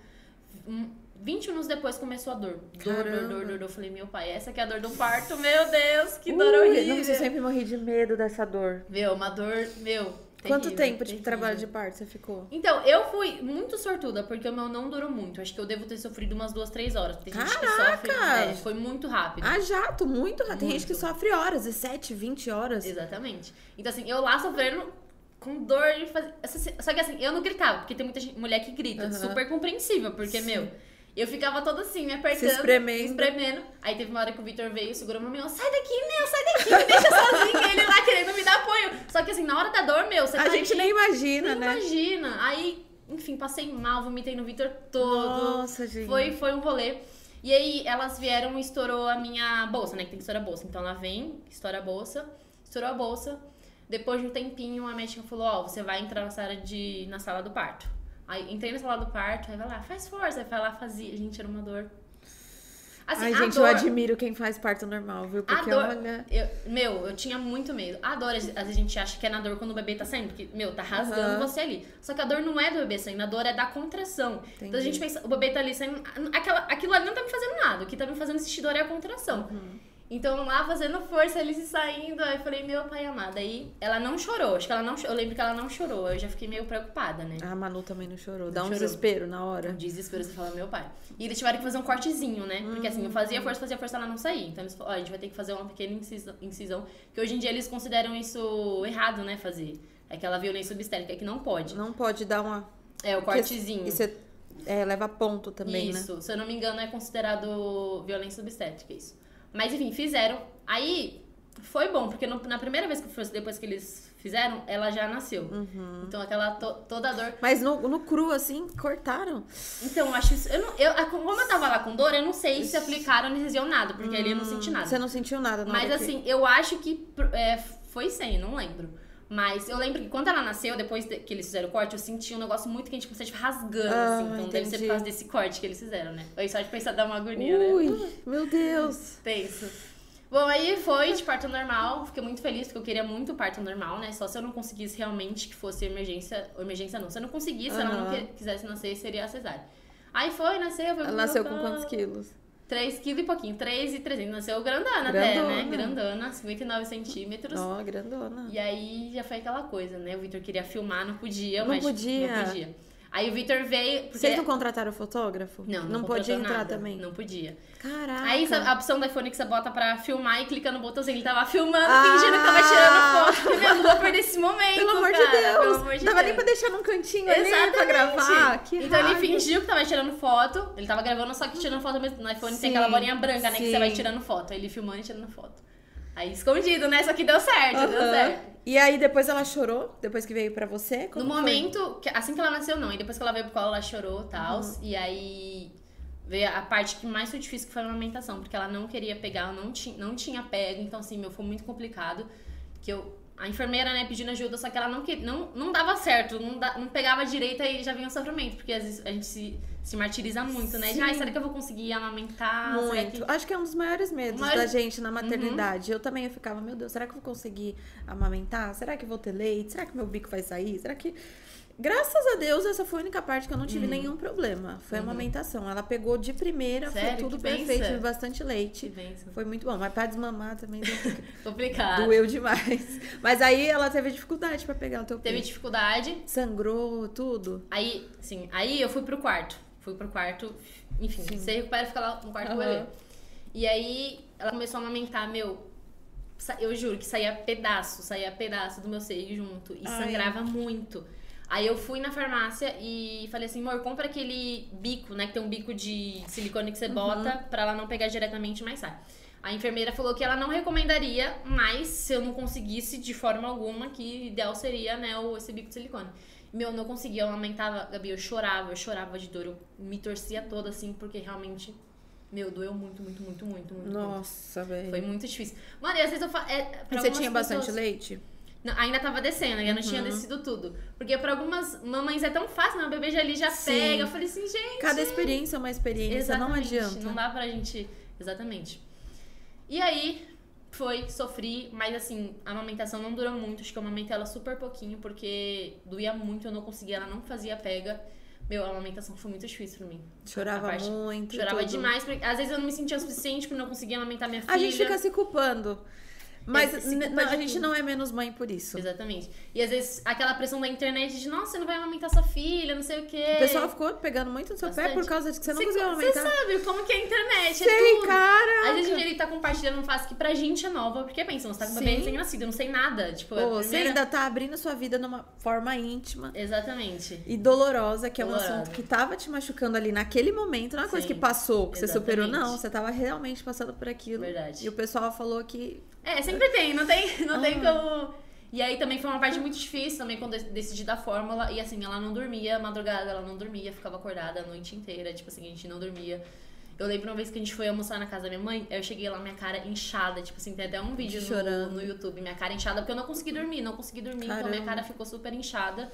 [SPEAKER 2] um- 20 minutos depois começou a dor. Dor, dor,
[SPEAKER 1] Caramba.
[SPEAKER 2] dor, dor, dor. Eu falei, meu pai, essa que é a dor do parto. Meu Deus, que
[SPEAKER 1] Ui,
[SPEAKER 2] dor horrível.
[SPEAKER 1] Nossa, eu sempre morri de medo dessa dor.
[SPEAKER 2] Meu, uma dor. Meu. terrível,
[SPEAKER 1] Quanto tempo de
[SPEAKER 2] terrível.
[SPEAKER 1] trabalho de parto você ficou?
[SPEAKER 2] Então, eu fui muito sortuda, porque o meu não durou muito. Acho que eu devo ter sofrido umas duas, três horas. Tem gente que sofre.
[SPEAKER 1] Caraca!
[SPEAKER 2] É, foi muito rápido.
[SPEAKER 1] Ah, jato, muito. Tem
[SPEAKER 2] Muito.
[SPEAKER 1] gente que sofre horas, 17, 20 horas.
[SPEAKER 2] Exatamente. Então, assim, eu lá sofrendo com dor de fazer. essa- Só que assim, eu não gritava, porque tem muita gente- mulher que grita,
[SPEAKER 1] Aham.
[SPEAKER 2] super compreensível, porque, meu, eu ficava toda assim, me apertando.
[SPEAKER 1] Se espremendo.
[SPEAKER 2] me espremendo. Aí teve uma hora que o Victor veio, segurou meu meu, sai daqui, meu, sai daqui, me deixa sozinha. Ele lá querendo me dar apoio. Só que assim, na hora da dor, meu, você
[SPEAKER 1] A
[SPEAKER 2] tá
[SPEAKER 1] gente
[SPEAKER 2] ali,
[SPEAKER 1] nem imagina,
[SPEAKER 2] nem
[SPEAKER 1] né?
[SPEAKER 2] imagina. Aí, enfim, passei mal, vomitei no Victor todo.
[SPEAKER 1] Nossa, gente.
[SPEAKER 2] Foi, foi um rolê. E aí elas vieram e estourou a minha bolsa, né? Que tem que estourar a bolsa. Então ela vem, estoura a bolsa, estourou a bolsa. Depois de um tempinho, a médica falou: Ó, você vai entrar na sala, de, na sala do parto. Aí entrei na sala do parto, aí vai lá, faz força, aí vai lá, fazia. Gente, era uma dor. Assim,
[SPEAKER 1] Ai,
[SPEAKER 2] a
[SPEAKER 1] gente,
[SPEAKER 2] dor,
[SPEAKER 1] eu admiro quem faz parto normal, viu?
[SPEAKER 2] A
[SPEAKER 1] Porque
[SPEAKER 2] dor.
[SPEAKER 1] olha.
[SPEAKER 2] eu- meu, eu tinha muito medo. A dor, às às vezes a gente acha que é na dor quando o bebê tá saindo, porque, meu, tá rasgando
[SPEAKER 1] Aham.
[SPEAKER 2] você ali. Só que a dor não é do bebê saindo, a dor é da contração. Então a
[SPEAKER 1] Entendi.
[SPEAKER 2] gente pensa, o bebê tá ali saindo. Aquela, aquilo ali não tá me fazendo nada. O que tá me fazendo sentir dor é a contração.
[SPEAKER 1] Uhum.
[SPEAKER 2] Então lá fazendo força, ele se saindo. Aí eu falei, meu pai amado. Aí ela não chorou. Acho que ela não cho- Eu lembro que ela não chorou. Eu já fiquei meio preocupada, né?
[SPEAKER 1] A Manu também não chorou. Dá um
[SPEAKER 2] Chorou.
[SPEAKER 1] desespero na hora.
[SPEAKER 2] Desespero, você fala, meu pai. E eles tiveram que fazer um cortezinho, né? Porque assim, eu
[SPEAKER 1] Hum.
[SPEAKER 2] fazia força, fazia força, ela não saía. Então eles falaram, ó, a gente vai ter que fazer uma pequena incisão, incisão. Que hoje em dia eles consideram isso errado, né? Fazer. Aquela violência obstétrica que não pode.
[SPEAKER 1] Não pode dar uma.
[SPEAKER 2] É, o cortezinho.
[SPEAKER 1] E você é, leva ponto também, né?
[SPEAKER 2] isso, se eu não me engano, é considerado violência obstétrica, isso. Mas enfim, fizeram. Aí, Foi bom, porque no- na primeira vez que foi, depois que eles fizeram, ela já nasceu.
[SPEAKER 1] Uhum.
[SPEAKER 2] Então aquela to- toda a dor.
[SPEAKER 1] Mas no, no cru, assim, cortaram.
[SPEAKER 2] Então, eu acho isso. Eu não, eu, a- como eu tava lá com dor, eu não sei se aplicaram anestesia ou nada, porque ali eu não senti nada.
[SPEAKER 1] Você não sentiu nada, na
[SPEAKER 2] Mas
[SPEAKER 1] hora que-
[SPEAKER 2] assim, eu acho que pr- é, foi sem, não lembro. Mas eu lembro que quando ela nasceu, depois de- que eles fizeram o corte, eu senti um negócio muito quente, como se estivesse rasgando,
[SPEAKER 1] Ah,
[SPEAKER 2] assim. Então deve ser
[SPEAKER 1] entendi.
[SPEAKER 2] por causa desse corte que eles fizeram, né? Eu só de pensar dá uma agonia, né?
[SPEAKER 1] Ui, meu Deus.
[SPEAKER 2] Tenso. Bom, aí foi de parto normal. Fiquei muito feliz, porque eu queria muito parto normal, né? Só se eu não conseguisse realmente que fosse emergência... Ou emergência não. Se eu não conseguisse, se ela não
[SPEAKER 1] Aham.
[SPEAKER 2] que- quisesse nascer, seria a cesárea. Aí foi, nasceu. Foi
[SPEAKER 1] Ela nasceu com quantos quilos?
[SPEAKER 2] 3 quilos e pouquinho. 3 e 300. Nasceu grandana, até, né?
[SPEAKER 1] Grandona.
[SPEAKER 2] Grandana, 59 centímetros.
[SPEAKER 1] Ó, grandona.
[SPEAKER 2] E aí já foi aquela coisa, né? O Vitor queria filmar, não podia,
[SPEAKER 1] Não
[SPEAKER 2] mas
[SPEAKER 1] podia.
[SPEAKER 2] não podia. Aí o Vitor veio. é Porque...
[SPEAKER 1] Vocês não contrataram o fotógrafo?
[SPEAKER 2] Não,
[SPEAKER 1] Não
[SPEAKER 2] contratou
[SPEAKER 1] podia entrar
[SPEAKER 2] nada,
[SPEAKER 1] também?
[SPEAKER 2] Não podia.
[SPEAKER 1] Caraca.
[SPEAKER 2] Aí Ah, sa- a opção do iPhone que você bota pra filmar e clica no botãozinho. Ele tava filmando,
[SPEAKER 1] Ah!
[SPEAKER 2] fingindo que tava tirando foto. Meu, não vou perder esse momento.
[SPEAKER 1] Pelo amor
[SPEAKER 2] cara,
[SPEAKER 1] de Deus.
[SPEAKER 2] Pelo amor de
[SPEAKER 1] Dava nem
[SPEAKER 2] Deus.
[SPEAKER 1] pra deixar num cantinho ali pra
[SPEAKER 2] Exatamente.
[SPEAKER 1] gravar. Que
[SPEAKER 2] então ele
[SPEAKER 1] raiva.
[SPEAKER 2] fingiu que tava tirando foto. Ele tava gravando, só que tirando foto mesmo. No iPhone
[SPEAKER 1] Sim,
[SPEAKER 2] tem aquela bolinha branca, né? Que
[SPEAKER 1] sim.
[SPEAKER 2] você vai tirando foto. Ele filmando e tirando foto. Aí escondido, né? Só que deu certo, deu
[SPEAKER 1] Aham.
[SPEAKER 2] certo.
[SPEAKER 1] E aí depois ela chorou, depois que veio pra você? Como
[SPEAKER 2] no
[SPEAKER 1] foi?
[SPEAKER 2] momento, que- assim que ela nasceu, não. E depois que ela veio pro colo, ela chorou e tal.
[SPEAKER 1] Uhum.
[SPEAKER 2] E aí veio a parte que mais foi difícil, que foi a amamentação. Porque ela não queria pegar, ela não, ti, não tinha pego. Então, assim, meu, foi muito complicado. Que eu... A enfermeira, né, pedindo ajuda, só que ela não, que, não, não dava certo. Não, da- não pegava direito e já vinha o sofrimento. Porque às vezes a gente se, se martiriza muito, né? De,
[SPEAKER 1] Sim.
[SPEAKER 2] ai, será que eu vou conseguir amamentar? Ah, Será que... Uhum.
[SPEAKER 1] Muito. Acho que é um dos maiores medos
[SPEAKER 2] Maior-
[SPEAKER 1] da gente na maternidade. Eu também eu ficava, meu Deus, será que eu vou conseguir amamentar? Será que eu vou ter leite? Será que meu bico vai sair? Será que. Graças a Deus, essa foi a única parte que eu não
[SPEAKER 2] Uhum.
[SPEAKER 1] tive nenhum problema. Foi a amamentação. Ela pegou de primeira, foi
[SPEAKER 2] Sério?
[SPEAKER 1] tudo
[SPEAKER 2] Que
[SPEAKER 1] perfeito,
[SPEAKER 2] benção.
[SPEAKER 1] tive bastante
[SPEAKER 2] Que
[SPEAKER 1] leite.
[SPEAKER 2] benção.
[SPEAKER 1] Foi muito bom, mas pra desmamar também deu-
[SPEAKER 2] Complicado.
[SPEAKER 1] doeu demais. Mas aí ela teve dificuldade pra pegar o teu
[SPEAKER 2] Teve
[SPEAKER 1] peito.
[SPEAKER 2] dificuldade.
[SPEAKER 1] Sangrou, tudo.
[SPEAKER 2] Aí, sim, aí eu fui pro quarto. Fui pro quarto, enfim, você recupera e fica lá no quarto com o bebê.
[SPEAKER 1] Aham.
[SPEAKER 2] E aí ela começou a amamentar, meu. sa- Eu juro que saía pedaço, saía pedaço do meu seio junto. E
[SPEAKER 1] Ai.
[SPEAKER 2] sangrava muito. Aí eu fui na farmácia e falei assim, amor, compra aquele bico, né? Que tem um bico de silicone que
[SPEAKER 1] Uhum.
[SPEAKER 2] você bota pra ela não pegar diretamente, mas sai. A enfermeira falou que ela não recomendaria, mas se eu não conseguisse de forma alguma, que ideal seria, né, o- esse bico de silicone. Meu, eu não conseguia, eu amamentava, Gabi, eu chorava, eu chorava de dor, eu me torcia toda assim, porque realmente, meu, doeu muito, muito, muito, muito, muito. muito.
[SPEAKER 1] Nossa, velho.
[SPEAKER 2] Foi muito difícil. Mano, e às vezes eu falo. É, pra
[SPEAKER 1] Você
[SPEAKER 2] algumas
[SPEAKER 1] tinha bastante
[SPEAKER 2] pessoas-
[SPEAKER 1] leite?
[SPEAKER 2] não, ainda tava descendo, ainda não
[SPEAKER 1] Uhum.
[SPEAKER 2] tinha descido tudo. Porque pra algumas mamães é tão fácil, né? O bebê já ali já
[SPEAKER 1] Sim.
[SPEAKER 2] pega. Eu falei assim, gente. né?
[SPEAKER 1] Cada experiência é uma experiência, não adianta.
[SPEAKER 2] Não dá pra gente. Exatamente. E aí, foi, sofri, mas assim, a amamentação não durou muito. Acho que eu amamentei ela super pouquinho, porque doía muito, eu não conseguia, ela não fazia pega. Meu, a amamentação foi muito difícil pra mim.
[SPEAKER 1] Chorava
[SPEAKER 2] A parte-
[SPEAKER 1] muito.
[SPEAKER 2] Chorava
[SPEAKER 1] tudo.
[SPEAKER 2] demais, porque às vezes eu não me sentia o suficiente porque eu não conseguia amamentar minha filha.
[SPEAKER 1] A gente fica se culpando. Mas
[SPEAKER 2] É, se
[SPEAKER 1] n-
[SPEAKER 2] culpa
[SPEAKER 1] não,
[SPEAKER 2] de
[SPEAKER 1] a gente
[SPEAKER 2] tudo.
[SPEAKER 1] não é menos mãe por isso.
[SPEAKER 2] Exatamente. E às vezes aquela pressão da internet de, nossa, você não vai amamentar sua filha, não sei o quê.
[SPEAKER 1] O pessoal ficou pegando muito no seu pé
[SPEAKER 2] É. Bastante.
[SPEAKER 1] por causa de que você Então não
[SPEAKER 2] Você-
[SPEAKER 1] conseguiu
[SPEAKER 2] Você
[SPEAKER 1] aumentar.
[SPEAKER 2] sabe como que é a internet, é
[SPEAKER 1] Sei,
[SPEAKER 2] tudo.
[SPEAKER 1] cara!
[SPEAKER 2] Às vezes a gente tá compartilhando uma fase que pra gente é nova, porque pensa, você tá com um bebê
[SPEAKER 1] Sim.
[SPEAKER 2] recém-nascido, eu não sei nada. Tipo, é a
[SPEAKER 1] Pô, Você
[SPEAKER 2] primeira-
[SPEAKER 1] ainda tá abrindo sua vida numa forma íntima
[SPEAKER 2] Exatamente.
[SPEAKER 1] e dolorosa, que é um
[SPEAKER 2] Dolorosa.
[SPEAKER 1] assunto que tava te machucando ali naquele momento. Não é uma coisa
[SPEAKER 2] Sim.
[SPEAKER 1] que passou, que você superou,
[SPEAKER 2] Exatamente.
[SPEAKER 1] não. Você tava realmente passando por aquilo.
[SPEAKER 2] Verdade.
[SPEAKER 1] E o pessoal falou que.
[SPEAKER 2] É, sempre tem, não tem, não tem
[SPEAKER 1] Ah.
[SPEAKER 2] como. E aí também foi uma parte muito difícil também quando eu decidi da fórmula. E assim, ela não dormia, madrugada ela não dormia, ficava acordada a noite inteira, tipo assim, a gente não dormia. Eu lembro uma vez que a gente foi almoçar na casa da minha mãe, aí eu cheguei lá, minha cara inchada, tipo assim, tem até um vídeo no-
[SPEAKER 1] Chorando.
[SPEAKER 2] No, YouTube, minha cara inchada, porque eu não consegui dormir, não consegui dormir, então minha
[SPEAKER 1] Caramba.
[SPEAKER 2] cara ficou super inchada.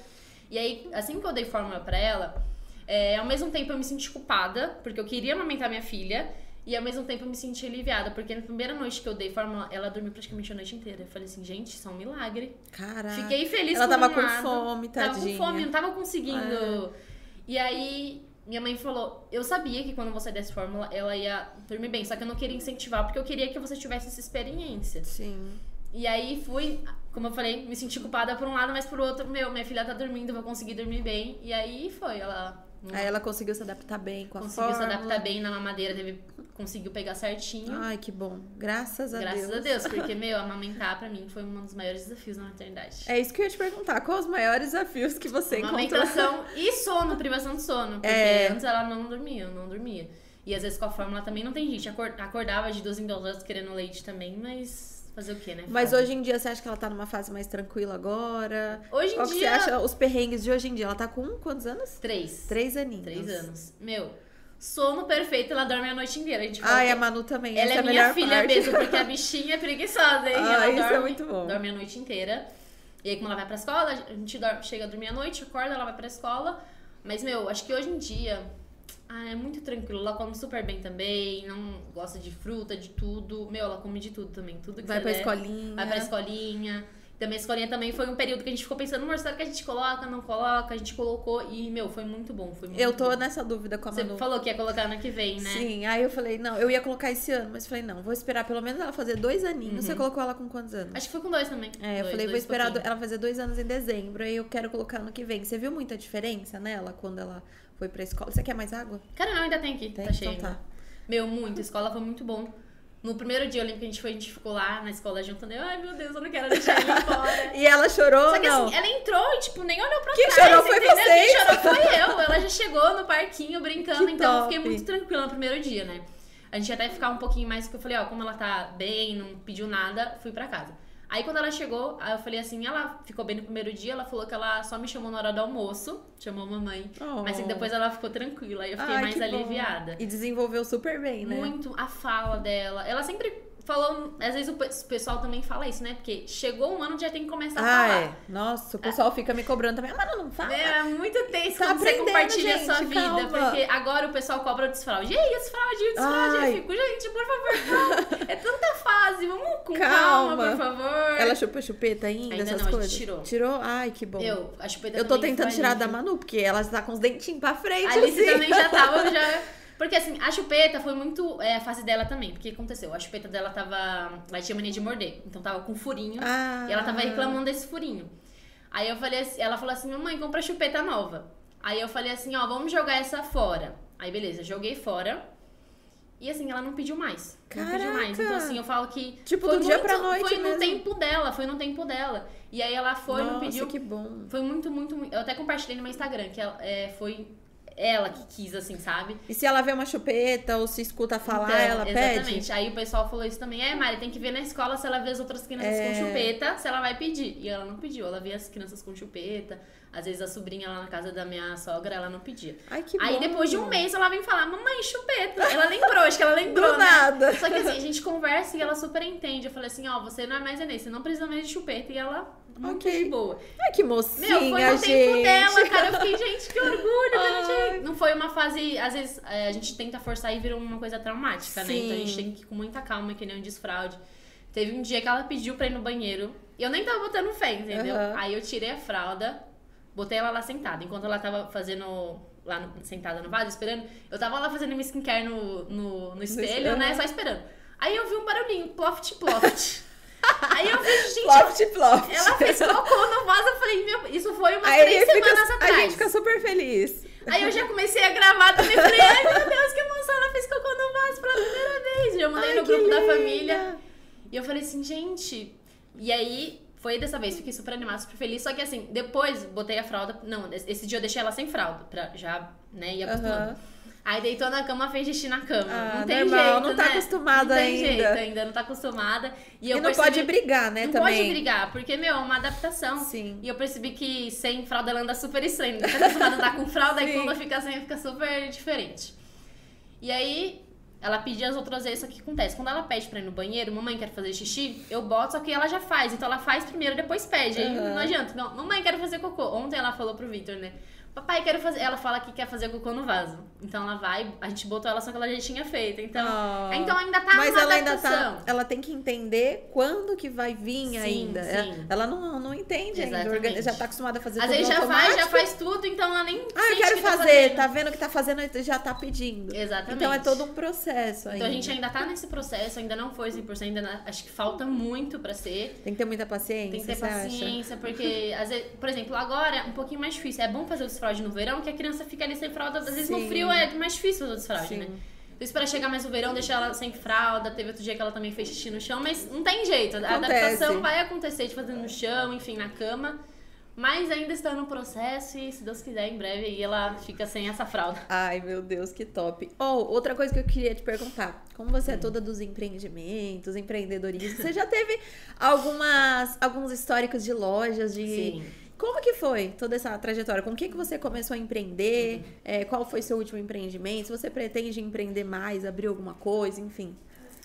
[SPEAKER 2] E aí, assim que eu dei fórmula pra ela, é, ao mesmo tempo eu me senti culpada, porque eu queria amamentar minha filha, e ao mesmo tempo eu me senti aliviada, porque na primeira noite que eu dei fórmula, ela dormiu praticamente a noite inteira. Eu falei assim, gente, isso é um milagre.
[SPEAKER 1] Caraca.
[SPEAKER 2] Fiquei feliz
[SPEAKER 1] Ah, Ela
[SPEAKER 2] por
[SPEAKER 1] tava
[SPEAKER 2] um
[SPEAKER 1] com
[SPEAKER 2] lado.
[SPEAKER 1] fome,
[SPEAKER 2] Tava com
[SPEAKER 1] tadinha. É.
[SPEAKER 2] fome, não tava conseguindo. E aí, minha mãe falou: Eu sabia que quando você desse fórmula, ela ia dormir bem, só que eu não queria incentivar, porque eu queria que você tivesse essa experiência.
[SPEAKER 1] Sim.
[SPEAKER 2] E aí fui, como eu falei, me senti culpada por um lado, mas por outro, meu, minha filha tá dormindo, eu vou conseguir dormir bem. E aí foi, ela.
[SPEAKER 1] Aí ela conseguiu se adaptar bem com a
[SPEAKER 2] conseguiu se
[SPEAKER 1] fórmula.
[SPEAKER 2] adaptar bem na mamadeira, teve, conseguiu pegar certinho.
[SPEAKER 1] Ai, que bom. Graças a
[SPEAKER 2] Graças
[SPEAKER 1] Deus.
[SPEAKER 2] a Deus, porque, meu, amamentar pra mim foi um dos maiores desafios na maternidade.
[SPEAKER 1] É isso que eu ia te perguntar. Quais os maiores desafios que você encontrou?
[SPEAKER 2] Amamentação e sono, privação de sono. Porque
[SPEAKER 1] É.
[SPEAKER 2] antes ela não dormia, eu não dormia. E às vezes com a fórmula também não tem gente. Acor- Acordava de duas em duas horas querendo leite também, mas Fazer o quê, né?
[SPEAKER 1] Mas
[SPEAKER 2] Fábio?
[SPEAKER 1] hoje em dia você acha que ela tá numa fase mais tranquila agora?
[SPEAKER 2] Hoje em
[SPEAKER 1] Qual que você
[SPEAKER 2] dia.
[SPEAKER 1] acha os perrengues de hoje em dia? Ela tá com quantos anos?
[SPEAKER 2] Três.
[SPEAKER 1] Três aninhos.
[SPEAKER 2] Três anos. Meu, sono perfeito, ela dorme a noite inteira. A gente fala
[SPEAKER 1] Ai,
[SPEAKER 2] que
[SPEAKER 1] a Manu também.
[SPEAKER 2] ela
[SPEAKER 1] essa
[SPEAKER 2] é
[SPEAKER 1] a
[SPEAKER 2] minha
[SPEAKER 1] melhor
[SPEAKER 2] filha
[SPEAKER 1] parte.
[SPEAKER 2] mesmo, porque a bichinha é preguiçosa, hein?
[SPEAKER 1] Ah,
[SPEAKER 2] ela
[SPEAKER 1] isso é
[SPEAKER 2] dorme,
[SPEAKER 1] muito bom.
[SPEAKER 2] dorme a noite inteira. E aí, como ela vai pra escola, a gente dorme- chega a dormir à noite, acorda, ela vai pra escola. Mas, meu, acho que hoje em dia ah, é muito tranquilo. Ela come super bem também, não gosta de fruta, de tudo. Meu, ela come de tudo também, tudo que
[SPEAKER 1] Vai
[SPEAKER 2] você
[SPEAKER 1] pra
[SPEAKER 2] der.
[SPEAKER 1] escolinha.
[SPEAKER 2] Vai pra escolinha. Também a escolinha também foi um período que a gente ficou pensando, amor, será que a gente coloca, não coloca? A gente colocou e, meu, foi muito bom. Foi muito
[SPEAKER 1] Eu tô
[SPEAKER 2] bom.
[SPEAKER 1] nessa dúvida com a
[SPEAKER 2] Você
[SPEAKER 1] Manu.
[SPEAKER 2] falou que ia colocar ano que vem, né?
[SPEAKER 1] Sim, aí eu falei, não, eu ia colocar esse ano, mas falei, não, vou esperar pelo menos ela fazer dois aninhos.
[SPEAKER 2] Uhum.
[SPEAKER 1] Você colocou ela com quantos anos?
[SPEAKER 2] Acho que foi com dois também.
[SPEAKER 1] É, eu
[SPEAKER 2] Dois,
[SPEAKER 1] falei, vou
[SPEAKER 2] dois
[SPEAKER 1] esperar
[SPEAKER 2] pouquinho.
[SPEAKER 1] ela fazer dois anos em dezembro, aí eu quero colocar ano que vem. Você viu muita diferença nela quando ela foi pra escola? Você quer mais água?
[SPEAKER 2] Cara, não, ainda tem aqui.
[SPEAKER 1] Tem?
[SPEAKER 2] Tá cheio.
[SPEAKER 1] Então tá.
[SPEAKER 2] Meu, muito. A escola foi muito bom. No primeiro dia, eu lembro que a gente foi, a gente ficou lá na escola juntando. Eu, ai, meu Deus, eu não quero deixar ele embora.
[SPEAKER 1] E ela chorou,
[SPEAKER 2] Só que
[SPEAKER 1] não?
[SPEAKER 2] assim, ela entrou e, tipo, nem olhou pra
[SPEAKER 1] Quem
[SPEAKER 2] trás.
[SPEAKER 1] chorou foi
[SPEAKER 2] entendeu? Quem
[SPEAKER 1] vocês.
[SPEAKER 2] chorou foi eu. Ela já chegou no parquinho brincando,
[SPEAKER 1] Que
[SPEAKER 2] então eu
[SPEAKER 1] top.
[SPEAKER 2] fiquei muito tranquila no primeiro dia, né? A gente ia até ficar um pouquinho mais, porque eu falei, ó, como ela tá bem, não pediu nada, fui pra casa. Aí quando ela chegou, aí eu falei assim, ela ficou bem no primeiro dia, ela falou que ela só me chamou na hora do almoço, chamou a mamãe.
[SPEAKER 1] Oh.
[SPEAKER 2] Mas assim, depois ela ficou tranquila, aí eu fiquei
[SPEAKER 1] Ai, que
[SPEAKER 2] mais
[SPEAKER 1] bom.
[SPEAKER 2] aliviada.
[SPEAKER 1] Oh. E desenvolveu super bem, né?
[SPEAKER 2] Muito a fala dela. Ela sempre falou, às vezes o pe- o pessoal também fala isso, né? Porque chegou um ano já tem que começar a
[SPEAKER 1] Ah,
[SPEAKER 2] falar.
[SPEAKER 1] é. Nossa, o pessoal fica me cobrando também. Ah, Mas não fala.
[SPEAKER 2] Meu, é muito tenso
[SPEAKER 1] Tá
[SPEAKER 2] quando você
[SPEAKER 1] aprendendo,
[SPEAKER 2] compartilha a sua
[SPEAKER 1] gente,
[SPEAKER 2] vida.
[SPEAKER 1] calma.
[SPEAKER 2] Porque agora o pessoal cobra o desfraude. E aí, o desfraude, o desfraude.
[SPEAKER 1] Ai.
[SPEAKER 2] Eu fico, gente, por favor, não. É tanta fase. Vamos com
[SPEAKER 1] Calma.
[SPEAKER 2] calma, por favor.
[SPEAKER 1] Ela chupa chupeta ainda,
[SPEAKER 2] Ainda
[SPEAKER 1] essas
[SPEAKER 2] não, a gente
[SPEAKER 1] coisas?
[SPEAKER 2] tirou.
[SPEAKER 1] Tirou? Ai, que bom.
[SPEAKER 2] Eu, a chupeta
[SPEAKER 1] Eu tô
[SPEAKER 2] também
[SPEAKER 1] tentando
[SPEAKER 2] foi
[SPEAKER 1] tirar
[SPEAKER 2] ali.
[SPEAKER 1] da Manu, porque ela tá com os dentinhos pra frente,
[SPEAKER 2] A Alice
[SPEAKER 1] assim.
[SPEAKER 2] também já tava, já... Porque assim, a chupeta foi muito é, a fase dela também. Porque o que aconteceu? A chupeta dela tava... Ela tinha mania de morder. Então tava com furinho.
[SPEAKER 1] Ah.
[SPEAKER 2] E ela tava reclamando desse furinho. Aí eu falei assim, ela falou assim, mamãe, compra chupeta nova. Aí eu falei assim, ó, vamos jogar essa fora. Aí beleza, joguei fora. E assim, ela não pediu mais. Não pediu mais.
[SPEAKER 1] Caraca!
[SPEAKER 2] Então assim, eu falo que.
[SPEAKER 1] Tipo,
[SPEAKER 2] foi
[SPEAKER 1] do dia
[SPEAKER 2] muito-
[SPEAKER 1] pra noite
[SPEAKER 2] Foi no
[SPEAKER 1] mesmo.
[SPEAKER 2] tempo dela, foi no tempo dela. E aí ela foi,
[SPEAKER 1] Nossa,
[SPEAKER 2] não pediu.
[SPEAKER 1] que bom.
[SPEAKER 2] Foi muito, muito, muito. Eu até compartilhei no meu Instagram, que ela, é, foi ela que quis, assim, sabe?
[SPEAKER 1] E se ela vê uma chupeta ou se escuta falar,
[SPEAKER 2] Então,
[SPEAKER 1] ela
[SPEAKER 2] exatamente.
[SPEAKER 1] pede?
[SPEAKER 2] Aí o pessoal falou isso também. É, Mari, tem que ver na escola se ela vê as outras crianças
[SPEAKER 1] É.
[SPEAKER 2] com chupeta, se ela vai pedir. E ela não pediu. Ela via as crianças com chupeta. Às vezes a sobrinha lá na casa da minha sogra, ela não pedia.
[SPEAKER 1] Ai, que
[SPEAKER 2] Aí
[SPEAKER 1] bom.
[SPEAKER 2] depois de um mês ela vem falar, mamãe, chupeta. Ela lembrou, acho que ela lembrou,
[SPEAKER 1] Do
[SPEAKER 2] né?
[SPEAKER 1] nada.
[SPEAKER 2] Só que assim, a gente conversa e ela super entende. Eu falei assim, ó, você não é mais Enem, você não precisa mais de chupeta. E ela, muito
[SPEAKER 1] Ok.
[SPEAKER 2] de boa.
[SPEAKER 1] Ai, que mocinha,
[SPEAKER 2] Meu, foi no
[SPEAKER 1] gente.
[SPEAKER 2] tempo dela, cara. Eu fiquei, gente, que orgulho. que não tinha- Não foi uma fase. Às vezes é, a gente tenta forçar e vira uma coisa traumática, né? Então a gente
[SPEAKER 1] Sim.
[SPEAKER 2] tem que ir com muita calma, que nem um desfraude. Teve um dia que ela pediu pra ir no banheiro. E eu nem tava botando fé, entendeu?
[SPEAKER 1] Aham.
[SPEAKER 2] Aí eu tirei a fralda, botei ela lá sentada. Enquanto ela tava fazendo. Lá no- sentada no vaso, esperando. Eu tava lá fazendo minha skincare no, no, no espelho,
[SPEAKER 1] espelho.
[SPEAKER 2] né? Só esperando. Aí eu vi um barulhinho, ploft, ploft. Aí eu vi, gente,
[SPEAKER 1] Ploft, ploft.
[SPEAKER 2] ela fez cocô no vaso, eu falei, meu, isso foi umas
[SPEAKER 1] Aí
[SPEAKER 2] três
[SPEAKER 1] ele fica-
[SPEAKER 2] semanas
[SPEAKER 1] a
[SPEAKER 2] atrás.
[SPEAKER 1] gente fica assim. super feliz.
[SPEAKER 2] Aí eu já comecei a gravar também, falei, ai meu Deus, que emoção, ela fez cocô no vaso pela primeira vez. Eu mandei
[SPEAKER 1] Ai,
[SPEAKER 2] no
[SPEAKER 1] que
[SPEAKER 2] grupo da
[SPEAKER 1] linda.
[SPEAKER 2] família. E eu falei assim, gente. E aí, foi dessa vez, fiquei super animada, super feliz. Só que assim, depois botei a fralda. Não, esse dia eu deixei ela sem fralda, pra já, né, ir acostumando.
[SPEAKER 1] Aham.
[SPEAKER 2] Aí deitou na cama, fez xixi na cama.
[SPEAKER 1] Ah,
[SPEAKER 2] não tem
[SPEAKER 1] normal,
[SPEAKER 2] jeito,
[SPEAKER 1] não tá
[SPEAKER 2] né?
[SPEAKER 1] acostumada
[SPEAKER 2] Não tem
[SPEAKER 1] ainda.
[SPEAKER 2] jeito ainda, não tá acostumada. E, eu
[SPEAKER 1] e não
[SPEAKER 2] percebi-
[SPEAKER 1] pode brigar, né,
[SPEAKER 2] não
[SPEAKER 1] também.
[SPEAKER 2] pode brigar, porque, meu, é uma adaptação.
[SPEAKER 1] Sim.
[SPEAKER 2] E eu percebi que sem fralda ela anda super estranha. Tá acostumada a andar com fralda, e
[SPEAKER 1] Sim.
[SPEAKER 2] quando fica sem, fica super diferente. E aí, ela pedia as outras vezes, só que acontece. Quando ela pede pra ir no banheiro, mamãe quer fazer xixi, eu boto, só que ela já faz. Então ela faz primeiro, depois pede. Aí
[SPEAKER 1] Aham.
[SPEAKER 2] não adianta. Não, mamãe, quero fazer cocô. Ontem ela falou pro Victor, né? Papai, quero fazer. Ela fala que quer fazer cocô no vaso. Então ela vai, a gente botou ela só que ela já tinha feito. Então,
[SPEAKER 1] Ah.
[SPEAKER 2] então ainda tá
[SPEAKER 1] Mas
[SPEAKER 2] numa
[SPEAKER 1] ela ainda
[SPEAKER 2] adaptação.
[SPEAKER 1] tá. Ela tem que entender quando que vai vir
[SPEAKER 2] Sim,
[SPEAKER 1] ainda.
[SPEAKER 2] sim.
[SPEAKER 1] Ela- Ela não, não entende ainda.
[SPEAKER 2] Exatamente.
[SPEAKER 1] Organ- Já tá acostumada a fazer
[SPEAKER 2] Às
[SPEAKER 1] tudo
[SPEAKER 2] vezes já faz,
[SPEAKER 1] automático.
[SPEAKER 2] já faz tudo, então ela nem.
[SPEAKER 1] Ah, eu
[SPEAKER 2] sente
[SPEAKER 1] quero
[SPEAKER 2] que
[SPEAKER 1] fazer.
[SPEAKER 2] Tá
[SPEAKER 1] Tá vendo que tá fazendo, já tá pedindo.
[SPEAKER 2] fazendo. Exatamente.
[SPEAKER 1] Então é todo um processo ainda.
[SPEAKER 2] Então a gente ainda tá nesse processo, ainda não foi 100%, ainda na- acho que falta muito pra ser.
[SPEAKER 1] Tem que ter muita paciência,
[SPEAKER 2] Tem que ter
[SPEAKER 1] você acha?
[SPEAKER 2] paciência, porque, às vezes, por exemplo, agora é um pouquinho mais difícil. É bom fazer o desfraude no verão, que a criança fica ali sem fralda. Às vezes
[SPEAKER 1] Sim.
[SPEAKER 2] no frio é mais difícil fazer o desfraude,
[SPEAKER 1] Sim.
[SPEAKER 2] né? Então esperar chegar mais o verão, deixar ela sem fralda. Teve outro dia que ela também fez xixi no chão, mas não tem jeito. A
[SPEAKER 1] Acontece.
[SPEAKER 2] adaptação vai acontecer de fazer no chão, enfim, na cama. Mas ainda está no processo e, se Deus quiser, em breve aí ela fica sem essa fralda.
[SPEAKER 1] Ai, meu Deus, que top. Ou, outra coisa que eu queria te perguntar. Como você é toda dos empreendimentos, empreendedorismo, você já teve algumas, alguns históricos de lojas, de...
[SPEAKER 4] Sim.
[SPEAKER 1] Como que foi toda essa trajetória? Com o que, que você começou a empreender? É, qual foi seu último empreendimento? Se você pretende empreender mais, abrir alguma coisa, enfim.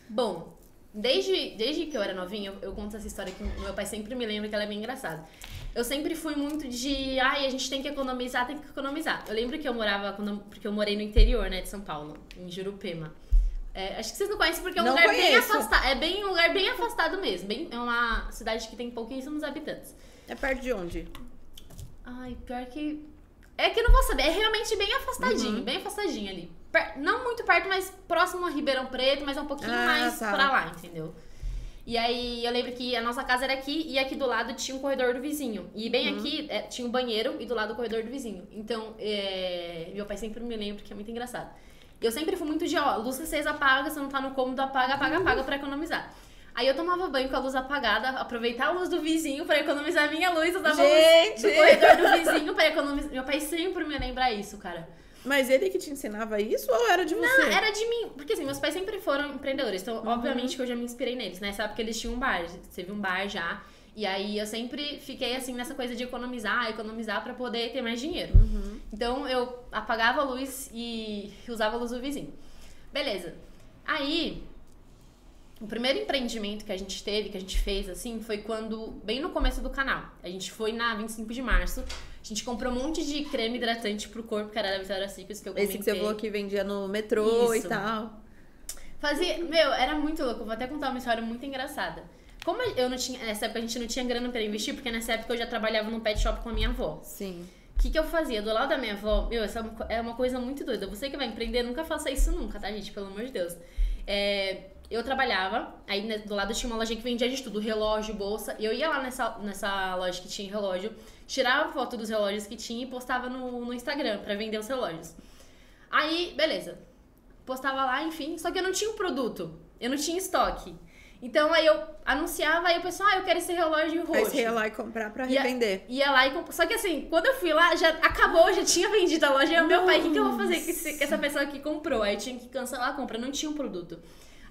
[SPEAKER 2] Bom, desde, desde que eu era novinha, eu, eu conto essa história que meu pai sempre me lembra que ela é bem engraçada. Eu sempre fui muito de, ai, a gente tem que economizar, tem que economizar. Eu lembro que eu morava, quando, eu- porque eu morei no interior, né, de São Paulo, em Jurupema. É, acho que vocês não conhecem porque é um
[SPEAKER 1] Não
[SPEAKER 2] lugar bem
[SPEAKER 1] conheço.
[SPEAKER 2] afastado. É bem um lugar bem afastado mesmo. Bem, é uma cidade que tem pouquíssimos habitantes.
[SPEAKER 1] É perto de onde?
[SPEAKER 2] Ai, pior que. É que eu não vou saber. É realmente bem
[SPEAKER 1] Uhum.
[SPEAKER 2] afastadinho, bem afastadinho ali. Per- Não muito perto, mas próximo a Ribeirão Preto, mas é um pouquinho
[SPEAKER 1] Ah,
[SPEAKER 2] mais
[SPEAKER 1] tá.
[SPEAKER 2] pra lá, entendeu? E aí eu lembro que a nossa casa era aqui e aqui do lado tinha um corredor do vizinho. E bem
[SPEAKER 1] Uhum.
[SPEAKER 2] aqui é, tinha um banheiro e do lado o corredor do vizinho. Então, é, meu pai sempre me lembra que é muito engraçado. Eu sempre fui muito de, ó, luz acesa apaga, se não tá no cômodo, apaga, apaga, apaga pra economizar. Aí eu tomava banho com a luz apagada, aproveitar a luz do vizinho pra economizar a minha luz, eu dava um luz do
[SPEAKER 1] Gente!
[SPEAKER 2] corredor do vizinho pra economizar. Meu pai sempre me lembra isso, cara.
[SPEAKER 1] Mas ele que te ensinava isso ou era de você?
[SPEAKER 2] Ah, era de mim, porque assim, meus pais sempre foram empreendedores, então obviamente que eu já me inspirei neles, né? Sabe porque eles tinham um bar, teve um bar já. E aí eu sempre fiquei assim nessa coisa de economizar, economizar pra poder ter mais dinheiro.
[SPEAKER 1] Uhum.
[SPEAKER 2] Então eu apagava a luz e usava a luz do vizinho. Beleza. Aí o primeiro empreendimento que a gente teve, que a gente fez, assim, foi quando, bem no começo do canal, a gente foi na 25 de março, a gente comprou um monte de creme hidratante pro corpo, que era da Vitória Secrets, que eu comentei.
[SPEAKER 1] Esse que você falou que vendia no metrô
[SPEAKER 2] Isso.
[SPEAKER 1] e tal.
[SPEAKER 2] Fazia. Meu, era muito louco. Vou até contar uma história muito engraçada. Como eu não tinha. Nessa época a gente não tinha grana pra investir, porque nessa época eu já trabalhava num pet shop com a minha avó.
[SPEAKER 1] Sim.
[SPEAKER 2] O que, que eu fazia? Do lado da minha avó, meu, essa é uma co- é uma coisa muito doida. Você que vai empreender, nunca faça isso nunca, tá, gente? Pelo amor de Deus. É, eu trabalhava, aí né, do lado tinha uma loja que vendia de tudo, relógio, bolsa. E eu ia lá nessa, nessa loja que tinha relógio, tirava foto dos relógios que tinha e postava no, no Instagram pra vender os relógios. Aí, beleza. Postava lá, enfim, só que eu não tinha o produto, eu não tinha estoque. Então aí eu anunciava, aí o pessoal, ah, eu quero esse relógio roxo.
[SPEAKER 1] Aí você ia lá e comprar pra
[SPEAKER 2] E a-
[SPEAKER 1] revender.
[SPEAKER 2] Ia lá e comp... Só que assim, quando eu fui lá, já acabou, já tinha vendido a loja. E eu, meu pai, o que, que eu vou fazer com, esse- com essa pessoa que comprou? Aí tinha que cancelar a compra, não tinha um produto.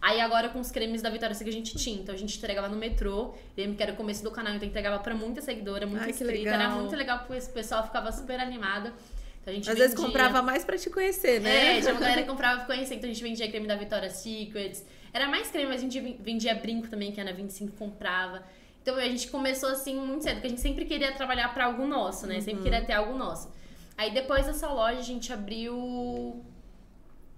[SPEAKER 2] Aí agora com os cremes da Vitória Secret a gente tinha. Então a gente entregava no metrô. Lembro que era o começo do canal, então entregava pra muita seguidora, muita
[SPEAKER 1] Ai, que
[SPEAKER 2] inscrita. Era
[SPEAKER 1] legal.
[SPEAKER 2] muito legal porque esse pessoal ficava super animado. Então, a gente
[SPEAKER 1] Às vezes
[SPEAKER 2] vendia.
[SPEAKER 1] comprava mais pra te conhecer, né?
[SPEAKER 2] É, tinha uma galera que comprava e conhecia. Então a gente vendia creme da Vitória Secrets. Era mais creme, mas a gente ven- vendia brinco também, que a Ana 25 comprava. Então a gente começou assim muito cedo, porque a gente sempre queria trabalhar pra algo nosso, né?
[SPEAKER 1] Uhum.
[SPEAKER 2] Sempre queria ter algo nosso. Aí depois dessa loja a gente abriu.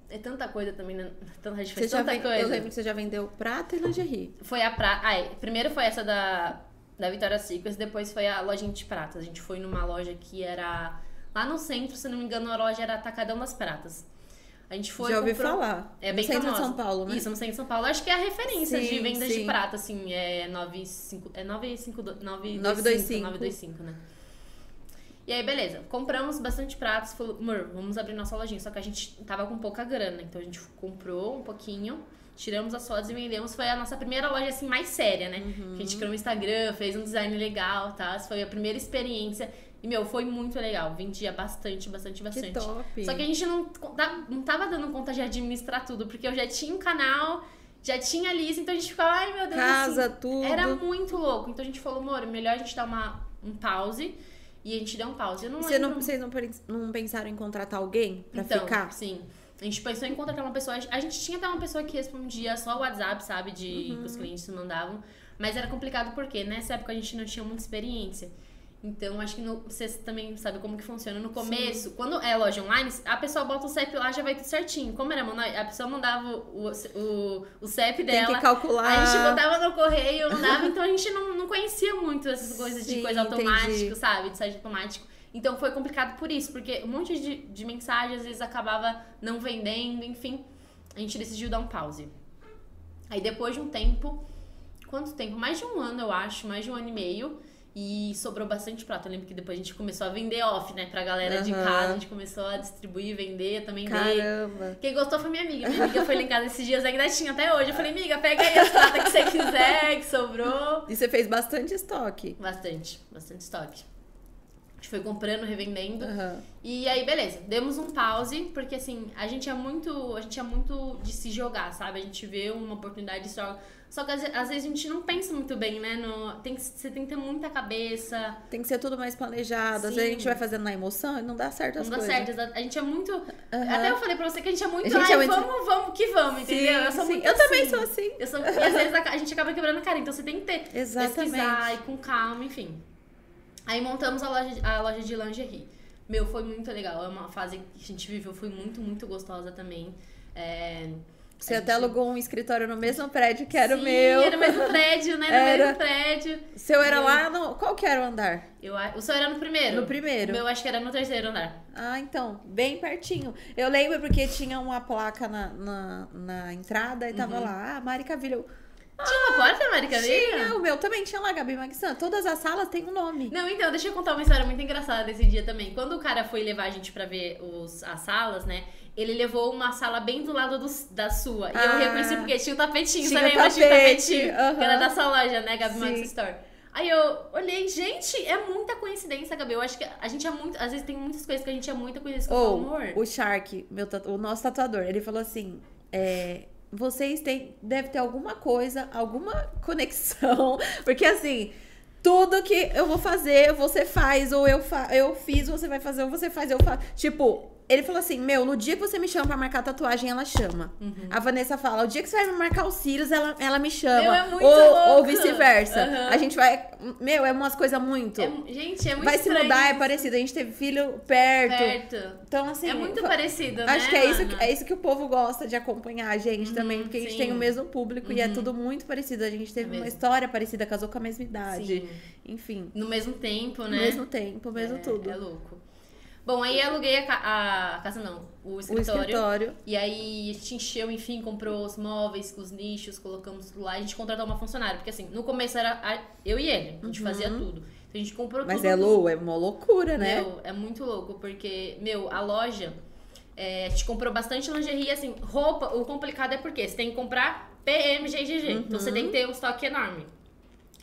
[SPEAKER 2] É tanta coisa também, né? Tanta, a gente
[SPEAKER 1] Você
[SPEAKER 2] fez
[SPEAKER 1] já
[SPEAKER 2] tanta
[SPEAKER 1] ven-
[SPEAKER 2] coisa.
[SPEAKER 1] Eu lembro que você já vendeu prata e lingerie.
[SPEAKER 2] Foi a pra... Ai, primeiro foi essa da, da Vitória Secrets, depois foi a lojinha de pratas. A gente foi numa loja que era lá no centro, se não me engano, a loja era Atacadão das Pratas. A gente foi
[SPEAKER 1] já ouvi
[SPEAKER 2] comprou-
[SPEAKER 1] falar.
[SPEAKER 2] É bem
[SPEAKER 1] no centro de
[SPEAKER 2] famosa.
[SPEAKER 1] São Paulo, né?
[SPEAKER 2] Isso, no centro de São Paulo. Acho que é a referência
[SPEAKER 1] Sim,
[SPEAKER 2] de vendas de
[SPEAKER 1] sim.
[SPEAKER 2] prata, assim, é 95, é 952,
[SPEAKER 1] 925.
[SPEAKER 2] 925, 925, né? E aí, beleza. Compramos bastante pratos. Falou, amor, vamos abrir nossa lojinha. Só que a gente tava com pouca grana. Então a gente comprou um pouquinho, tiramos as fotos e vendemos. Foi a nossa primeira loja, assim, mais séria, né?
[SPEAKER 1] Uhum.
[SPEAKER 2] Que a gente criou um Instagram, fez um design legal, tá? Foi a primeira experiência. E, meu, foi muito legal. Vendia bastante, bastante,
[SPEAKER 1] Que
[SPEAKER 2] bastante.
[SPEAKER 1] top.
[SPEAKER 2] Só que a gente não, tá- não tava dando conta de administrar tudo, porque eu já tinha um canal, já tinha lista, então a gente ficava, ai meu Deus,
[SPEAKER 1] Casa,
[SPEAKER 2] assim,
[SPEAKER 1] tudo.
[SPEAKER 2] era muito louco. Então a gente falou, amor, melhor a gente dar uma, um pause. E a gente deu um pause. Eu não
[SPEAKER 1] Você não,
[SPEAKER 2] lembro-
[SPEAKER 1] vocês não, pens- não pensaram em contratar alguém pra
[SPEAKER 2] então,
[SPEAKER 1] ficar?
[SPEAKER 2] Sim. A gente pensou em contratar uma pessoa. A gente tinha até uma pessoa que respondia só o WhatsApp, sabe? De
[SPEAKER 1] Uhum.
[SPEAKER 2] que os clientes mandavam. Mas era complicado porque nessa época a gente não tinha muita experiência. Então, acho que no, você também sabe como que funciona. No começo, quando é loja online, a pessoa bota o CEP lá já vai tudo certinho. Como era, mano? A pessoa mandava o, o, o CEP
[SPEAKER 1] Tem
[SPEAKER 2] dela.
[SPEAKER 1] que calcular.
[SPEAKER 2] é A gente botava no correio, mandava, então a gente não, não conhecia muito essas coisas
[SPEAKER 1] Sim,
[SPEAKER 2] de coisa automática,
[SPEAKER 1] entendi.
[SPEAKER 2] sabe? De site automático. Então foi complicado por isso, porque um monte de, de mensagem às vezes acabava não vendendo, enfim. A gente decidiu dar um pause. Aí depois de um tempo, quanto tempo? Mais de um ano, eu acho, mais de um ano e meio. E sobrou bastante prata. Eu lembro que depois a gente começou a vender off, né? Pra galera de
[SPEAKER 1] Aham.
[SPEAKER 2] casa. A gente começou a distribuir, vender, também dei.
[SPEAKER 1] Caramba.
[SPEAKER 2] Quem gostou foi minha amiga. Minha amiga foi lá em casa esses dias, ainda tinha até hoje. Eu falei, amiga, pega aí as pratas que você quiser, que sobrou.
[SPEAKER 1] E você fez bastante estoque.
[SPEAKER 2] Bastante, bastante estoque. gente foi comprando, revendendo.
[SPEAKER 1] Aham.
[SPEAKER 2] E aí, beleza, demos um pause, porque assim, a gente é muito. A gente é muito de se jogar, sabe? A gente vê uma oportunidade só. Só que às ve- às vezes a gente não pensa muito bem, né? No, tem que, você tem que ter muita cabeça.
[SPEAKER 1] Tem que ser tudo mais planejado. Às vezes a
[SPEAKER 2] Sim.
[SPEAKER 1] gente vai fazendo na emoção e não dá certo as
[SPEAKER 2] não dá
[SPEAKER 1] coisas.
[SPEAKER 2] certo. exa- A gente é muito.
[SPEAKER 1] Aham.
[SPEAKER 2] Até eu falei pra você que a gente é muito.
[SPEAKER 1] A gente
[SPEAKER 2] ai,
[SPEAKER 1] é muito-
[SPEAKER 2] vamos, vamos que vamos, entendeu?
[SPEAKER 1] Sim,
[SPEAKER 2] eu sou
[SPEAKER 1] sim.
[SPEAKER 2] muito.
[SPEAKER 1] Eu também
[SPEAKER 2] assim.
[SPEAKER 1] sou assim.
[SPEAKER 2] Eu sou, e às vezes a, a gente acaba quebrando a cara, então você tem que ter. pesquisar e
[SPEAKER 1] Exatamente.
[SPEAKER 2] com calma, enfim. Aí montamos a loja, de- a loja de lingerie. Meu, foi muito legal. É uma fase que a gente viveu, foi muito, muito gostosa também. É,
[SPEAKER 1] Você
[SPEAKER 2] a
[SPEAKER 1] até
[SPEAKER 2] gente-
[SPEAKER 1] alugou um escritório no mesmo prédio que era o
[SPEAKER 2] Sim,
[SPEAKER 1] meu.
[SPEAKER 2] Era o mesmo prédio, né? No
[SPEAKER 1] Era.
[SPEAKER 2] mesmo prédio.
[SPEAKER 1] Se eu era
[SPEAKER 2] Meu.
[SPEAKER 1] lá, não... qual que era o andar?
[SPEAKER 2] Eu, a- o seu era no primeiro?
[SPEAKER 1] No primeiro.
[SPEAKER 2] O meu acho que era no terceiro andar.
[SPEAKER 1] Ah, então, bem pertinho. Eu lembro porque tinha uma placa na, na, na entrada e tava lá, ah, Mari Cavilha. Eu,
[SPEAKER 2] Uhum. Tinha uma porta, Marica?
[SPEAKER 1] Tinha, o meu também tinha lá, Gabi Magsan. Todas as salas têm um nome.
[SPEAKER 2] Não, então, deixa eu contar uma história muito engraçada desse dia também. Quando o cara foi levar a gente pra ver os, as salas, né? Ele levou uma sala bem do lado do- da sua. E
[SPEAKER 1] Ah.
[SPEAKER 2] eu reconheci porque tinha o tapetinho,
[SPEAKER 1] Tinha
[SPEAKER 2] você lembra? Tinha o
[SPEAKER 1] tapete,
[SPEAKER 2] tapetinho.
[SPEAKER 1] aham.
[SPEAKER 2] Que era da sua loja, né, Gabi
[SPEAKER 1] Sim.
[SPEAKER 2] Max Store. Aí eu olhei, gente, é muita coincidência, Gabi. Eu acho que a gente é muito. Às vezes tem muitas coisas que a gente é muita coincidência com
[SPEAKER 1] Ou
[SPEAKER 2] amor.
[SPEAKER 1] o Shark, meu tatu- o nosso tatuador, ele falou assim: é, vocês têm, deve ter alguma coisa, alguma conexão, porque assim. Tudo que eu vou fazer, você faz, ou eu, fa eu fiz, você vai fazer, ou você faz, eu faço. Tipo, ele falou assim: Meu, no dia que você me chama pra marcar tatuagem, ela chama.
[SPEAKER 2] Uhum.
[SPEAKER 1] A Vanessa fala: O dia que você vai me marcar os cílios, ela, ela me chama.
[SPEAKER 2] Meu, é muito
[SPEAKER 1] ou ou
[SPEAKER 2] louco.
[SPEAKER 1] vice-versa.
[SPEAKER 2] Aham.
[SPEAKER 1] A gente vai. Meu, é umas coisas muito.
[SPEAKER 2] É- gente, é muito
[SPEAKER 1] vai se
[SPEAKER 2] estranho.
[SPEAKER 1] mudar, é parecido. A gente teve filho perto.
[SPEAKER 2] perto.
[SPEAKER 1] Então, assim.
[SPEAKER 2] é muito
[SPEAKER 1] fa-
[SPEAKER 2] parecido, né?
[SPEAKER 1] Acho que é isso que,
[SPEAKER 2] Ana? Uhum,
[SPEAKER 1] é isso que o povo gosta de acompanhar a gente também, porque a gente
[SPEAKER 2] sim. Uhum. É
[SPEAKER 1] tem o mesmo público e é tudo muito parecido. A gente teve uma
[SPEAKER 2] mesmo.
[SPEAKER 1] história parecida, casou com a mesma idade.
[SPEAKER 2] Sim.
[SPEAKER 1] Enfim,
[SPEAKER 2] No mesmo tempo, né?
[SPEAKER 1] mesmo tempo, mesmo
[SPEAKER 2] é,
[SPEAKER 1] tudo.
[SPEAKER 2] É louco. Bom, aí aluguei a, ca- a casa, não, o
[SPEAKER 1] o
[SPEAKER 2] escritório.
[SPEAKER 1] escritório.
[SPEAKER 2] E aí a gente encheu, enfim, comprou os móveis, os nichos, colocamos tudo lá. A gente contratou uma funcionária, porque assim, no começo era a- eu e ele, a gente fazia tudo. Então a gente comprou
[SPEAKER 1] Mas
[SPEAKER 2] tudo.
[SPEAKER 1] é Lu, é uma loucura, né?
[SPEAKER 2] Meu, é muito louco, porque, meu, a loja, é, a gente comprou bastante lingerie, assim, roupa, o complicado é porque você tem que comprar PM, GGG, então você
[SPEAKER 1] Uhum.
[SPEAKER 2] tem que ter um estoque enorme.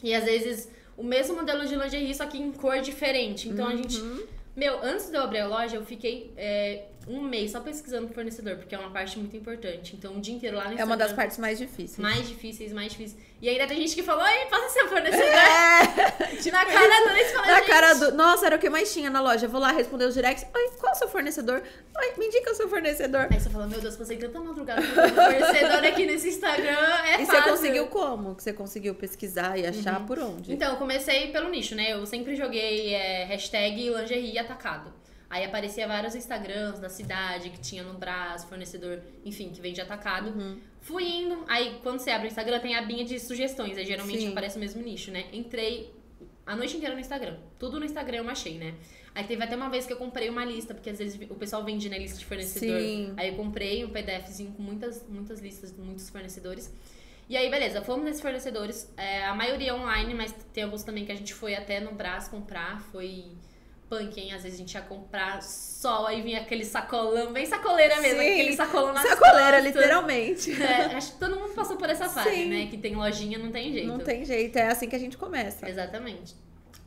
[SPEAKER 2] E às vezes, o mesmo modelo de lingerie, só que em cor diferente, então a gente...
[SPEAKER 1] Uhum.
[SPEAKER 2] Meu, antes de eu abrir a loja, eu fiquei é, um mês só pesquisando o fornecedor, porque é uma parte muito importante. Então, o dia inteiro lá no
[SPEAKER 1] é uma das
[SPEAKER 2] Instagram,
[SPEAKER 1] partes mais difíceis.
[SPEAKER 2] mais difíceis, mais difíceis. E ainda tem gente que falou, ei, passa seu fornecedor. na cara do Leite, fala,
[SPEAKER 1] É. Na
[SPEAKER 2] "Gente,
[SPEAKER 1] cara do. Nossa, era o que mais tinha na loja. Vou lá responder os directs. Oi, qual é o seu fornecedor? Oi, me indica o seu fornecedor.
[SPEAKER 2] Aí você fala, meu Deus, passei tanta madrugada procurando fornecedor aqui nesse Instagram, é
[SPEAKER 1] e
[SPEAKER 2] fácil.
[SPEAKER 1] você conseguiu como? Que Você conseguiu pesquisar e achar por onde?
[SPEAKER 2] Então, eu comecei pelo nicho, né? Eu sempre joguei é, hashtag lingerie atacado. Aí aparecia vários Instagrams da cidade que tinha no braço, fornecedor, enfim, que vende atacado.
[SPEAKER 1] Uhum.
[SPEAKER 2] Fui indo, aí quando você abre o Instagram tem a abinha de sugestões, aí geralmente
[SPEAKER 1] Sim.
[SPEAKER 2] aparece o mesmo nicho, né? Entrei a noite inteira no Instagram. Tudo no Instagram eu achei, né? Aí teve até uma vez que eu comprei uma lista, porque às vezes o pessoal vende na lista de fornecedor.
[SPEAKER 1] Sim.
[SPEAKER 2] Aí eu comprei um PDFzinho com muitas, muitas listas, muitos fornecedores. E aí, beleza, fomos nesses fornecedores. é, a maioria online, mas tem alguns também que a gente foi até no Brás comprar. Foi punk, hein? Às vezes a gente ia comprar sol, aí vinha aquele sacolão, bem sacoleira mesmo,
[SPEAKER 1] Sim,
[SPEAKER 2] aquele sacolão nas
[SPEAKER 1] Sacoleira,
[SPEAKER 2] costas.
[SPEAKER 1] é literalmente.
[SPEAKER 2] É, acho que todo mundo passou por essa fase,
[SPEAKER 1] Sim.
[SPEAKER 2] né? Que tem lojinha, não tem jeito.
[SPEAKER 1] Não tem jeito, é assim que a gente começa.
[SPEAKER 2] Exatamente.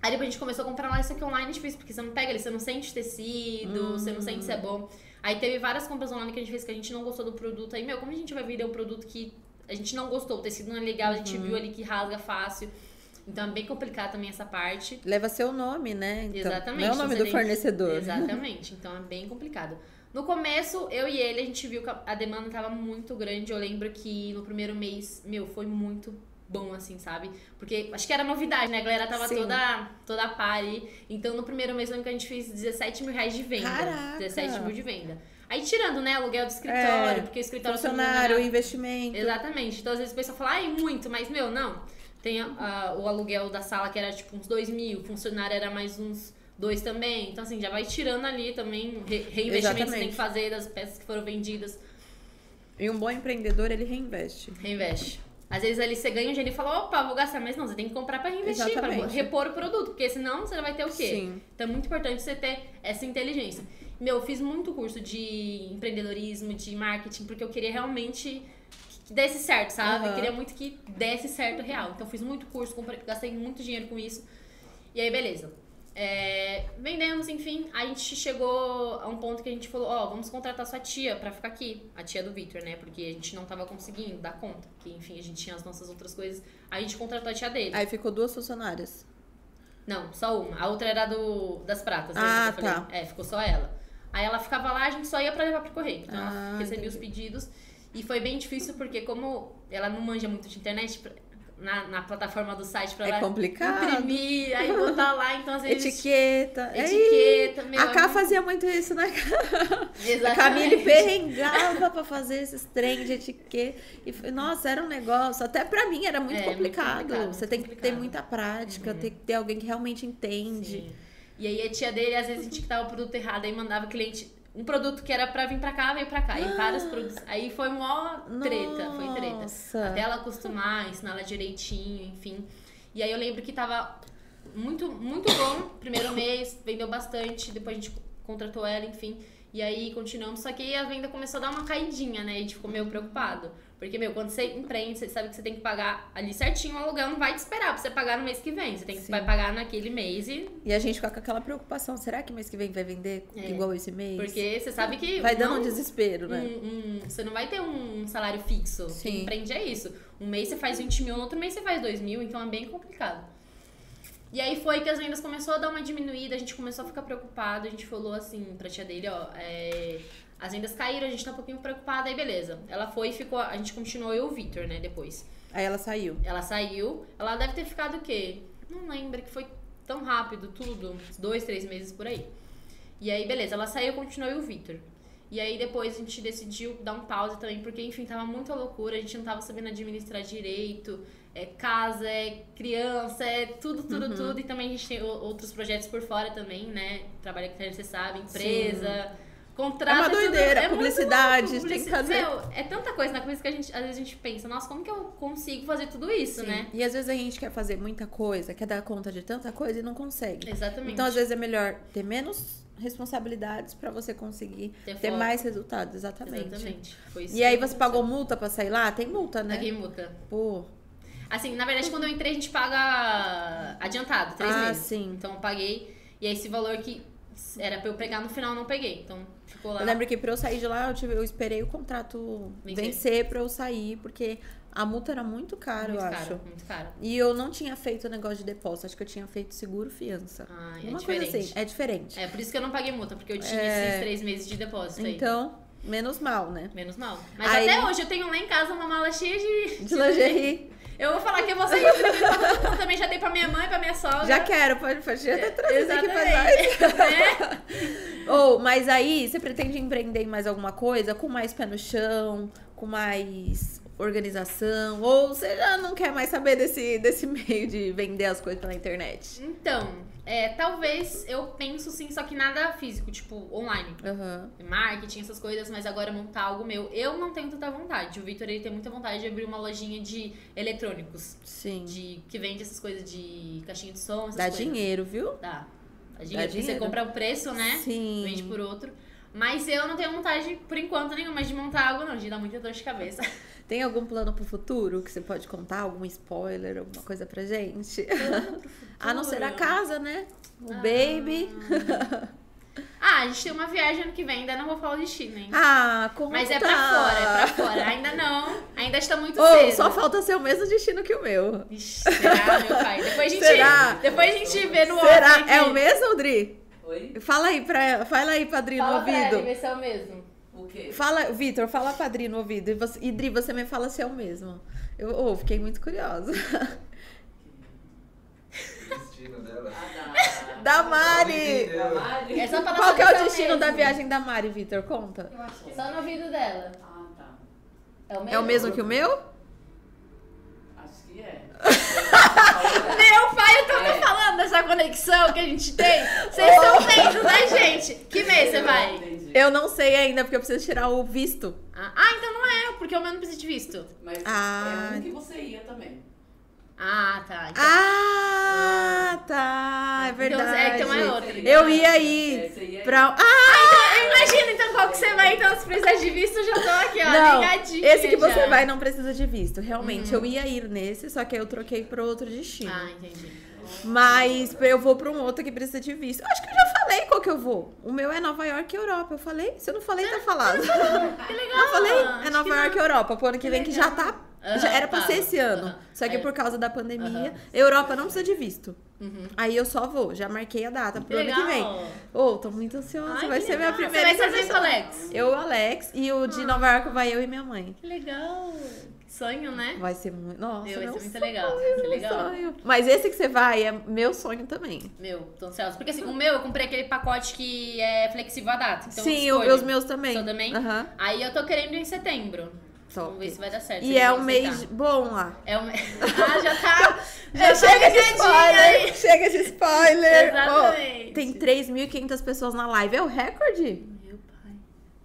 [SPEAKER 2] Aí depois a gente começou a comprar lá, isso aqui online é difícil, porque você não pega ele, você não sente tecido, você não sente se é bom. Aí teve várias compras online que a gente fez que a gente não gostou do produto. Aí, meu, como a gente vai vender um produto que a gente não gostou, o tecido não é legal, a gente viu ali que rasga fácil. Então é bem complicado também essa parte.
[SPEAKER 1] Leva seu nome, né? Então,
[SPEAKER 2] Exatamente.
[SPEAKER 1] Não é o
[SPEAKER 2] então
[SPEAKER 1] nome
[SPEAKER 2] você
[SPEAKER 1] do
[SPEAKER 2] tem-
[SPEAKER 1] fornecedor.
[SPEAKER 2] Exatamente, então é bem complicado. No começo, eu e ele, a gente viu que a a demanda tava muito grande. Eu lembro que no primeiro mês, meu, foi muito bom, assim, sabe? Porque acho que era novidade, né? A galera tava
[SPEAKER 1] Sim.
[SPEAKER 2] toda, toda pari. Então, no primeiro mês, eu lembro que a gente fez 17 mil reais de venda.
[SPEAKER 1] Caraca!
[SPEAKER 2] 17 mil de venda. Aí tirando, né, aluguel do
[SPEAKER 1] É,
[SPEAKER 2] escritório, porque o escritório... todo mundo
[SPEAKER 1] Funcionário,
[SPEAKER 2] era-
[SPEAKER 1] investimento.
[SPEAKER 2] Exatamente. Então, às vezes, o pessoal fala, ai, muito, mas, meu, não. Tem a- a- o aluguel da sala que era, tipo, uns dois mil, o funcionário era mais uns dois também. Então, assim, já vai tirando ali também re reinvestimento que você tem
[SPEAKER 1] Exatamente.
[SPEAKER 2] que fazer das peças que foram vendidas.
[SPEAKER 1] E um bom empreendedor, ele reinveste.
[SPEAKER 2] Reinveste. Às vezes ali você ganha um dinheiro e fala, opa, vou gastar. Mas não, você tem que comprar pra reinvestir, pra
[SPEAKER 1] Exatamente.
[SPEAKER 2] repor o produto. Porque senão você vai ter o quê?
[SPEAKER 1] Sim.
[SPEAKER 2] Então é muito importante você ter essa inteligência. Meu, eu fiz muito curso de empreendedorismo, de marketing, porque eu queria realmente que desse certo, sabe?
[SPEAKER 1] Aham.
[SPEAKER 2] Eu queria muito que desse certo real. Então eu fiz muito curso, comprei- gastei muito dinheiro com isso. E aí, beleza. É, vendemos, enfim. A gente chegou a um ponto que a gente falou, ó, vamos contratar sua tia pra ficar aqui. A tia do Victor, né? Porque a gente não tava conseguindo dar conta. Que, enfim, a gente tinha as nossas outras coisas. A gente contratou a tia dele.
[SPEAKER 1] Aí ficou duas funcionárias.
[SPEAKER 2] Não, só uma. A outra era do das pratas. né,
[SPEAKER 1] Ah,
[SPEAKER 2] que eu falei.
[SPEAKER 1] tá.
[SPEAKER 2] É, ficou só ela. Aí ela ficava lá, a gente só ia pra levar pro correio. Então ela
[SPEAKER 1] Ah,
[SPEAKER 2] recebia os pedidos. E foi bem difícil porque como ela não manja muito de internet, pra- na, na plataforma do site pra
[SPEAKER 1] é
[SPEAKER 2] ela
[SPEAKER 1] complicado.
[SPEAKER 2] imprimir, aí botar lá, então às vezes...
[SPEAKER 1] Etiqueta. Etiqueta.
[SPEAKER 2] Etiqueta, meu,
[SPEAKER 1] a Ká
[SPEAKER 2] é
[SPEAKER 1] fazia muito isso, né?
[SPEAKER 2] muito-
[SPEAKER 1] A
[SPEAKER 2] Exatamente.
[SPEAKER 1] Camille perrengava pra fazer esses trem de etiqueta. E, foi- nossa, era um negócio. Até pra mim era muito,
[SPEAKER 2] É, muito
[SPEAKER 1] complicado.
[SPEAKER 2] complicado,
[SPEAKER 1] Você tem que
[SPEAKER 2] complicado. Uhum.
[SPEAKER 1] ter muita prática, tem que ter alguém que realmente entende.
[SPEAKER 2] Sim. E aí a tia dele, às vezes, etiquetava o produto errado, aí mandava o cliente. Um produto que era pra vir pra cá, veio pra cá.
[SPEAKER 1] Ah.
[SPEAKER 2] E vários produtos. Aí foi mó treta, foi treta. assim.
[SPEAKER 1] Nossa.
[SPEAKER 2] Até ela acostumar, ensinar ela direitinho, enfim. E aí eu lembro que tava muito, muito bom. Primeiro mês, vendeu bastante. Depois a gente contratou ela, enfim. E aí continuamos. Só que aí a venda começou a dar uma caidinha, né? E a gente ficou meio preocupado. Porque, meu, quando você empreende, você sabe que você tem que pagar ali certinho o aluguel, não vai te esperar pra você pagar no mês que vem. Você tem que
[SPEAKER 1] Sim.
[SPEAKER 2] vai pagar naquele mês e
[SPEAKER 1] E a gente fica com aquela preocupação: será que mês que vem vai vender
[SPEAKER 2] É.
[SPEAKER 1] igual esse mês?
[SPEAKER 2] Porque você sabe que.
[SPEAKER 1] vai dando
[SPEAKER 2] não-
[SPEAKER 1] um desespero, né?
[SPEAKER 2] um- um- você não vai ter um salário fixo.
[SPEAKER 1] Sim.
[SPEAKER 2] Quem empreende é isso. Um mês você faz 20 mil, no outro mês você faz 2 mil, então é bem complicado. E aí foi que as vendas começou a dar uma diminuída, a gente começou a ficar preocupado, a gente falou assim pra tia dele, ó, é, as vendas caíram, a gente tá um pouquinho preocupada, aí beleza. Ela foi e ficou, a gente continuou eu e o Victor, né, depois.
[SPEAKER 1] Aí ela saiu.
[SPEAKER 2] Ela saiu. Ela deve ter ficado o quê? Não lembro que foi tão rápido tudo. uns Dois, três meses por aí. E aí, beleza, ela saiu, continuou e o Victor. E aí depois a gente decidiu dar um pause também, porque, enfim, tava muita loucura, a gente não tava sabendo administrar direito. É casa, é criança, é tudo,
[SPEAKER 1] Uhum.
[SPEAKER 2] tudo, tudo. E também a gente tem o- outros projetos por fora também, né? Trabalho que você sabe, empresa. Contrato.
[SPEAKER 1] É uma
[SPEAKER 2] tudo-
[SPEAKER 1] doideira,
[SPEAKER 2] muito
[SPEAKER 1] publicidade,
[SPEAKER 2] louco,
[SPEAKER 1] tem que
[SPEAKER 2] publici-
[SPEAKER 1] fazer.
[SPEAKER 2] Meu, é tanta coisa na coisa que a gente, às vezes a gente pensa, nossa, como que eu consigo fazer tudo isso,
[SPEAKER 1] Sim.
[SPEAKER 2] né?
[SPEAKER 1] E às vezes a gente quer fazer muita coisa, quer dar conta de tanta coisa e não consegue.
[SPEAKER 2] Exatamente.
[SPEAKER 1] Então, às vezes, é melhor ter menos responsabilidades pra você conseguir
[SPEAKER 2] Ter
[SPEAKER 1] ter,
[SPEAKER 2] foco.
[SPEAKER 1] mais resultados, exatamente.
[SPEAKER 2] É Exatamente. Foi isso
[SPEAKER 1] E aí
[SPEAKER 2] que
[SPEAKER 1] você pagou multa pra sair lá? Tem multa, né?
[SPEAKER 2] aconteceu. Paguei multa.
[SPEAKER 1] Pô.
[SPEAKER 2] Assim, na verdade, quando eu entrei, a gente paga adiantado, três
[SPEAKER 1] Ah,
[SPEAKER 2] meses.
[SPEAKER 1] sim.
[SPEAKER 2] Então eu paguei. E aí esse valor que era pra eu pegar no final, eu não peguei. Então ficou lá.
[SPEAKER 1] Eu lembro que pra eu sair de lá, eu, tive- eu esperei o contrato
[SPEAKER 2] Vencer.
[SPEAKER 1] vencer. pra eu sair, porque a multa era muito cara,
[SPEAKER 2] muito
[SPEAKER 1] eu
[SPEAKER 2] caro,
[SPEAKER 1] acho.
[SPEAKER 2] muito caro.
[SPEAKER 1] E eu não tinha feito o negócio de depósito, acho que eu tinha feito seguro fiança.
[SPEAKER 2] Ah, é
[SPEAKER 1] Uma
[SPEAKER 2] diferente.
[SPEAKER 1] coisa assim, é diferente.
[SPEAKER 2] É, por isso que eu não paguei multa, porque eu tinha esses três meses de depósito aí.
[SPEAKER 1] então, menos mal, né?
[SPEAKER 2] Menos mal. Mas
[SPEAKER 1] Aí-
[SPEAKER 2] até hoje eu tenho lá em casa uma mala cheia de.
[SPEAKER 1] De lingerie.
[SPEAKER 2] Eu vou falar que eu vou sair. eu também já dei pra minha mãe, pra minha sogra.
[SPEAKER 1] Já quero, pode, pode já tá trazendo aqui pra nós.
[SPEAKER 2] É, Exatamente. né?
[SPEAKER 1] Ou, mas aí, você pretende empreender em mais alguma coisa? Com mais pé no chão, com mais organização? Ou você já não quer mais saber desse, desse meio de vender as coisas pela internet?
[SPEAKER 2] Então, é, talvez eu penso sim, só que nada físico, tipo online.
[SPEAKER 1] Aham.
[SPEAKER 2] Marketing, essas coisas, mas agora montar algo meu. Eu não tenho tanta vontade. O Victor, ele tem muita vontade de abrir uma lojinha de eletrônicos.
[SPEAKER 1] Sim.
[SPEAKER 2] De, que vende essas coisas de caixinha de som, essas
[SPEAKER 1] Dá
[SPEAKER 2] coisas.
[SPEAKER 1] dinheiro, viu?
[SPEAKER 2] Dá. Dá dinheiro. porque Você
[SPEAKER 1] dinheiro.
[SPEAKER 2] compra o preço, né?
[SPEAKER 1] Sim.
[SPEAKER 2] Vende por outro. Mas eu não tenho vontade, por enquanto, nenhuma de montar algo, não. De dar muita dor de cabeça.
[SPEAKER 1] Tem algum plano pro futuro que você pode contar? Algum spoiler, alguma coisa pra gente? a não ser a casa, né? O baby.
[SPEAKER 2] Ah, a gente tem uma viagem ano que vem, ainda não vou falar o destino, hein?
[SPEAKER 1] Ah, como
[SPEAKER 2] Mas é pra fora, é pra fora. Ainda não. Ainda está muito
[SPEAKER 1] Ou
[SPEAKER 2] cedo.
[SPEAKER 1] só falta ser o mesmo destino que o meu.
[SPEAKER 2] Ixi, será, meu pai? Depois a gente,
[SPEAKER 1] Será?
[SPEAKER 2] Depois a gente vê no
[SPEAKER 1] Será?
[SPEAKER 2] off
[SPEAKER 1] É o
[SPEAKER 2] aqui.
[SPEAKER 1] mesmo, Dri?
[SPEAKER 5] Oi?
[SPEAKER 1] Fala aí, pra, fala aí, padrinho,
[SPEAKER 2] Fala
[SPEAKER 1] no
[SPEAKER 2] pra ela,
[SPEAKER 1] ouvido.
[SPEAKER 2] vê se é o mesmo.
[SPEAKER 5] O quê?
[SPEAKER 1] Fala, Vitor, fala padrinho no ouvido. E, você, e Dri, você me fala se é o mesmo. Eu oh, fiquei muito curiosa.
[SPEAKER 3] O destino
[SPEAKER 5] Ah,
[SPEAKER 3] dela.
[SPEAKER 5] A
[SPEAKER 1] Da
[SPEAKER 3] Entendeu?
[SPEAKER 1] Mari!
[SPEAKER 5] Mari?
[SPEAKER 2] É só pra
[SPEAKER 1] Qual
[SPEAKER 2] nós
[SPEAKER 1] que é
[SPEAKER 2] saber
[SPEAKER 1] o
[SPEAKER 2] se
[SPEAKER 1] destino da
[SPEAKER 2] mesmo.
[SPEAKER 1] viagem da Mari, Vitor? Conta.
[SPEAKER 5] Eu acho que
[SPEAKER 2] Só no ouvido dela.
[SPEAKER 5] Ah, tá.
[SPEAKER 2] É o mesmo?
[SPEAKER 1] É o mesmo que o meu?
[SPEAKER 5] Acho que é.
[SPEAKER 2] Meu pai, eu tô me
[SPEAKER 5] É.
[SPEAKER 2] falando dessa conexão que a gente tem. Vocês estão vendo, né, gente? Que mês você vai?
[SPEAKER 5] Entendi.
[SPEAKER 1] Eu não sei ainda, porque eu preciso tirar o visto.
[SPEAKER 2] Ah, ah, então não é, porque o meu não precisa de visto.
[SPEAKER 5] Mas
[SPEAKER 1] Ah.
[SPEAKER 5] é um que você ia também.
[SPEAKER 2] Ah, tá. Então,
[SPEAKER 1] Ah, tá. É
[SPEAKER 2] Então,
[SPEAKER 1] verdade.
[SPEAKER 2] é que tem uma outra.
[SPEAKER 5] Você
[SPEAKER 1] Eu ia aí
[SPEAKER 5] É, você ia aí.
[SPEAKER 1] pra. Ah,
[SPEAKER 2] Eu imagino, então, qual que você vai, então, se precisar de visto, eu já tô aqui, ó,
[SPEAKER 1] Não,
[SPEAKER 2] ligadinha
[SPEAKER 1] esse que você
[SPEAKER 2] já. Uhum.
[SPEAKER 1] vai não precisa de visto. Realmente, eu ia ir nesse, só que aí eu troquei pro outro destino.
[SPEAKER 2] Ah, entendi.
[SPEAKER 1] Mas eu vou pra um outro que precisa de visto. Eu acho que eu já falei qual que eu vou. O meu é Nova York e Europa. Eu falei? Se eu não falei,
[SPEAKER 2] Ah,
[SPEAKER 1] tá falado.
[SPEAKER 2] Que legal.
[SPEAKER 1] Eu falei?
[SPEAKER 2] Ah, acho
[SPEAKER 1] É
[SPEAKER 2] que
[SPEAKER 1] Nova
[SPEAKER 2] não.
[SPEAKER 1] York e Europa. Pro ano que vem que já tá.
[SPEAKER 2] Aham,
[SPEAKER 1] já era pra
[SPEAKER 2] tá.
[SPEAKER 1] ser esse ano.
[SPEAKER 2] Aham.
[SPEAKER 1] Só que
[SPEAKER 2] Aí-
[SPEAKER 1] por causa da pandemia, Europa não precisa de visto. Aí eu só vou. Já marquei a data pro ano que vem.
[SPEAKER 2] Uhum. Legal.
[SPEAKER 1] Ô, tô muito ansiosa.
[SPEAKER 2] Ai,
[SPEAKER 1] vai
[SPEAKER 2] que
[SPEAKER 1] ser minha
[SPEAKER 2] legal.
[SPEAKER 1] primeira
[SPEAKER 2] Você vai fazer Ah. isso,
[SPEAKER 1] internacional.
[SPEAKER 5] Ah,
[SPEAKER 2] Alex?
[SPEAKER 1] Eu, o Alex, e o de Nova York vai eu e minha mãe.
[SPEAKER 2] Que legal. Que Sonho, né?
[SPEAKER 1] Vai ser muito. Nossa,
[SPEAKER 2] Meu,
[SPEAKER 1] meu
[SPEAKER 2] vai ser muito
[SPEAKER 1] sonho,
[SPEAKER 2] legal. Vai ser
[SPEAKER 1] meu
[SPEAKER 2] legal.
[SPEAKER 1] sonho. Mas esse que você vai é meu sonho também.
[SPEAKER 2] Meu, tô ansiosa. Porque assim, o meu eu comprei aquele pacote que é flexível a data. Então
[SPEAKER 1] Sim,
[SPEAKER 2] eu
[SPEAKER 1] o-
[SPEAKER 2] escolho.
[SPEAKER 1] os meus também.
[SPEAKER 2] Seu também?
[SPEAKER 1] Aham.
[SPEAKER 2] Aí eu tô querendo ir em setembro.
[SPEAKER 1] Top.
[SPEAKER 2] Vamos ver se vai dar certo. se
[SPEAKER 1] E
[SPEAKER 2] eles
[SPEAKER 1] é
[SPEAKER 2] vão
[SPEAKER 1] um mês
[SPEAKER 2] aceitar.
[SPEAKER 1] bom lá.
[SPEAKER 2] É um mês. Ah, já tá.
[SPEAKER 1] Já chega de
[SPEAKER 2] pegadinha aí.
[SPEAKER 1] spoiler! Chega de spoiler!
[SPEAKER 2] Exatamente.
[SPEAKER 1] Ó, tem 3.500 pessoas na live. É o recorde?
[SPEAKER 2] Meu pai.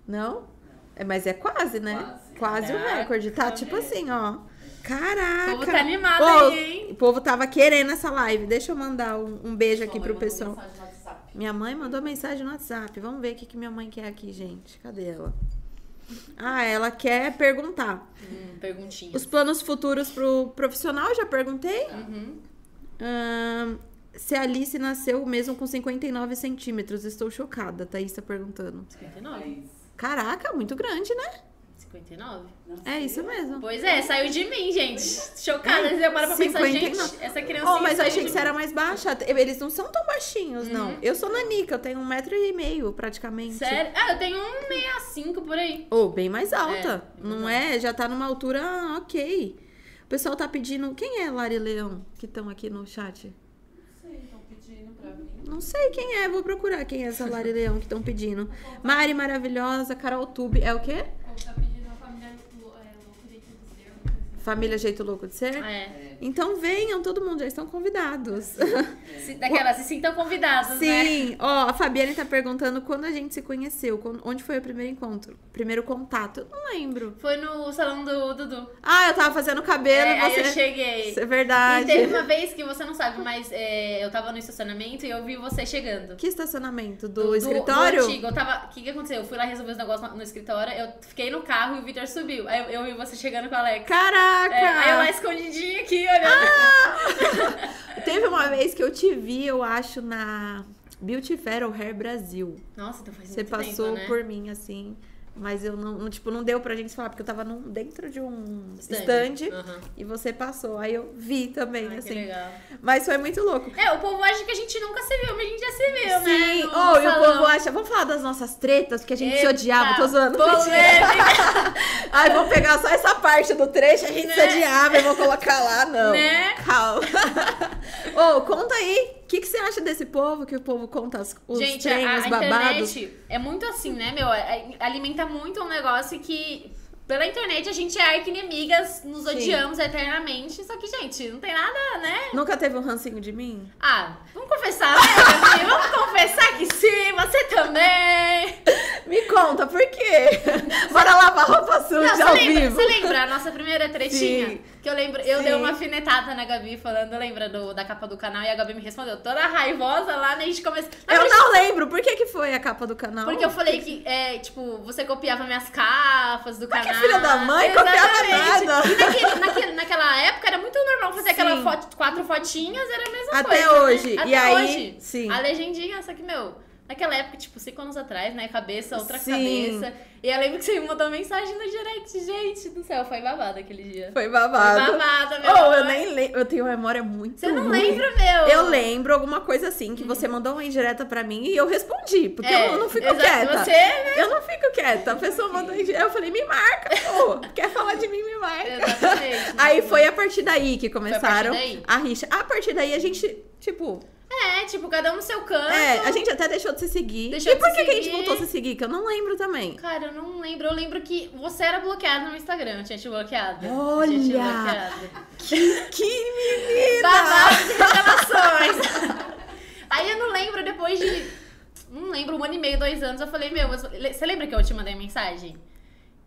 [SPEAKER 1] Não? É, mas é quase, né?
[SPEAKER 5] Quase.
[SPEAKER 1] Quase o
[SPEAKER 2] Caraca,
[SPEAKER 1] recorde. Tá tipo assim, ó. Caraca!
[SPEAKER 2] O povo tá animado
[SPEAKER 1] Ô,
[SPEAKER 2] aí, hein?
[SPEAKER 1] O povo tava querendo essa live. Deixa eu mandar um, um beijo aqui pro pessoal.
[SPEAKER 5] Sabe
[SPEAKER 1] Minha mãe mandou mensagem no WhatsApp. Vamos ver o que, que minha mãe quer aqui, gente. Cadê ela? Ah, ela quer perguntar.
[SPEAKER 2] Hum, perguntinha.
[SPEAKER 1] Os planos futuros pro profissional, eu já perguntei. Ahn, se a Alice nasceu mesmo com 59 centímetros. Estou chocada, Thaís tá perguntando.
[SPEAKER 2] 59.
[SPEAKER 1] Caraca, muito grande, né?
[SPEAKER 2] 59?
[SPEAKER 1] É isso mesmo.
[SPEAKER 2] Pois é, saiu de mim, gente. Chocada. Às vezes eu paro pra pensar,
[SPEAKER 1] 59.
[SPEAKER 2] gente, essa criança.
[SPEAKER 1] Oh, mas eu achei que você era mais baixa. Eles não são tão baixinhos, não. Eu sou nanica, eu tenho um metro e meio, praticamente.
[SPEAKER 2] Sério? Ah, eu tenho 1,65 por aí.
[SPEAKER 1] Ou bem mais alta.
[SPEAKER 2] É, bem
[SPEAKER 1] não
[SPEAKER 2] mais
[SPEAKER 1] é? Já tá numa altura ah, ok. O pessoal tá pedindo. Quem é Lari e Leão que estão aqui no chat?
[SPEAKER 5] Estão pedindo pra mim.
[SPEAKER 1] Não sei quem é, vou procurar quem é essa Lari e Leão que estão pedindo. Mari maravilhosa, Carol Tube. É o quê?
[SPEAKER 6] Tá pedindo a família lou- é, louco de dizer.
[SPEAKER 1] Família Jeito Louco de Ser?
[SPEAKER 2] Ah, é.
[SPEAKER 1] Então venham, todo mundo, já estão convidados.
[SPEAKER 2] Se, daquela, se sintam convidados, né?
[SPEAKER 1] Sim, ó, a Fabiane tá perguntando quando a gente se conheceu, quando- onde foi o primeiro encontro, primeiro contato. Eu não lembro.
[SPEAKER 2] Foi no salão do Dudu.
[SPEAKER 1] Ah, eu tava fazendo cabelo
[SPEAKER 2] É,
[SPEAKER 1] e
[SPEAKER 2] aí
[SPEAKER 1] você.
[SPEAKER 2] eu cheguei.
[SPEAKER 1] Isso é
[SPEAKER 2] E
[SPEAKER 1] verdade.
[SPEAKER 2] teve uma vez que você não sabe, mas é, eu tava no estacionamento e eu vi você chegando.
[SPEAKER 1] Que estacionamento? Do,
[SPEAKER 2] do
[SPEAKER 1] escritório?
[SPEAKER 2] antigo. Eu tava. O que, que aconteceu? Eu fui lá resolver os negócios no, no escritório, eu fiquei no carro e o Vitor subiu. Aí eu, eu vi você chegando com o Alex.
[SPEAKER 1] Caraca! Ah!
[SPEAKER 2] É, aí eu lá escondidinha aqui, olhando.
[SPEAKER 1] Teve uma vez que eu te vi, eu acho, na Beauty Fair ou Hair Brasil.
[SPEAKER 2] Nossa, então faz
[SPEAKER 1] Você
[SPEAKER 2] muito tempo,
[SPEAKER 1] passou
[SPEAKER 2] né?
[SPEAKER 1] por mim, assim. Mas eu não, não- tipo, não deu pra gente falar, porque eu tava num- dentro de um stand,
[SPEAKER 2] Stand. Aham.
[SPEAKER 1] e você passou. Aí eu vi também,
[SPEAKER 2] Ai, que
[SPEAKER 1] assim.
[SPEAKER 2] legal.
[SPEAKER 1] Mas foi muito louco.
[SPEAKER 2] É, o povo acha que a gente nunca se viu, mas a gente já se viu, né?
[SPEAKER 1] Sim,
[SPEAKER 2] No-
[SPEAKER 1] oh,
[SPEAKER 2] no
[SPEAKER 1] e o
[SPEAKER 2] salão.
[SPEAKER 1] povo acha. Vamos falar das nossas tretas, porque a gente se
[SPEAKER 2] Eita,
[SPEAKER 1] odiava, tô zoando.
[SPEAKER 2] Polêmica,
[SPEAKER 1] Ai, vou pegar só essa parte do trecho, a gente se
[SPEAKER 2] Né?
[SPEAKER 1] odiava e vou colocar lá, não.
[SPEAKER 2] Né?
[SPEAKER 1] Calma. Ô, conta aí, o que, que você acha desse povo? Que o povo conta as- os
[SPEAKER 2] gente,
[SPEAKER 1] trem,
[SPEAKER 2] a, a
[SPEAKER 1] os babados.
[SPEAKER 2] internet é muito assim, né, meu? É- Alimenta muito um negócio que. Pela internet a gente é arquinimigas, nos
[SPEAKER 1] Sim.
[SPEAKER 2] odiamos eternamente. Só que, gente, não tem nada, né?
[SPEAKER 1] Nunca teve um rancinho de mim?
[SPEAKER 2] Ah, vamos confessar, né, Gabi? Vamos confessar que sim, você também.
[SPEAKER 1] Me conta, por quê? Bora lavar roupa suja
[SPEAKER 2] Não, você
[SPEAKER 1] ao
[SPEAKER 2] lembra,
[SPEAKER 1] vivo.
[SPEAKER 2] você lembra a nossa primeira tretinha?
[SPEAKER 1] Sim.
[SPEAKER 2] Que eu lembro, eu
[SPEAKER 1] Sim.
[SPEAKER 2] dei uma finetada na Gabi falando, lembra do, da capa do canal? E a Gabi me respondeu, toda raivosa lá, né? A gente começou.
[SPEAKER 1] Eu não lembro, por que, que foi a capa do canal?
[SPEAKER 2] Porque eu falei que, é, tipo, você copiava minhas capas do
[SPEAKER 1] Mas é que
[SPEAKER 2] canal.
[SPEAKER 1] filha da mãe copiava nada.
[SPEAKER 2] E naquele, naquele- naquela época era muito normal fazer aquela
[SPEAKER 1] Sim.
[SPEAKER 2] foto, quatro fotinhas, era a mesma
[SPEAKER 1] Até
[SPEAKER 2] coisa. né?
[SPEAKER 1] hoje.
[SPEAKER 2] Até
[SPEAKER 1] e aí,
[SPEAKER 2] hoje.
[SPEAKER 1] sim.
[SPEAKER 2] A legendinha, só que, meu, naquela época, tipo, cinco anos atrás, né? Cabeça, outra
[SPEAKER 1] Sim.
[SPEAKER 2] cabeça. E eu lembro que você me mandou mensagem no direct. Gente do céu, foi babado aquele dia.
[SPEAKER 1] Foi
[SPEAKER 2] Foi
[SPEAKER 1] babado.
[SPEAKER 2] babada, meu.
[SPEAKER 1] Oh, eu
[SPEAKER 2] amor.
[SPEAKER 1] nem lembro. Eu tenho uma memória muito
[SPEAKER 2] Você não
[SPEAKER 1] ruim.
[SPEAKER 2] lembra, meu?
[SPEAKER 1] Eu lembro alguma coisa assim, que você mandou uma indireta pra mim e eu respondi, porque eu não fico
[SPEAKER 2] Uhum. É, exato.
[SPEAKER 1] quieta.
[SPEAKER 2] Você, é.
[SPEAKER 1] Eu não fico quieta. A pessoa mandou indireta, eu falei, me marca, pô. Quer falar de mim, me marca.
[SPEAKER 2] né? Exatamente.
[SPEAKER 1] Aí foi a partir daí que
[SPEAKER 2] partir
[SPEAKER 1] começaram
[SPEAKER 2] daí?
[SPEAKER 1] a rixa. A partir daí a gente, tipo,
[SPEAKER 2] É, tipo, cada um no seu canto.
[SPEAKER 1] é, a gente até deixou de se seguir.
[SPEAKER 2] Deixou
[SPEAKER 1] e por
[SPEAKER 2] de
[SPEAKER 1] que,
[SPEAKER 2] se
[SPEAKER 1] que a gente
[SPEAKER 2] seguir.
[SPEAKER 1] voltou a se seguir? Que eu não lembro também.
[SPEAKER 2] Cara, eu não lembro. Eu lembro que você era bloqueada no Instagram. Eu tinha te bloqueado.
[SPEAKER 1] Olha!
[SPEAKER 2] Eu tinha te bloqueado.
[SPEAKER 1] Que menina!
[SPEAKER 2] Babados e revelações. Aí eu não lembro, depois de... Não lembro, um ano e meio, dois anos, eu falei, meu, você você lembra que eu te mandei mensagem?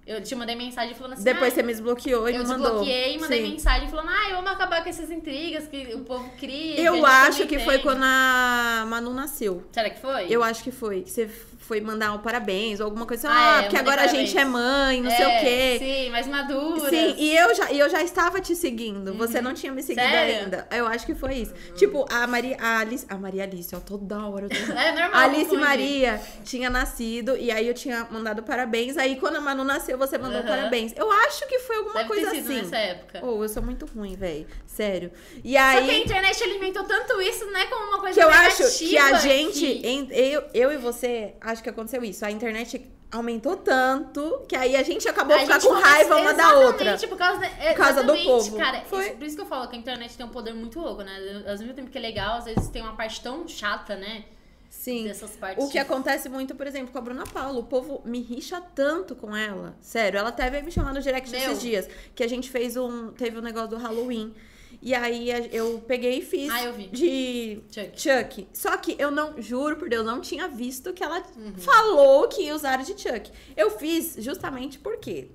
[SPEAKER 2] Eu te mandei mensagem falando assim.
[SPEAKER 1] Depois
[SPEAKER 2] "Ah,
[SPEAKER 1] você me desbloqueou e
[SPEAKER 2] eu
[SPEAKER 1] me mandou.
[SPEAKER 2] desbloqueei e mandei
[SPEAKER 1] Sim.
[SPEAKER 2] mensagem falando, ah, eu amo acabar com essas intrigas que o povo cria. a
[SPEAKER 1] Eu
[SPEAKER 2] gente
[SPEAKER 1] acho
[SPEAKER 2] também
[SPEAKER 1] que foi
[SPEAKER 2] tem."
[SPEAKER 1] quando a Manu nasceu.
[SPEAKER 2] Será que foi?
[SPEAKER 1] Eu acho que foi. Que você foi mandar um parabéns ou alguma coisa assim.
[SPEAKER 2] Ah,
[SPEAKER 1] Ah,
[SPEAKER 2] é,
[SPEAKER 1] porque
[SPEAKER 2] eu mandei
[SPEAKER 1] agora a gente é
[SPEAKER 2] parabéns.
[SPEAKER 1] mãe, não
[SPEAKER 2] É,
[SPEAKER 1] sei o quê.
[SPEAKER 2] Sim, mais madura.
[SPEAKER 1] Sim, e eu já, e eu já estava te seguindo. Você não tinha me seguido
[SPEAKER 2] Uhum. Sério?
[SPEAKER 1] ainda. Eu acho que foi isso. Tipo, a Maria. A Alice. A Maria Alice, ó, toda hora. eu tô-
[SPEAKER 2] É normal.
[SPEAKER 1] A Alice
[SPEAKER 2] confundir.
[SPEAKER 1] Maria tinha nascido e aí eu tinha mandado parabéns. Aí quando a Manu nasceu, você mandou
[SPEAKER 2] Aham.
[SPEAKER 1] parabéns. Eu acho que foi alguma
[SPEAKER 2] Deve
[SPEAKER 1] coisa
[SPEAKER 2] ter sido né?
[SPEAKER 1] assim.
[SPEAKER 2] nessa época.
[SPEAKER 1] Ou eu sou muito ruim, velho. Sério. E
[SPEAKER 2] Só que a
[SPEAKER 1] aí
[SPEAKER 2] internet alimentou tanto isso, né? Como uma coisa
[SPEAKER 1] que eu
[SPEAKER 2] negativa.
[SPEAKER 1] acho que a gente,
[SPEAKER 2] que-
[SPEAKER 1] en- eu, eu e você, acho que aconteceu isso. A internet aumentou tanto que aí a gente acabou
[SPEAKER 2] a
[SPEAKER 1] de ficar
[SPEAKER 2] gente
[SPEAKER 1] com raiva uma da outra.
[SPEAKER 2] Exatamente, por causa, da-
[SPEAKER 1] causa do
[SPEAKER 2] exatamente,
[SPEAKER 1] povo.
[SPEAKER 2] Cara,
[SPEAKER 1] Foi.
[SPEAKER 2] isso- por isso que eu falo que a internet tem um poder muito louco, né? Às mesmo tempo que é legal, às vezes tem uma parte tão chata, né?
[SPEAKER 1] Sim.
[SPEAKER 2] Dessas partes.
[SPEAKER 1] O que é acontece muito, por exemplo, com a Bruna Paula. O povo me rixa tanto com ela. Sério, ela até veio me chamar no direct
[SPEAKER 2] Meu.
[SPEAKER 1] esses dias. Que a gente fez um. Teve um negócio do Halloween. E aí a- eu peguei e fiz
[SPEAKER 2] Ah, eu vi.
[SPEAKER 1] de
[SPEAKER 2] Chuck.
[SPEAKER 1] Chuck. Só que eu não, juro por Deus, não tinha visto que ela
[SPEAKER 2] Uhum.
[SPEAKER 1] falou que ia usar de Chuck. Eu fiz justamente porque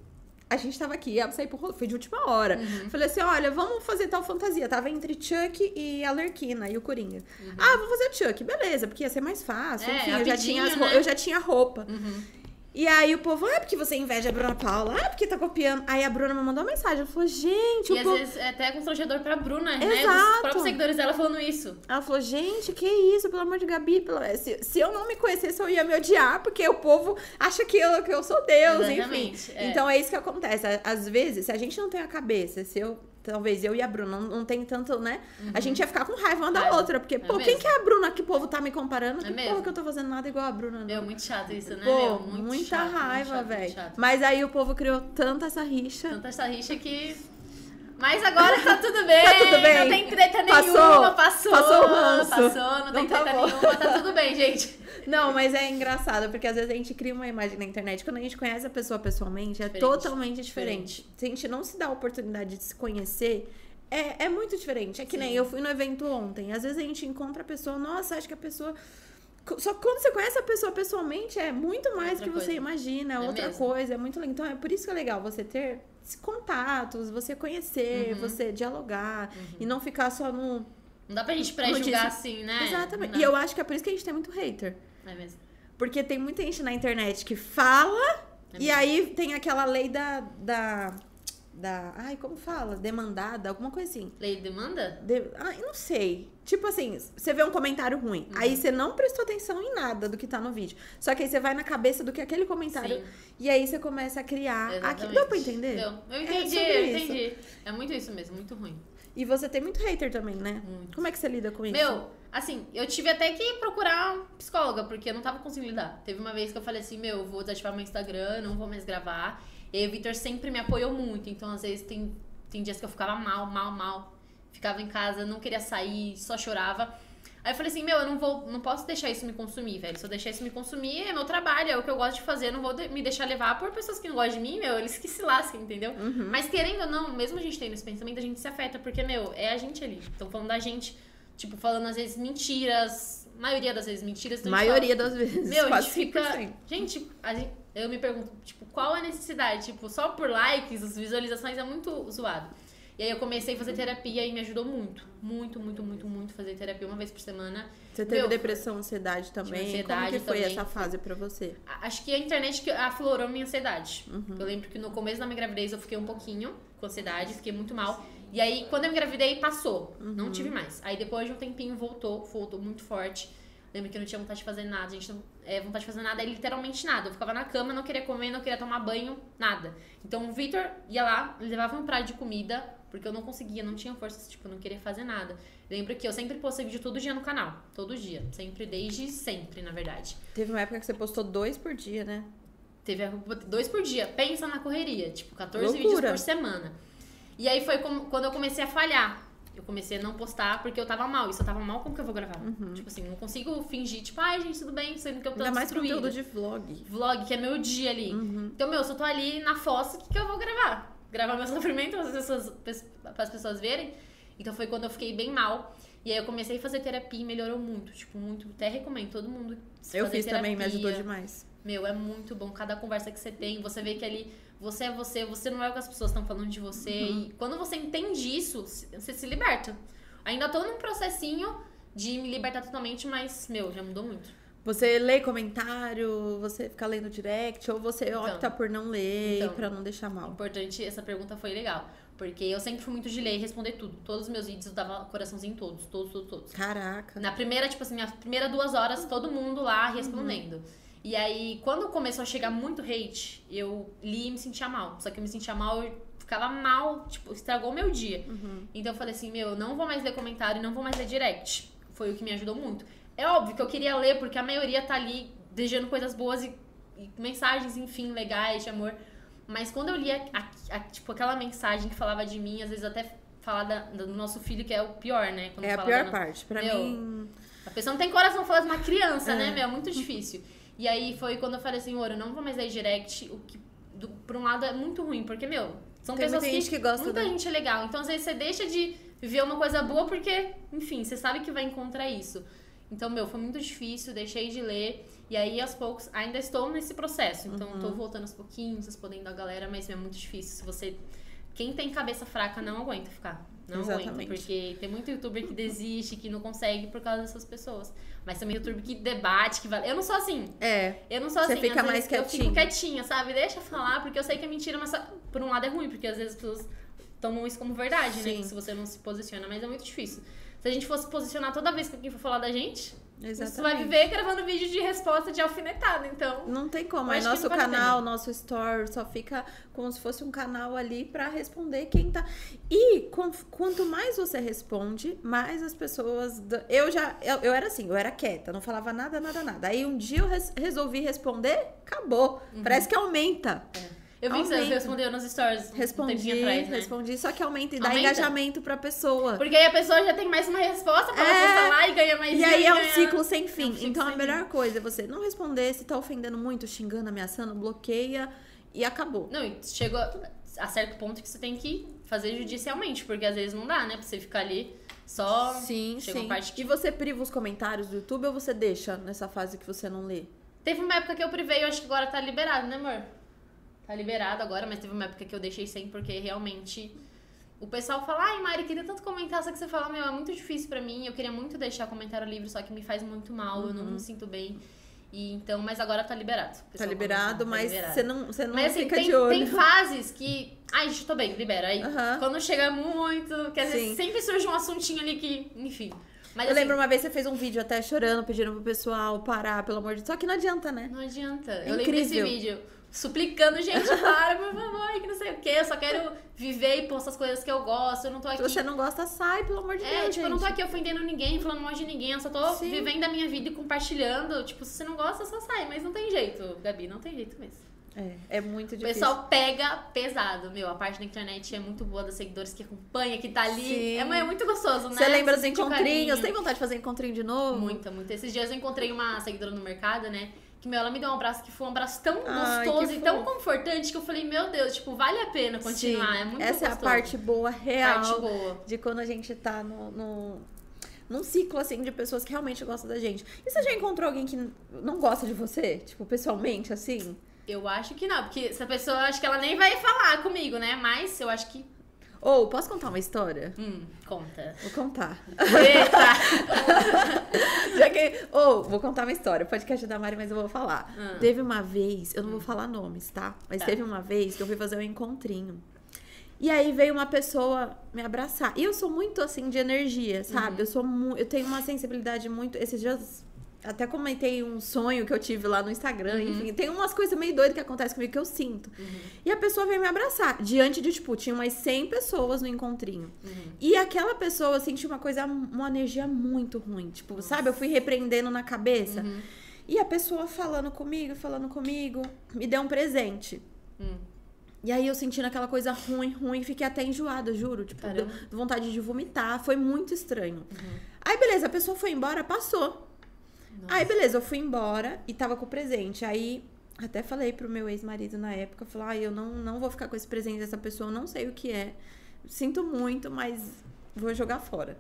[SPEAKER 1] a gente tava aqui, eu saí pro rolê, foi de última hora.
[SPEAKER 2] Uhum.
[SPEAKER 1] Falei assim: olha, vamos fazer tal fantasia. Tava entre Chuck e a Lerquina e o Coringa. Ah, vou fazer o Chuck, beleza, porque ia ser mais fácil.
[SPEAKER 2] Uhum. É,
[SPEAKER 1] Enfim, eu já,
[SPEAKER 2] rapidinho,
[SPEAKER 1] tinha as ro-
[SPEAKER 2] né? Uhum.
[SPEAKER 1] eu já tinha roupa. E aí o povo, ah, porque você inveja a Bruna Paula, ah, porque tá copiando. Aí a Bruna me mandou uma mensagem, ela falou, gente,
[SPEAKER 2] E
[SPEAKER 1] o
[SPEAKER 2] às
[SPEAKER 1] povo.
[SPEAKER 2] vezes é até constrangedor pra Bruna, né? Os
[SPEAKER 1] tipo Exato.
[SPEAKER 2] próprios seguidores dela falando isso.
[SPEAKER 1] Ela falou, gente, que isso, pelo amor de Gabi. pelo- É, Se, se eu não me conhecesse, eu ia me odiar, porque o povo acha que eu, que eu sou Deus,
[SPEAKER 2] Exatamente,
[SPEAKER 1] enfim.
[SPEAKER 2] é.
[SPEAKER 1] Então é isso que acontece. Á- Às vezes, se a gente não tem a cabeça, se eu. Talvez eu e a Bruna não, não tem tanto, né? A gente ia ficar com raiva uma da
[SPEAKER 2] Raiva.
[SPEAKER 1] outra. Porque, pô, quem
[SPEAKER 2] Uhum. mesmo.
[SPEAKER 1] que é a Bruna que o povo tá me comparando?
[SPEAKER 2] É
[SPEAKER 1] que
[SPEAKER 2] mesmo.
[SPEAKER 1] porra que eu tô fazendo nada igual a Bruna, né?
[SPEAKER 2] Meu, muito chato isso, né?
[SPEAKER 1] Pô,
[SPEAKER 2] meu? Muito
[SPEAKER 1] muita
[SPEAKER 2] chato, muito
[SPEAKER 1] raiva,
[SPEAKER 2] chato, muito
[SPEAKER 1] velho.
[SPEAKER 2] chato.
[SPEAKER 1] Mas aí o povo criou tanta essa rixa.
[SPEAKER 2] Tanta essa rixa que. Mas agora tá tudo bem.
[SPEAKER 1] Tá tudo bem.
[SPEAKER 2] Não tem treta
[SPEAKER 1] Passou.
[SPEAKER 2] nenhuma, passou.
[SPEAKER 1] Passou o ranço.
[SPEAKER 2] Passou, não tem
[SPEAKER 1] Então tá
[SPEAKER 2] treta
[SPEAKER 1] bom.
[SPEAKER 2] nenhuma, tá tudo bem, gente.
[SPEAKER 1] Não, mas é engraçado, porque às vezes a gente cria uma imagem na internet. Quando a gente conhece a pessoa pessoalmente, é
[SPEAKER 2] Diferente.
[SPEAKER 1] totalmente diferente. Se a gente não se dá a oportunidade de se conhecer, é, é muito diferente. É que nem eu fui no evento ontem. Às vezes a gente encontra a pessoa, nossa, acho que a pessoa. Só que quando você conhece a pessoa pessoalmente, é muito mais
[SPEAKER 2] Outra
[SPEAKER 1] do que você
[SPEAKER 2] coisa.
[SPEAKER 1] imagina, é
[SPEAKER 2] É
[SPEAKER 1] outra
[SPEAKER 2] mesmo.
[SPEAKER 1] coisa, é muito legal. Então é por isso que é legal você ter esses contatos, você conhecer,
[SPEAKER 2] Uhum.
[SPEAKER 1] você dialogar e não ficar só no.
[SPEAKER 2] Não dá pra gente
[SPEAKER 1] Como eu
[SPEAKER 2] pré-julgar
[SPEAKER 1] disse,
[SPEAKER 2] assim, né?
[SPEAKER 1] Exatamente.
[SPEAKER 2] Não.
[SPEAKER 1] E eu acho que é por isso que a gente tem muito hater.
[SPEAKER 2] É mesmo.
[SPEAKER 1] Porque tem muita gente na internet que fala
[SPEAKER 2] É
[SPEAKER 1] e
[SPEAKER 2] mesmo.
[SPEAKER 1] aí tem aquela lei da, da. da. Ai, como fala? Demandada, alguma coisa assim.
[SPEAKER 2] Lei de demanda?
[SPEAKER 1] De- ai, não sei. Tipo assim, você vê um comentário ruim,
[SPEAKER 2] Uhum.
[SPEAKER 1] aí você não prestou atenção em nada do que tá no vídeo. Só que aí você vai na cabeça do que aquele comentário.
[SPEAKER 2] Sim.
[SPEAKER 1] E aí você começa a criar.
[SPEAKER 2] Exatamente.
[SPEAKER 1] aqui- Deu pra entender? É
[SPEAKER 2] Deu. Eu entendi,
[SPEAKER 1] sobre
[SPEAKER 2] eu
[SPEAKER 1] isso.
[SPEAKER 2] entendi. É muito isso mesmo, muito ruim.
[SPEAKER 1] E você tem muito hater também, né?
[SPEAKER 2] Muito.
[SPEAKER 1] Como é que você lida com isso?
[SPEAKER 2] Meu, assim, eu tive até que procurar um psicóloga, porque eu não tava conseguindo lidar. Teve uma vez que eu falei assim, meu, eu vou desativar meu Instagram, não vou mais gravar. E aí o Vitor sempre me apoiou muito, então às vezes tem, tem dias que eu ficava mal, mal, mal. Ficava em casa, não queria sair, só chorava. Aí eu falei assim, meu, eu não vou, não posso deixar isso me consumir, velho. Se eu deixar isso me consumir, é meu trabalho, é o que eu gosto de fazer, eu não vou de- me deixar levar por pessoas que não gostam de mim, meu, eles que se lasquem, entendeu? Mas querendo ou não, mesmo a gente tendo esse pensamento, a gente se afeta, porque, meu, é a gente ali. Estão falando da gente, tipo, falando às vezes mentiras, maioria das vezes mentiras. então a gente fala,
[SPEAKER 1] maioria das vezes.
[SPEAKER 2] meu, a
[SPEAKER 1] quase
[SPEAKER 2] gente fica.
[SPEAKER 1] 100%.
[SPEAKER 2] Gente, a gente- eu me pergunto, tipo, qual a necessidade? Tipo, só por likes, as visualizações é muito zoado. E aí eu comecei a fazer terapia e me ajudou muito. Muito, muito, muito, muito fazer terapia uma vez por semana.
[SPEAKER 1] Você teve
[SPEAKER 2] Meu,
[SPEAKER 1] depressão, ansiedade também?
[SPEAKER 2] ansiedade
[SPEAKER 1] Como que foi
[SPEAKER 2] também.
[SPEAKER 1] essa fase pra você?
[SPEAKER 2] A- Acho que a internet que aflorou minha ansiedade. Eu lembro que no começo da minha gravidez eu fiquei um pouquinho com ansiedade, fiquei muito mal. E aí, quando eu engravidei, passou. Não tive mais. Aí depois de um tempinho voltou, voltou muito forte. Lembro que eu não tinha vontade de fazer nada, gente não, é, vontade de fazer nada é literalmente nada. Eu ficava na cama, não queria comer, não queria tomar banho, nada. Então o Victor ia lá, levava um prato de comida, porque eu não conseguia, não tinha forças, tipo, eu não queria fazer nada. Lembro que eu sempre postei vídeo todo dia no canal. Todo dia. Sempre, desde sempre, na verdade.
[SPEAKER 1] Teve uma época que você postou dois por dia, né?
[SPEAKER 2] Teve a- dois por dia. Pensa na correria. Tipo, 14
[SPEAKER 1] Loucura.
[SPEAKER 2] vídeos por semana. E aí foi como- quando eu comecei a falhar. Eu comecei a não postar porque eu tava mal. E se eu tava mal, como que eu vou gravar? Tipo assim, não consigo fingir, tipo, ai, gente, tudo bem, sendo que eu tô
[SPEAKER 1] Uhum. Ainda mais
[SPEAKER 2] destruída.
[SPEAKER 1] conteúdo Uhum. de vlog.
[SPEAKER 2] Vlog, que é meu dia ali. Então, meu, se eu tô ali na fossa, o que, que eu vou gravar? Gravar meu sofrimento para as pessoas, pras pessoas verem? Então foi quando eu fiquei bem mal. E aí eu comecei a fazer terapia e melhorou muito. Tipo, muito. Até recomendo todo mundo.
[SPEAKER 1] Eu
[SPEAKER 2] fazer
[SPEAKER 1] fiz também, me ajudou
[SPEAKER 2] terapia.
[SPEAKER 1] demais.
[SPEAKER 2] Meu, é muito bom. Cada conversa que você tem, você vê que ali Você é você, você não é o que as pessoas estão falando de você. E quando você entende isso, se- você se liberta. Ainda tô num processinho de me libertar totalmente, mas, meu, já mudou muito.
[SPEAKER 1] Você lê comentário, você fica lendo direct, ou você opta por não ler
[SPEAKER 2] então.
[SPEAKER 1] pra não deixar
[SPEAKER 2] O
[SPEAKER 1] mal.
[SPEAKER 2] importante, essa pergunta foi legal. Porque eu sempre fui muito de ler e responder tudo. Todos os meus vídeos eu dava coraçãozinho em todos, todos, todos, todos.
[SPEAKER 1] Caraca. Uhum.
[SPEAKER 2] Na primeira, tipo assim, minhas primeiras duas horas, todo mundo lá respondendo. E aí, quando começou a chegar muito hate, eu li e me sentia mal. Só que eu me sentia mal, eu ficava mal, tipo, estragou meu dia.
[SPEAKER 1] Uhum.
[SPEAKER 2] Então eu falei assim, meu, eu não vou mais ler comentário, não vou mais ler direct. Foi o que me ajudou muito. É óbvio que eu queria ler, porque a maioria tá ali desejando coisas boas e, e mensagens, enfim, legais, de amor. Mas quando eu lia, a- a- tipo, aquela mensagem que falava de mim, às vezes até falar da- do nosso filho, que é o pior, né? Quando
[SPEAKER 1] É a
[SPEAKER 2] fala da
[SPEAKER 1] pior
[SPEAKER 2] nossa-
[SPEAKER 1] parte. Pra
[SPEAKER 2] Meu,
[SPEAKER 1] mim.
[SPEAKER 2] a pessoa não tem coração pra falar de uma criança, né, meu? É muito difícil. E aí foi quando eu falei assim, ouro, não vou mais ler direct, o que, do, por um lado, é muito ruim, porque, meu, são
[SPEAKER 1] Tem
[SPEAKER 2] pessoas
[SPEAKER 1] muita gente que gosta
[SPEAKER 2] Muita
[SPEAKER 1] da-
[SPEAKER 2] gente é legal. Então, às vezes, você deixa de viver uma coisa boa porque, enfim, você sabe que vai encontrar isso. Então, meu, foi muito difícil, deixei de ler. E aí, aos poucos, ainda estou nesse processo. Então,
[SPEAKER 1] Uhum.
[SPEAKER 2] tô voltando aos pouquinhos, respondendo a galera, mas é muito difícil. Se você. Quem tem cabeça fraca não aguenta ficar. Não
[SPEAKER 1] Exatamente.
[SPEAKER 2] aguenta, porque tem muito youtuber que desiste, que não consegue por causa dessas pessoas. Mas também youtuber que debate, que vale. Eu não sou assim.
[SPEAKER 1] É.
[SPEAKER 2] Eu não sou
[SPEAKER 1] Você
[SPEAKER 2] assim.
[SPEAKER 1] fica
[SPEAKER 2] às
[SPEAKER 1] mais
[SPEAKER 2] vezes Eu
[SPEAKER 1] quietinho.
[SPEAKER 2] fico quietinha, sabe? Deixa eu falar, porque eu sei que é mentira, mas só- por um lado é ruim, porque às vezes as pessoas tomam isso como verdade, né?
[SPEAKER 1] Sim.
[SPEAKER 2] Que se você não se posiciona, mas é muito difícil. Se a gente fosse posicionar toda vez que alguém for falar da gente,
[SPEAKER 1] Exatamente.
[SPEAKER 2] você vai viver gravando vídeo de resposta de alfinetada, então.
[SPEAKER 1] Não tem como.
[SPEAKER 2] Eu
[SPEAKER 1] É
[SPEAKER 2] acho que
[SPEAKER 1] nosso
[SPEAKER 2] não vale a
[SPEAKER 1] canal, nosso story, só fica como se fosse um canal ali pra responder quem tá. E com- quanto mais você responde, mais as pessoas. da- Eu já. Eu, eu era assim, eu era quieta, não falava nada, nada, nada. Aí um dia eu res- resolvi responder, acabou.
[SPEAKER 2] Uhum.
[SPEAKER 1] Parece que aumenta.
[SPEAKER 2] Eu vi que você
[SPEAKER 1] Aumenta.
[SPEAKER 2] respondeu nos stories um
[SPEAKER 1] Respondi,
[SPEAKER 2] tempinho atrás, né?
[SPEAKER 1] respondi, só que aumenta e dá
[SPEAKER 2] Aumenta?
[SPEAKER 1] engajamento pra pessoa.
[SPEAKER 2] Porque aí a pessoa já tem mais uma resposta pra ela
[SPEAKER 1] É.
[SPEAKER 2] postar lá e ganha mais
[SPEAKER 1] E
[SPEAKER 2] view
[SPEAKER 1] aí é um
[SPEAKER 2] ganha-
[SPEAKER 1] ciclo sem fim.
[SPEAKER 2] ciclo
[SPEAKER 1] então a
[SPEAKER 2] sem
[SPEAKER 1] melhor coisa é você não responder, se tá ofendendo muito, xingando, ameaçando, bloqueia e acabou.
[SPEAKER 2] Não, e chegou a certo ponto que você tem que fazer judicialmente, porque às vezes não dá, né? Pra você ficar ali só.
[SPEAKER 1] Sim,
[SPEAKER 2] chega uma
[SPEAKER 1] sim.
[SPEAKER 2] parte que-
[SPEAKER 1] E você priva os comentários do YouTube ou você deixa nessa fase que você não lê?
[SPEAKER 2] Teve uma época que eu privei, eu acho que agora tá liberado, né, amor? Tá liberado agora, mas teve uma época que eu deixei sem, porque realmente o pessoal fala, ai, Mari, queria tanto comentar, só que você fala, meu, é muito difícil pra mim, eu queria muito deixar comentário livre, só que me faz muito mal, eu não me sinto bem. E então, mas agora tá liberado. O
[SPEAKER 1] Uhum. Tá
[SPEAKER 2] pessoal
[SPEAKER 1] liberado,
[SPEAKER 2] comenta, tá
[SPEAKER 1] mas
[SPEAKER 2] liberado.
[SPEAKER 1] você não, você não
[SPEAKER 2] Mas assim,
[SPEAKER 1] fica
[SPEAKER 2] tem,
[SPEAKER 1] de olho.
[SPEAKER 2] tem fases que. Ai, gente, tô bem, libera aí.
[SPEAKER 1] Aham.
[SPEAKER 2] Quando chega muito, que às
[SPEAKER 1] Sim.
[SPEAKER 2] vezes sempre surge um assuntinho ali que. Enfim. Mas
[SPEAKER 1] Eu
[SPEAKER 2] assim,
[SPEAKER 1] lembro uma vez você fez um vídeo até chorando, pedindo pro pessoal parar, pelo amor de Deus. Só que não adianta, né?
[SPEAKER 2] Não adianta.
[SPEAKER 1] É
[SPEAKER 2] eu lembro desse
[SPEAKER 1] incrível.
[SPEAKER 2] vídeo. Suplicando, gente, para, por favor, que não sei o quê. Eu só quero viver e postar as coisas que eu gosto. Eu não tô aqui.
[SPEAKER 1] Se você não gosta, sai, pelo amor de
[SPEAKER 2] É,
[SPEAKER 1] Deus.
[SPEAKER 2] tipo, eu não tô
[SPEAKER 1] gente.
[SPEAKER 2] aqui ofendendo ninguém, falando mal de ninguém, eu só tô
[SPEAKER 1] Sim.
[SPEAKER 2] vivendo a minha vida e compartilhando. Tipo, se você não gosta, só sai, mas não tem jeito, Gabi, não tem jeito mesmo.
[SPEAKER 1] É, é muito
[SPEAKER 2] O
[SPEAKER 1] difícil.
[SPEAKER 2] pessoal pega pesado, meu. A parte da internet é muito boa dos seguidores que acompanha, que tá ali.
[SPEAKER 1] Sim.
[SPEAKER 2] É, mas é muito gostoso, né?
[SPEAKER 1] Você lembra dos
[SPEAKER 2] sente o
[SPEAKER 1] encontrinhos?
[SPEAKER 2] carinho.
[SPEAKER 1] Tem vontade de fazer encontrinho de novo?
[SPEAKER 2] Muita, muita. Esses dias eu encontrei uma seguidora no mercado, né? Que, meu, ela me deu um abraço que foi um abraço tão
[SPEAKER 1] Ai,
[SPEAKER 2] gostoso
[SPEAKER 1] que
[SPEAKER 2] e tão
[SPEAKER 1] fofo.
[SPEAKER 2] confortante que eu falei, meu Deus, tipo, vale a pena continuar.
[SPEAKER 1] Sim.
[SPEAKER 2] É muito
[SPEAKER 1] Essa
[SPEAKER 2] gostoso.
[SPEAKER 1] é a parte boa, real,
[SPEAKER 2] Parte boa.
[SPEAKER 1] de quando a gente tá no, no- num ciclo, assim, de pessoas que realmente gostam da gente. E você já encontrou alguém que n- não gosta de você? Tipo, pessoalmente, assim?
[SPEAKER 2] Eu acho que não, porque essa pessoa, eu acho que ela nem vai falar comigo, né? Mas eu acho que.
[SPEAKER 1] Ou, posso contar uma história?
[SPEAKER 2] Hum, conta.
[SPEAKER 1] Vou contar.
[SPEAKER 2] Eita!
[SPEAKER 1] Já que... Ou, vou contar uma história. Pode que ajudar a Mari, mas eu vou falar.
[SPEAKER 2] Hum.
[SPEAKER 1] Teve uma vez, eu não vou falar nomes, tá? Mas
[SPEAKER 2] Tá.
[SPEAKER 1] teve uma vez que eu fui fazer um encontrinho. E aí veio uma pessoa me abraçar. E eu sou muito assim de energia, sabe? Eu sou mu- eu tenho uma sensibilidade muito. Esses dias até comentei um sonho que eu tive lá no Instagram, enfim, tem umas coisas meio doidas que acontecem comigo que eu sinto. E a pessoa veio me abraçar. Diante de, tipo, tinha umas 100 pessoas no encontrinho. E aquela pessoa eu senti uma coisa, uma energia muito ruim. Tipo, sabe? Eu fui repreendendo na cabeça. E a pessoa falando comigo, falando comigo, me deu um presente. E aí eu sentindo aquela coisa ruim, ruim, fiquei até enjoada, juro. Tipo, deu
[SPEAKER 2] Caramba.
[SPEAKER 1] vontade de vomitar, foi muito estranho. Aí beleza, a pessoa foi embora, passou. Aí beleza, eu fui embora e tava com o presente. Aí até falei pro meu ex-marido na época, falei, ah, eu não, não vou ficar com esse presente dessa pessoa, eu não sei o que é. Sinto muito, mas vou jogar fora.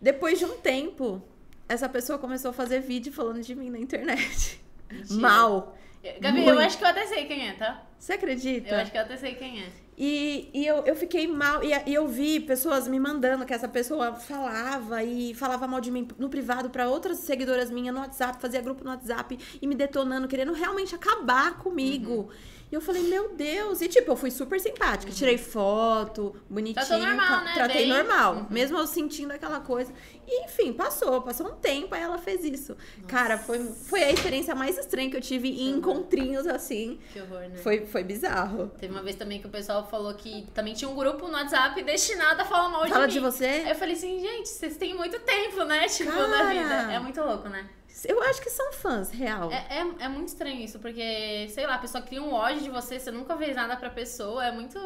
[SPEAKER 1] Depois de um tempo, essa pessoa começou a fazer vídeo falando de mim na internet. Mal.
[SPEAKER 2] Gabi, eu
[SPEAKER 1] Muito.
[SPEAKER 2] acho que eu até sei quem é, tá?
[SPEAKER 1] Você acredita?
[SPEAKER 2] Eu acho que eu até sei quem é.
[SPEAKER 1] E, e eu, eu fiquei mal, e, e eu vi pessoas me mandando que essa pessoa falava e falava mal de mim no privado pra outras seguidoras minhas no WhatsApp, fazia grupo no WhatsApp e me detonando, querendo realmente acabar comigo.
[SPEAKER 2] Uhum.
[SPEAKER 1] E eu falei, meu Deus. E tipo, eu fui super simpática, tirei foto, bonitinha.
[SPEAKER 2] Uhum. Tratou normal,
[SPEAKER 1] ca-
[SPEAKER 2] né?
[SPEAKER 1] Tratei
[SPEAKER 2] Bem-
[SPEAKER 1] normal, mesmo eu sentindo aquela coisa. E enfim, passou, passou um tempo, aí ela fez isso. Cara, foi, foi a experiência mais estranha que eu tive em
[SPEAKER 2] Uhum.
[SPEAKER 1] encontrinhos assim.
[SPEAKER 2] Que horror, né?
[SPEAKER 1] Foi, foi bizarro.
[SPEAKER 2] Teve uma vez também que o pessoal falou que também tinha um grupo no WhatsApp destinado a falar mal
[SPEAKER 1] Fala
[SPEAKER 2] de
[SPEAKER 1] de
[SPEAKER 2] mim.
[SPEAKER 1] você?
[SPEAKER 2] Aí eu falei assim, gente, vocês têm muito tempo, né? Tipo, na
[SPEAKER 1] Cara!
[SPEAKER 2] vida. É muito louco, né?
[SPEAKER 1] Eu acho que são fãs, real.
[SPEAKER 2] É, é, é muito estranho isso, porque, sei lá, a pessoa cria um ódio de você, você nunca fez nada pra pessoa, é muito...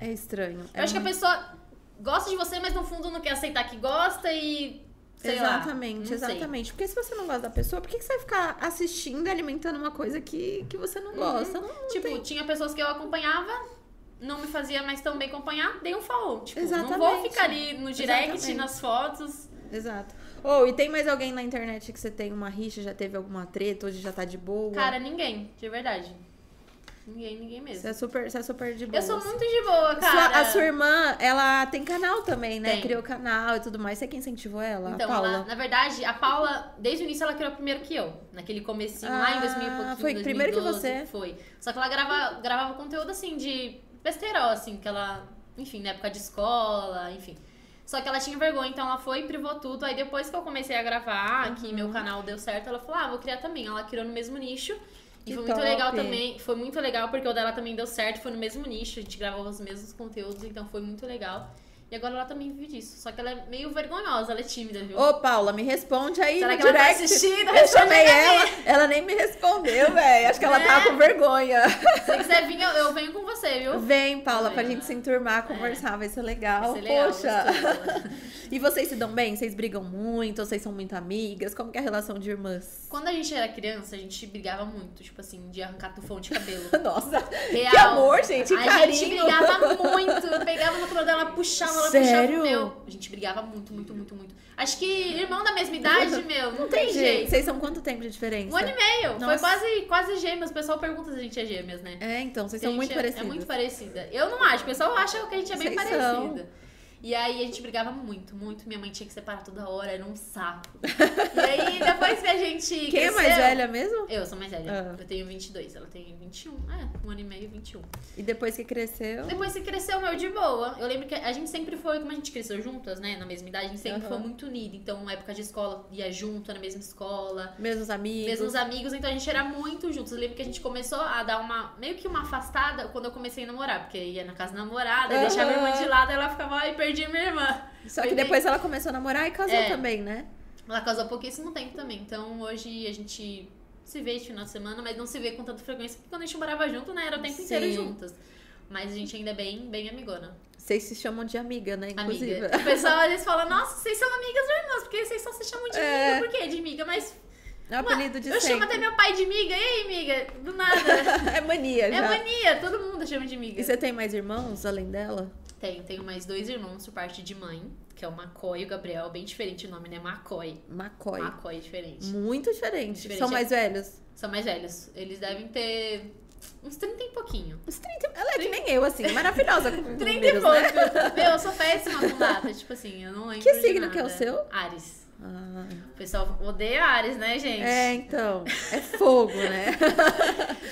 [SPEAKER 1] É estranho.
[SPEAKER 2] Eu acho que a pessoa gosta de você, mas no fundo não quer aceitar que gosta e, sei lá, não
[SPEAKER 1] Exatamente,
[SPEAKER 2] sei.
[SPEAKER 1] exatamente. Porque se você não gosta da pessoa, por que, que você vai ficar assistindo e alimentando uma coisa que, que você não gosta? Não- não
[SPEAKER 2] Tipo,
[SPEAKER 1] tem-
[SPEAKER 2] tinha pessoas que eu acompanhava, não me fazia mais tão bem acompanhar, dei um follow. Tipo, não vou
[SPEAKER 1] Exatamente.
[SPEAKER 2] ficar ali no direct,
[SPEAKER 1] Exatamente.
[SPEAKER 2] nas fotos.
[SPEAKER 1] Exato. Ou, e tem mais alguém na internet que você tem uma rixa, já teve alguma treta, hoje já tá de boa?
[SPEAKER 2] Cara, ninguém, de verdade. Ninguém, ninguém
[SPEAKER 1] você
[SPEAKER 2] mesmo.
[SPEAKER 1] é super, você é super de boa.
[SPEAKER 2] Eu sou
[SPEAKER 1] assim.
[SPEAKER 2] muito de boa,
[SPEAKER 1] Sua-
[SPEAKER 2] cara.
[SPEAKER 1] a sua irmã, ela tem canal também, né?
[SPEAKER 2] Tem.
[SPEAKER 1] Criou canal e tudo mais. Você que incentivou ela?
[SPEAKER 2] Então,
[SPEAKER 1] a Paula?
[SPEAKER 2] ela- na verdade, a Paula, desde o início, ela criou primeiro que eu. Naquele comecinho lá em
[SPEAKER 1] Ah,
[SPEAKER 2] 2000 e pouquinho,
[SPEAKER 1] foi primeiro que
[SPEAKER 2] 2012,
[SPEAKER 1] você.
[SPEAKER 2] Foi. Só que ela grava, gravava conteúdo, assim, de besterol, assim, que ela... Enfim, na época de escola, enfim. Só que ela tinha vergonha, então ela foi e privou tudo. Aí depois que eu comecei a gravar, que
[SPEAKER 1] Uhum.
[SPEAKER 2] meu canal deu certo, ela falou, ah, vou criar também. Ela criou no mesmo nicho. E
[SPEAKER 1] Que
[SPEAKER 2] foi muito legal
[SPEAKER 1] top.
[SPEAKER 2] também. Foi muito legal porque o dela também deu certo, foi no mesmo nicho, a gente gravava os mesmos conteúdos, então foi muito legal. E agora ela também vive disso. Só que ela é meio vergonhosa, ela é tímida, viu?
[SPEAKER 1] Ô, Paula, me responde aí
[SPEAKER 2] Será
[SPEAKER 1] no
[SPEAKER 2] que ela tá
[SPEAKER 1] direct.
[SPEAKER 2] assistindo?
[SPEAKER 1] Eu chamei ela, ela nem me respondeu, velho. Acho que ela
[SPEAKER 2] Né?
[SPEAKER 1] tava com vergonha.
[SPEAKER 2] Se você quiser vir, eu, eu venho com você, viu?
[SPEAKER 1] Vem, Paula, pra
[SPEAKER 2] Olha.
[SPEAKER 1] gente se enturmar, conversar, vai ser legal.
[SPEAKER 2] Vai ser legal,
[SPEAKER 1] Poxa.
[SPEAKER 2] gostoso.
[SPEAKER 1] E vocês se dão bem? Vocês brigam muito? Vocês são muito amigas? Como que é a relação de irmãs?
[SPEAKER 2] Quando a gente era criança, a gente brigava muito, tipo assim, de arrancar tufão de cabelo.
[SPEAKER 1] Nossa,
[SPEAKER 2] Real.
[SPEAKER 1] que amor, gente,
[SPEAKER 2] a
[SPEAKER 1] carinho.
[SPEAKER 2] gente brigava muito. eu Pegava no cabelo dela, puxava, ela puxava
[SPEAKER 1] Sério?
[SPEAKER 2] o meu. A gente brigava muito, muito, muito, muito. Acho que irmão da mesma idade, meu, não, tem jeito.
[SPEAKER 1] Vocês são quanto tempo de diferença?
[SPEAKER 2] Um ano e meio.
[SPEAKER 1] Nossa.
[SPEAKER 2] Foi quase, quase gêmeos. O pessoal pergunta se a gente é gêmeas, né?
[SPEAKER 1] É, então, vocês
[SPEAKER 2] A
[SPEAKER 1] são
[SPEAKER 2] gente
[SPEAKER 1] muito
[SPEAKER 2] é,
[SPEAKER 1] parecidos.
[SPEAKER 2] É muito parecida. Eu não acho, o pessoal acha que a gente é bem
[SPEAKER 1] Vocês são.
[SPEAKER 2] parecida. E aí a gente brigava muito, muito. Minha mãe tinha que separar toda hora, era um saco. e aí depois que a gente.
[SPEAKER 1] Quem é mais velha mesmo?
[SPEAKER 2] Eu sou mais
[SPEAKER 1] Ah.
[SPEAKER 2] velha. Eu tenho 22, ela tem 21. É, um ano e meio, 21.
[SPEAKER 1] E depois que cresceu.
[SPEAKER 2] Depois que cresceu, meu, de boa. Eu lembro que a gente sempre foi, como a gente cresceu juntas, né? Na mesma idade, a gente sempre
[SPEAKER 1] Aham.
[SPEAKER 2] foi muito unida. Então, na época de escola, ia junto, na mesma escola
[SPEAKER 1] Mesmos amigos.
[SPEAKER 2] mesmos amigos, então a gente era muito juntos. Eu lembro que a gente começou a dar uma meio que uma afastada quando eu comecei a namorar, porque ia na casa da namorada, e
[SPEAKER 1] Aham.
[SPEAKER 2] deixava a minha irmã de lado, ela ficava, ai, perdi minha irmã.
[SPEAKER 1] Só
[SPEAKER 2] Foi
[SPEAKER 1] que
[SPEAKER 2] bem-
[SPEAKER 1] depois ela começou a namorar e casou
[SPEAKER 2] É.
[SPEAKER 1] também, né?
[SPEAKER 2] Ela casou há pouquíssimo tempo também, então hoje a gente se vê de final de semana, mas não se vê com tanta frequência, porque quando a gente morava junto, né, era o tempo inteiro
[SPEAKER 1] Sim.
[SPEAKER 2] juntas. Mas a gente ainda é bem, bem amigona.
[SPEAKER 1] Vocês se chamam de amiga, né? Inclusive.
[SPEAKER 2] Amiga. O pessoal às vezes fala, nossa, vocês são amigas ou irmãs, porque vocês só se chamam de
[SPEAKER 1] É.
[SPEAKER 2] amiga, por quê? De amiga, mas
[SPEAKER 1] É um apelido de
[SPEAKER 2] eu chamo
[SPEAKER 1] sempre.
[SPEAKER 2] até meu pai de amiga, e aí, amiga? Do nada.
[SPEAKER 1] É mania já.
[SPEAKER 2] É mania, todo mundo chama de amiga.
[SPEAKER 1] E você tem mais irmãos além dela?
[SPEAKER 2] Tem, tenho mais dois irmãos por parte de mãe, que é o Macoy e o Gabriel. Bem diferente o nome, né? Macoy.
[SPEAKER 1] Macoy.
[SPEAKER 2] Macoy é diferente.
[SPEAKER 1] Muito diferente.
[SPEAKER 2] Diferente,
[SPEAKER 1] São
[SPEAKER 2] é.
[SPEAKER 1] mais velhos?
[SPEAKER 2] São mais velhos. Eles devem ter uns 30 e pouquinho.
[SPEAKER 1] Os 30. Ela é que nem eu, assim, maravilhosa com 30
[SPEAKER 2] 30 e
[SPEAKER 1] números,
[SPEAKER 2] pouco.
[SPEAKER 1] né?
[SPEAKER 2] Meu, eu sou péssima com data. Tipo assim, eu não lembro
[SPEAKER 1] Que
[SPEAKER 2] de
[SPEAKER 1] signo que é o
[SPEAKER 2] nada.
[SPEAKER 1] seu?
[SPEAKER 2] Ares.
[SPEAKER 1] Ah,
[SPEAKER 2] O pessoal odeia Ares, né, gente?
[SPEAKER 1] é, então. É fogo, né?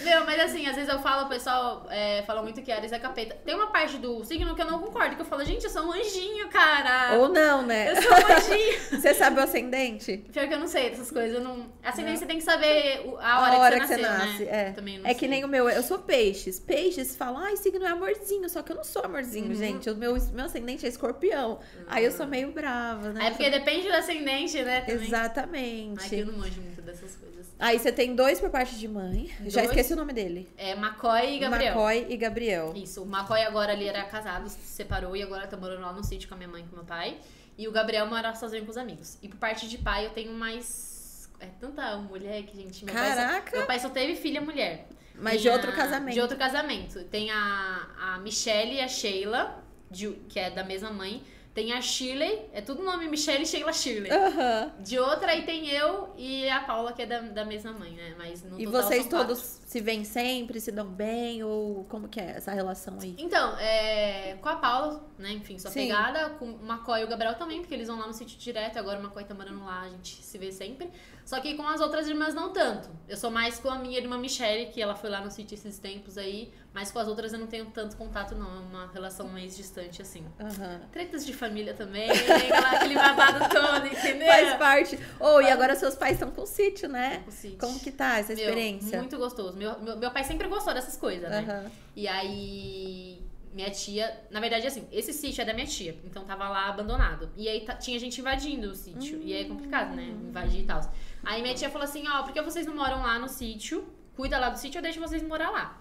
[SPEAKER 2] Meu, mas assim, às vezes eu falo, o pessoal é, fala muito que Ares é capeta. Tem uma parte do signo que eu não concordo, que eu falo, gente, eu sou um anjinho, cara.
[SPEAKER 1] Ou não, né?
[SPEAKER 2] Eu sou um anjinho.
[SPEAKER 1] Você sabe o ascendente?
[SPEAKER 2] Pior que eu não sei dessas coisas. Eu não... Ascendência você tem que saber o- a hora, que você nasceu, né?
[SPEAKER 1] é.
[SPEAKER 2] Também não
[SPEAKER 1] É que
[SPEAKER 2] sei.
[SPEAKER 1] nem o meu, eu sou peixes. Peixes falam, ai, signo é amorzinho, só que eu não sou amorzinho,
[SPEAKER 2] Uhum.
[SPEAKER 1] gente. O meu, meu ascendente é escorpião. Aí eu sou meio brava, né?
[SPEAKER 2] É porque depende do ascendente, né? Também.
[SPEAKER 1] Exatamente.
[SPEAKER 2] Ai, que eu não manjo muito dessas coisas.
[SPEAKER 1] Aí você tem dois por parte de mãe. Já
[SPEAKER 2] Dois?
[SPEAKER 1] esqueci o nome dele.
[SPEAKER 2] É Macoy e Gabriel.
[SPEAKER 1] Macoy e Gabriel.
[SPEAKER 2] Isso, o Macoy agora ali era casado, se separou e agora tá morando lá no sítio com a minha mãe e com meu pai. E o Gabriel mora sozinho com os amigos. E por parte de pai, eu tenho mais. É tanta mulher que, gente. Meu Ah, pai só-
[SPEAKER 1] Caraca!
[SPEAKER 2] meu pai só teve filha mulher.
[SPEAKER 1] Mas de
[SPEAKER 2] Tem
[SPEAKER 1] outro
[SPEAKER 2] a-
[SPEAKER 1] casamento.
[SPEAKER 2] De outro casamento. Tem a, a Michelle e a Sheila, de- que é da mesma mãe. Tem a Shirley, é tudo nome Michelle, Sheila, Shirley.
[SPEAKER 1] Ah. Aham.
[SPEAKER 2] De outra aí tem eu e a Paula, que é da, da mesma mãe, né? Mas no
[SPEAKER 1] E
[SPEAKER 2] total
[SPEAKER 1] vocês
[SPEAKER 2] são
[SPEAKER 1] todos
[SPEAKER 2] quatro.
[SPEAKER 1] se veem sempre, se dão bem? Ou como que é essa relação aí?
[SPEAKER 2] Então, é, com a Paula, né? Enfim, sua
[SPEAKER 1] Sim.
[SPEAKER 2] pegada. Com o Macó e o Gabriel também, porque eles vão lá no sítio direto. Agora o Macói tá morando lá, a gente se vê sempre. Só que com as outras irmãs não tanto. Eu sou mais com a minha irmã Michelle, que ela foi lá no sítio esses tempos aí. Mas com as outras eu não tenho tanto contato, não. É uma relação mais distante, assim.
[SPEAKER 1] Aham.
[SPEAKER 2] Tretas de família também, aquela- aquele babado todo, entendeu?
[SPEAKER 1] Faz parte. Ou e agora seus pais estão com sítio, né?
[SPEAKER 2] O sítio.
[SPEAKER 1] Como que tá essa
[SPEAKER 2] Meu,
[SPEAKER 1] experiência?
[SPEAKER 2] muito gostoso. Meu, meu, meu pai sempre gostou dessas coisas, né?
[SPEAKER 1] Aham.
[SPEAKER 2] E aí, minha tia. Na verdade, assim, esse sítio é da minha tia, então tava lá abandonado. E aí ta- tinha gente invadindo o sítio. E aí é complicado, né?
[SPEAKER 1] Hum.
[SPEAKER 2] Invadir e tal. Aí minha tia falou assim: ó, por que vocês não moram lá no sítio? Cuida lá do sítio, eu deixo vocês morar lá.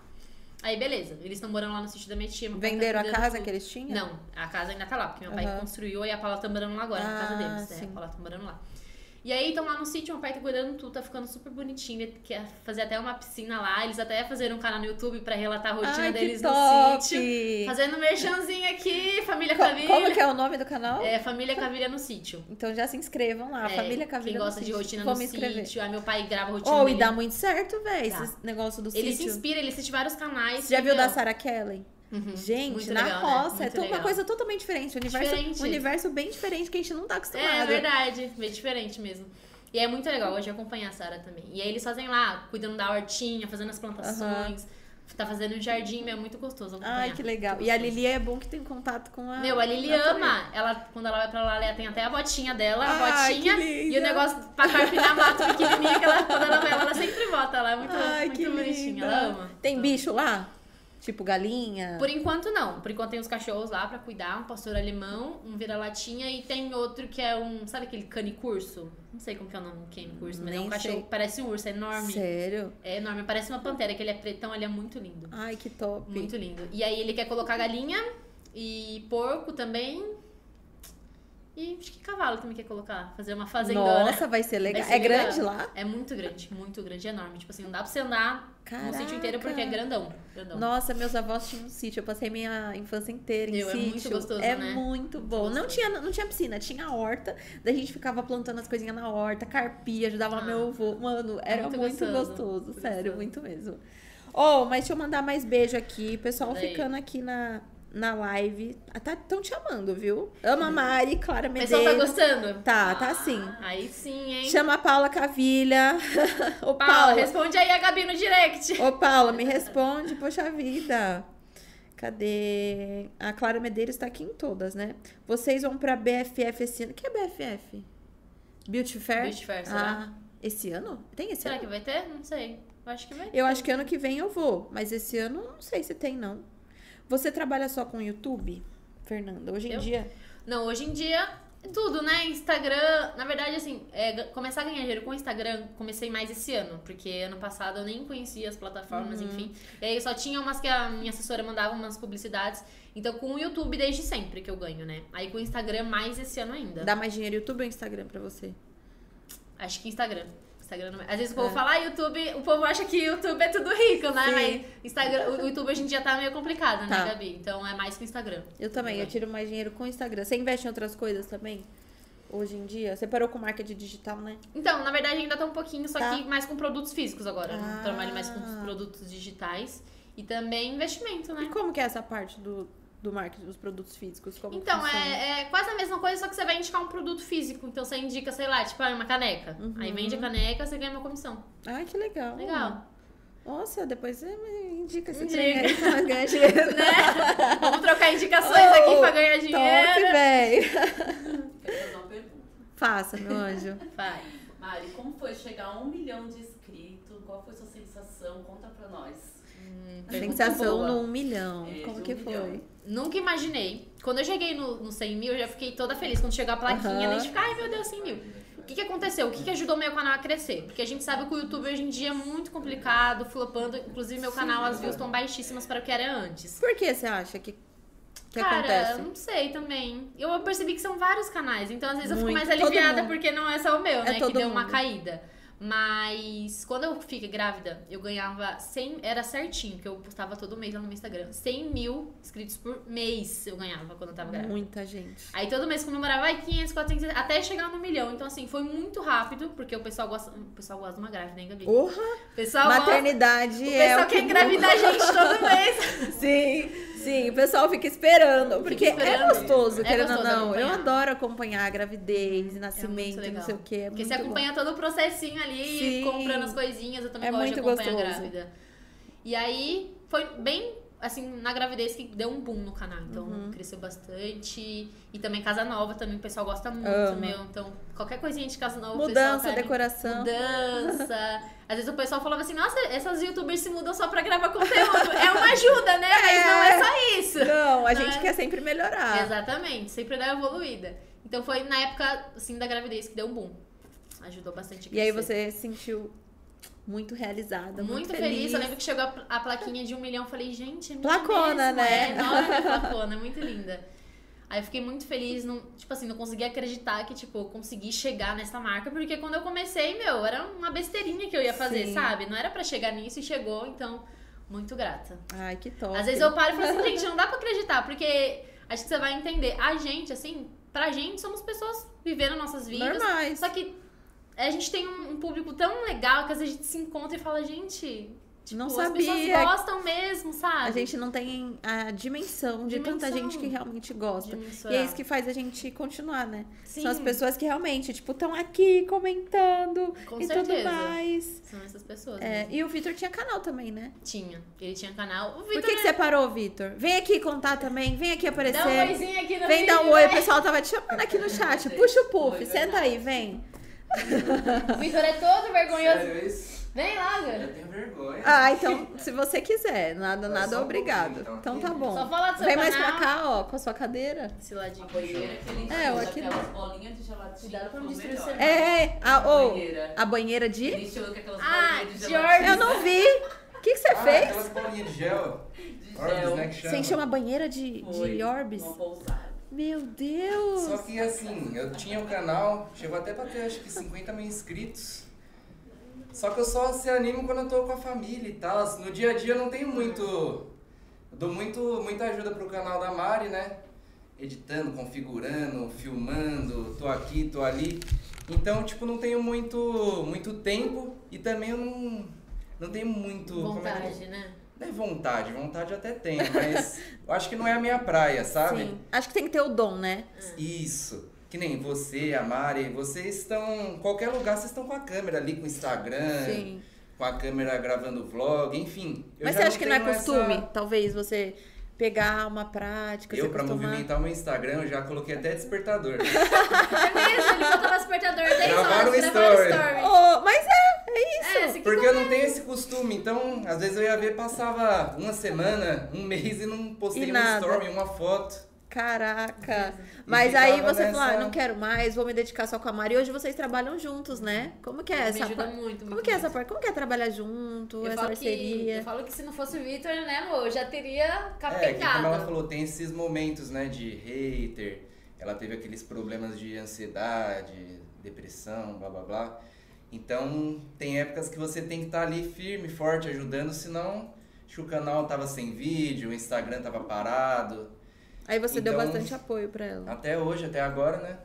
[SPEAKER 2] Aí, beleza. Eles estão morando lá no sítio da minha tia. meu pai tá
[SPEAKER 1] Venderam a
[SPEAKER 2] cuidando
[SPEAKER 1] casa
[SPEAKER 2] tudo.
[SPEAKER 1] que eles tinham?
[SPEAKER 2] Não, a casa ainda tá lá, porque meu pai
[SPEAKER 1] Aham.
[SPEAKER 2] que construiu e a Paula tá morando lá agora, na casa
[SPEAKER 1] Ah,
[SPEAKER 2] deles. né?
[SPEAKER 1] sim.
[SPEAKER 2] A Paula tá morando lá. E aí estão lá no sítio, meu pai tá cuidando tudo, tá ficando super bonitinho. Quer fazer até uma piscina lá. Eles até fizeram um canal no YouTube pra relatar a rotina
[SPEAKER 1] Ai,
[SPEAKER 2] deles
[SPEAKER 1] que top!
[SPEAKER 2] no sítio. Fazendo merchanzinho aqui, família
[SPEAKER 1] Co-
[SPEAKER 2] Cavilha.
[SPEAKER 1] Como que é o nome do canal?
[SPEAKER 2] É, família Cavilha no sítio.
[SPEAKER 1] Então já se inscrevam lá,
[SPEAKER 2] É,
[SPEAKER 1] Família Cavilha
[SPEAKER 2] Quem
[SPEAKER 1] no
[SPEAKER 2] gosta de
[SPEAKER 1] Sítio.
[SPEAKER 2] rotina
[SPEAKER 1] Vou
[SPEAKER 2] no
[SPEAKER 1] me inscrever.
[SPEAKER 2] sítio. Aí meu pai grava a rotina
[SPEAKER 1] Oh, e
[SPEAKER 2] dele.
[SPEAKER 1] dá muito certo, véi,
[SPEAKER 2] Dá.
[SPEAKER 1] esse negócio do
[SPEAKER 2] Ele se
[SPEAKER 1] sítio.
[SPEAKER 2] inspira, ele assiste vários canais.
[SPEAKER 1] Você já viu
[SPEAKER 2] entendeu?
[SPEAKER 1] da Sarah Kellen?
[SPEAKER 2] Uhum.
[SPEAKER 1] Gente,
[SPEAKER 2] Muito
[SPEAKER 1] na
[SPEAKER 2] legal, né?
[SPEAKER 1] roça, é
[SPEAKER 2] Muito
[SPEAKER 1] tudo uma
[SPEAKER 2] legal.
[SPEAKER 1] coisa totalmente diferente. Um universo,
[SPEAKER 2] Diferente.
[SPEAKER 1] um universo bem diferente que a gente não tá
[SPEAKER 2] É, é
[SPEAKER 1] acostumado.
[SPEAKER 2] verdade, bem diferente mesmo. E é muito legal, hoje eu acompanho a Sara também. E aí eles fazem lá, cuidando da hortinha, fazendo as plantações, tá fazendo o jardim, é muito gostoso acompanhar.
[SPEAKER 1] Ai, que legal. E a Lili é bom que tem contato com a.
[SPEAKER 2] Meu, é a Lili
[SPEAKER 1] natureza.
[SPEAKER 2] ama. Ela, quando ela vai pra lá, ela tem até a botinha dela, a
[SPEAKER 1] Ai,
[SPEAKER 2] botinha.
[SPEAKER 1] que
[SPEAKER 2] E
[SPEAKER 1] linda.
[SPEAKER 2] o negócio pra carpinar mato pequenininha, que ela, quando ela vai lá, ela sempre bota lá. É muito,
[SPEAKER 1] Ai,
[SPEAKER 2] muito
[SPEAKER 1] que
[SPEAKER 2] bonitinha,
[SPEAKER 1] linda.
[SPEAKER 2] ela ama. Então,
[SPEAKER 1] Tem bicho lá? Tipo galinha?
[SPEAKER 2] Por enquanto, não. Por enquanto, tem os cachorros lá pra cuidar. Um pastor alemão, um vira-latinha e tem outro que é um... Sabe aquele canicurso? Não sei como que é o nome do canicurso, mas é
[SPEAKER 1] Nem
[SPEAKER 2] um cachorro
[SPEAKER 1] sei.
[SPEAKER 2] que parece um urso, é enorme.
[SPEAKER 1] Sério?
[SPEAKER 2] É enorme, parece uma pantera, que ele é pretão, ele é muito lindo.
[SPEAKER 1] Ai, que top.
[SPEAKER 2] Muito lindo. E aí ele quer colocar galinha e porco também. E acho que cavalo também quer colocar. Fazer uma fazendona.
[SPEAKER 1] Nossa, vai ser legal.
[SPEAKER 2] ser
[SPEAKER 1] é
[SPEAKER 2] legal.
[SPEAKER 1] grande lá?
[SPEAKER 2] É muito grande, muito grande, enorme. Tipo assim, não dá pra você andar no
[SPEAKER 1] Caraca.
[SPEAKER 2] sítio inteiro porque é grandão. grandão.
[SPEAKER 1] Nossa, meus avós tinham um sítio. Eu passei minha infância inteira em
[SPEAKER 2] Meu, é
[SPEAKER 1] sítio.
[SPEAKER 2] muito gostoso,
[SPEAKER 1] É
[SPEAKER 2] né?
[SPEAKER 1] muito bom. Não
[SPEAKER 2] gostoso.
[SPEAKER 1] tinha, não tinha piscina, tinha horta. Daí a gente ficava plantando as coisinhas na horta, carpia, ajudava
[SPEAKER 2] Ah.
[SPEAKER 1] meu avô. Mano, era
[SPEAKER 2] muito
[SPEAKER 1] muito,
[SPEAKER 2] gostoso,
[SPEAKER 1] gostoso,
[SPEAKER 2] muito
[SPEAKER 1] sério,
[SPEAKER 2] gostoso.
[SPEAKER 1] muito mesmo. Oh, mas deixa eu mandar mais beijo aqui. Pessoal
[SPEAKER 2] Manda aí.
[SPEAKER 1] ficando aqui na, na live. Ah, Tá, tão te amando, viu? Ama a Mari, Clara
[SPEAKER 2] o pessoal
[SPEAKER 1] Medeiros.
[SPEAKER 2] tá gostando?
[SPEAKER 1] Tá, tá sim.
[SPEAKER 2] Aí sim, hein?
[SPEAKER 1] Chama a Paula Cavilha. Ô,
[SPEAKER 2] Paula,
[SPEAKER 1] Paula.
[SPEAKER 2] responde aí a Gabi no direct.
[SPEAKER 1] Ô, Paula, me responde, poxa vida. Cadê? A Clara Medeiros tá aqui em todas, né? Vocês vão pra BFF esse ano. O que é BFF? Beauty Fair?
[SPEAKER 2] Beauty Fair, será?
[SPEAKER 1] É? Ah, esse ano? Tem esse
[SPEAKER 2] Será
[SPEAKER 1] ano?
[SPEAKER 2] que vai ter? Não sei. Eu acho que vai.
[SPEAKER 1] Eu acho que ano que vem eu vou, mas esse ano não sei se tem, não. Você trabalha só com YouTube, Fernanda? Hoje em
[SPEAKER 2] Eu?
[SPEAKER 1] dia?
[SPEAKER 2] Não, hoje em dia é tudo, né? Instagram, na verdade, assim, é, ga- começar a ganhar dinheiro com o Instagram, comecei mais esse ano, porque ano passado eu nem conhecia as plataformas, enfim. E aí eu só tinha umas que a minha assessora mandava umas publicidades. Então, com o YouTube desde sempre que eu ganho, né? Aí com o Instagram mais esse ano ainda.
[SPEAKER 1] Dá mais dinheiro YouTube ou Instagram pra você?
[SPEAKER 2] Acho que Instagram. Instagram não... Às vezes o povo fala, ah, YouTube, o povo acha que YouTube é tudo rico, né?
[SPEAKER 1] É. Sim.
[SPEAKER 2] Mas Instagram, o YouTube hoje em dia tá meio complicado, né,
[SPEAKER 1] Tá.
[SPEAKER 2] Gabi? Então é mais que o Instagram.
[SPEAKER 1] Eu também, eu tiro mais dinheiro com o Instagram. Você investe em outras coisas também? Hoje em dia? Você parou com marketing digital, né?
[SPEAKER 2] Então, na verdade, ainda tá um pouquinho, só
[SPEAKER 1] Tá.
[SPEAKER 2] que mais com produtos físicos agora. Eu não
[SPEAKER 1] Ah.
[SPEAKER 2] trabalho mais com os produtos digitais. E também investimento,
[SPEAKER 1] E
[SPEAKER 2] né?
[SPEAKER 1] como que é essa parte do, do marketing dos produtos físicos? Como que
[SPEAKER 2] Então,
[SPEAKER 1] funciona?
[SPEAKER 2] é, é quase a mesma coisa, só que você vai indicar um produto físico. Então, você indica, sei lá, tipo, ah, uma caneca.
[SPEAKER 1] Uhum.
[SPEAKER 2] Aí vende a caneca, você ganha uma comissão.
[SPEAKER 1] Ai, que legal.
[SPEAKER 2] Legal.
[SPEAKER 1] Nossa, depois você me indica esse
[SPEAKER 2] Indica.
[SPEAKER 1] trem aí, pra nós ganhar dinheiro.
[SPEAKER 2] Né? Vamos trocar indicações aqui
[SPEAKER 1] Oh,
[SPEAKER 2] pra ganhar
[SPEAKER 1] Top,
[SPEAKER 2] dinheiro.
[SPEAKER 1] véi.
[SPEAKER 5] Quero fazer uma pergunta.
[SPEAKER 1] Faça, meu anjo.
[SPEAKER 2] Vai.
[SPEAKER 5] Mari, como foi chegar a um milhão de inscritos? Qual foi sua sensação? Conta pra nós.
[SPEAKER 1] A
[SPEAKER 2] Pergunta
[SPEAKER 1] sensação
[SPEAKER 2] boa.
[SPEAKER 1] no um milhão.
[SPEAKER 5] É,
[SPEAKER 1] como
[SPEAKER 5] de um
[SPEAKER 1] que
[SPEAKER 5] milhão.
[SPEAKER 1] foi?
[SPEAKER 2] Nunca imaginei. Quando eu cheguei no, no 100 mil, eu já fiquei toda feliz. Quando chegou a plaquinha,
[SPEAKER 1] Aham.
[SPEAKER 2] nem de ficar, ai meu Deus, 100 mil. O que, que aconteceu? O que, que ajudou meu canal a crescer? Porque a gente sabe que o YouTube hoje em dia é muito complicado, flopando. Inclusive, meu canal, as views estão baixíssimas para o que era antes.
[SPEAKER 1] Por que você acha que, que
[SPEAKER 2] Cara,
[SPEAKER 1] acontece?
[SPEAKER 2] não sei também. Eu percebi que são vários canais, então às vezes eu fico
[SPEAKER 1] Muito,
[SPEAKER 2] mais
[SPEAKER 1] todo
[SPEAKER 2] aliviada
[SPEAKER 1] mundo.
[SPEAKER 2] porque não é só o meu, né? Que
[SPEAKER 1] todo
[SPEAKER 2] deu uma
[SPEAKER 1] mundo.
[SPEAKER 2] caída. Mas quando eu fiquei grávida, eu ganhava 100, era certinho, que eu postava todo mês lá no meu Instagram. 100 mil inscritos por mês eu ganhava quando eu tava grávida.
[SPEAKER 1] Muita gente.
[SPEAKER 2] Aí todo mês comemorava ai, 500, 400, até chegar no milhão. Então assim, foi muito rápido, porque o pessoal gosta, o pessoal gosta de uma grávida, hein, Gabi? O
[SPEAKER 1] Porra,
[SPEAKER 2] pessoal gosta,
[SPEAKER 1] maternidade
[SPEAKER 2] Tá o
[SPEAKER 1] é
[SPEAKER 2] pessoal
[SPEAKER 1] o que
[SPEAKER 2] quer engravidar a gente todo mês.
[SPEAKER 1] Sim, sim, o pessoal fica esperando. Porque é
[SPEAKER 2] esperando.
[SPEAKER 1] gostoso,
[SPEAKER 2] É
[SPEAKER 1] querendo ou
[SPEAKER 2] gostoso
[SPEAKER 1] não. Eu
[SPEAKER 2] acompanhar. Uhum. É
[SPEAKER 1] adoro acompanhar a gravidez,
[SPEAKER 2] muito
[SPEAKER 1] nascimento, não
[SPEAKER 2] legal.
[SPEAKER 1] sei o quê. É
[SPEAKER 2] Porque
[SPEAKER 1] muito
[SPEAKER 2] você acompanha todo o processinho ali,
[SPEAKER 1] Sim.
[SPEAKER 2] comprando as coisinhas, eu também
[SPEAKER 1] É
[SPEAKER 2] gosto de
[SPEAKER 1] muito
[SPEAKER 2] acompanhar
[SPEAKER 1] gostoso.
[SPEAKER 2] a grávida. E aí foi bem assim, na gravidez que deu um boom no canal. Então
[SPEAKER 1] Uhum.
[SPEAKER 2] cresceu bastante. E também casa nova também, o pessoal gosta muito,
[SPEAKER 1] Ama.
[SPEAKER 2] meu. Então, qualquer coisinha de casa nova,
[SPEAKER 1] bom.
[SPEAKER 2] o pessoal
[SPEAKER 1] Mudança,
[SPEAKER 2] tá ali.
[SPEAKER 1] decoração.
[SPEAKER 2] Mudança. Às vezes o pessoal falava assim, nossa, essas youtubers se mudam só pra gravar conteúdo. É uma ajuda, né? Mas não é só isso.
[SPEAKER 1] Não, a
[SPEAKER 2] Não
[SPEAKER 1] gente
[SPEAKER 2] é?
[SPEAKER 1] quer sempre melhorar.
[SPEAKER 2] Exatamente, sempre dá uma evoluída. Então foi na época, assim, da gravidez que deu um boom. Ajudou bastante. a
[SPEAKER 1] E aí
[SPEAKER 2] crescer.
[SPEAKER 1] você se sentiu muito realizada, muito,
[SPEAKER 2] Muito feliz. Eu lembro que chegou a, pla- a plaquinha de um milhão. eu Falei, gente, é muito
[SPEAKER 1] Placona,
[SPEAKER 2] mesmo,
[SPEAKER 1] né?
[SPEAKER 2] É enorme a placona, é muito linda. Aí eu fiquei muito feliz, não, tipo assim, não consegui acreditar que, tipo, eu consegui chegar nessa marca, porque quando eu comecei, meu, era uma besteirinha que eu ia fazer,
[SPEAKER 1] Sim.
[SPEAKER 2] sabe? Não era pra chegar nisso e chegou, então, muito grata.
[SPEAKER 1] Ai, que top.
[SPEAKER 2] Às vezes eu paro e falo assim, gente, não dá pra acreditar, porque acho que você vai entender. A gente, assim, pra gente, somos pessoas vivendo nossas vidas.
[SPEAKER 1] Normais.
[SPEAKER 2] Só que a gente tem um, um público tão legal que às vezes a gente se encontra e fala, gente, tipo,
[SPEAKER 1] Não
[SPEAKER 2] as
[SPEAKER 1] sabia.
[SPEAKER 2] pessoas gostam mesmo, sabe?
[SPEAKER 1] A gente não tem a dimensão de tanta
[SPEAKER 2] Dimensão.
[SPEAKER 1] gente que realmente gosta.
[SPEAKER 2] De
[SPEAKER 1] E é
[SPEAKER 2] misturar.
[SPEAKER 1] isso que faz a gente continuar, né?
[SPEAKER 2] Sim,
[SPEAKER 1] São as pessoas que realmente, tipo, estão aqui comentando
[SPEAKER 2] Com
[SPEAKER 1] e tudo
[SPEAKER 2] certeza.
[SPEAKER 1] mais.
[SPEAKER 2] São essas pessoas.
[SPEAKER 1] É,
[SPEAKER 2] mesmo.
[SPEAKER 1] e o Vitor tinha canal também, né?
[SPEAKER 2] Tinha. Ele tinha canal. O
[SPEAKER 1] Por
[SPEAKER 2] Vitor é-
[SPEAKER 1] que, que você parou, Vitor? Vem aqui contar também, vem aqui aparecer.
[SPEAKER 2] dá um oizinho aqui no
[SPEAKER 1] vem dar um
[SPEAKER 2] vídeo,
[SPEAKER 1] oi,
[SPEAKER 2] né?
[SPEAKER 1] o pessoal tava te chamando aqui no chat. Puxa o puff, senta aí, vem.
[SPEAKER 2] O Vitor é todo vergonhoso.
[SPEAKER 3] Sério isso?
[SPEAKER 2] Vem lá,
[SPEAKER 3] Eu
[SPEAKER 2] Gui.
[SPEAKER 3] tenho vergonha.
[SPEAKER 1] Ah, então, se você quiser, nada,
[SPEAKER 3] Só
[SPEAKER 1] nada,
[SPEAKER 3] um
[SPEAKER 1] obrigado.
[SPEAKER 3] pouquinho,
[SPEAKER 1] Então
[SPEAKER 3] então.
[SPEAKER 1] tá
[SPEAKER 2] Só
[SPEAKER 1] bom.
[SPEAKER 2] fala do seu
[SPEAKER 1] Vem
[SPEAKER 2] canal.
[SPEAKER 1] mais pra cá, ó, com a sua cadeira.
[SPEAKER 2] Esse ladinho.
[SPEAKER 5] A banheira que ele
[SPEAKER 1] É, eu
[SPEAKER 5] encheu
[SPEAKER 1] aqui
[SPEAKER 5] aquelas bolinhas de gelatina.
[SPEAKER 2] Cuidado pra não
[SPEAKER 5] são
[SPEAKER 2] destruir o
[SPEAKER 5] melhores.
[SPEAKER 1] É, é, a, ô,
[SPEAKER 5] Banheira.
[SPEAKER 1] a banheira de?
[SPEAKER 5] Ele encheu com aquelas
[SPEAKER 2] Ah,
[SPEAKER 5] bolinhas de
[SPEAKER 2] George.
[SPEAKER 5] gelatina.
[SPEAKER 1] Eu não vi. O que que você
[SPEAKER 3] Ah,
[SPEAKER 1] fez?
[SPEAKER 3] Aquelas bolinhas de gel.
[SPEAKER 5] De
[SPEAKER 3] Orbs,
[SPEAKER 5] gel.
[SPEAKER 3] né, que
[SPEAKER 1] Você encheu uma banheira de,
[SPEAKER 5] Foi
[SPEAKER 1] de orbs?
[SPEAKER 5] Uma pousada.
[SPEAKER 1] Meu Deus!
[SPEAKER 3] Só que assim, eu tinha o canal, chegou até pra ter acho que 50 mil inscritos. Só que eu só se animo quando eu tô com a família e tal. assim, No dia a dia eu não tenho muito. Eu dou muito, muita ajuda pro canal da Mari, né? Editando, configurando, filmando, tô aqui, tô ali. Então, tipo, não tenho muito, muito tempo e também eu não, não tenho muito. como é que eu vou-
[SPEAKER 2] Vontade, né?
[SPEAKER 3] Não é vontade, vontade eu até tenho, mas eu acho que não é a minha praia, sabe?
[SPEAKER 1] Sim. Acho que tem que ter o dom, né?
[SPEAKER 3] Isso. Que nem você, a Mari, vocês estão. Qualquer lugar, vocês estão com a câmera ali, com o Instagram,
[SPEAKER 1] Sim.
[SPEAKER 3] com a câmera gravando vlog, enfim. É. Eu
[SPEAKER 1] Mas
[SPEAKER 3] já
[SPEAKER 1] você acha que não é
[SPEAKER 3] tenho essa-
[SPEAKER 1] costume? Talvez você pegar uma prática,
[SPEAKER 3] Eu,
[SPEAKER 1] se
[SPEAKER 3] pra
[SPEAKER 1] acostumar.
[SPEAKER 3] movimentar o meu Instagram, eu já coloquei até despertador.
[SPEAKER 2] É mesmo, ele botou no despertador 10 horas,
[SPEAKER 3] Gravaram
[SPEAKER 2] gravaram
[SPEAKER 3] o story.
[SPEAKER 2] story.
[SPEAKER 1] Oh, mas é, é isso.
[SPEAKER 2] É, esse aqui
[SPEAKER 3] Porque eu não tenho esse costume, então às vezes eu ia ver, passava uma semana, um mês e não postei
[SPEAKER 1] E
[SPEAKER 3] um
[SPEAKER 1] nada.
[SPEAKER 3] story, uma foto.
[SPEAKER 1] Caraca.
[SPEAKER 3] E
[SPEAKER 1] Mas
[SPEAKER 3] ficava
[SPEAKER 1] aí você
[SPEAKER 3] nessa-
[SPEAKER 1] fala, ah, não quero mais, vou me dedicar só com a Mari. E Hoje vocês trabalham juntos, né? Como que é
[SPEAKER 2] me
[SPEAKER 1] essa
[SPEAKER 2] ajuda
[SPEAKER 1] parte?
[SPEAKER 2] muito,
[SPEAKER 1] Como
[SPEAKER 2] muito,
[SPEAKER 1] que é
[SPEAKER 2] muito.
[SPEAKER 1] essa parte? Como que é trabalhar junto,
[SPEAKER 2] eu
[SPEAKER 1] essa
[SPEAKER 2] falo, que, eu
[SPEAKER 1] parceria?
[SPEAKER 2] falo que se não fosse o Victor, né, amor, eu já teria
[SPEAKER 3] É, que como
[SPEAKER 2] capengado.
[SPEAKER 3] ela falou, tem esses momentos, né, de hater. Ela teve aqueles problemas de ansiedade, depressão, blá blá blá. Então, tem épocas que você tem que estar ali firme, forte, ajudando, senão acho que o canal tava sem vídeo, o Instagram tava parado.
[SPEAKER 1] Aí você deu
[SPEAKER 3] Então-
[SPEAKER 1] bastante apoio pra ela.
[SPEAKER 3] Até hoje, até agora, né?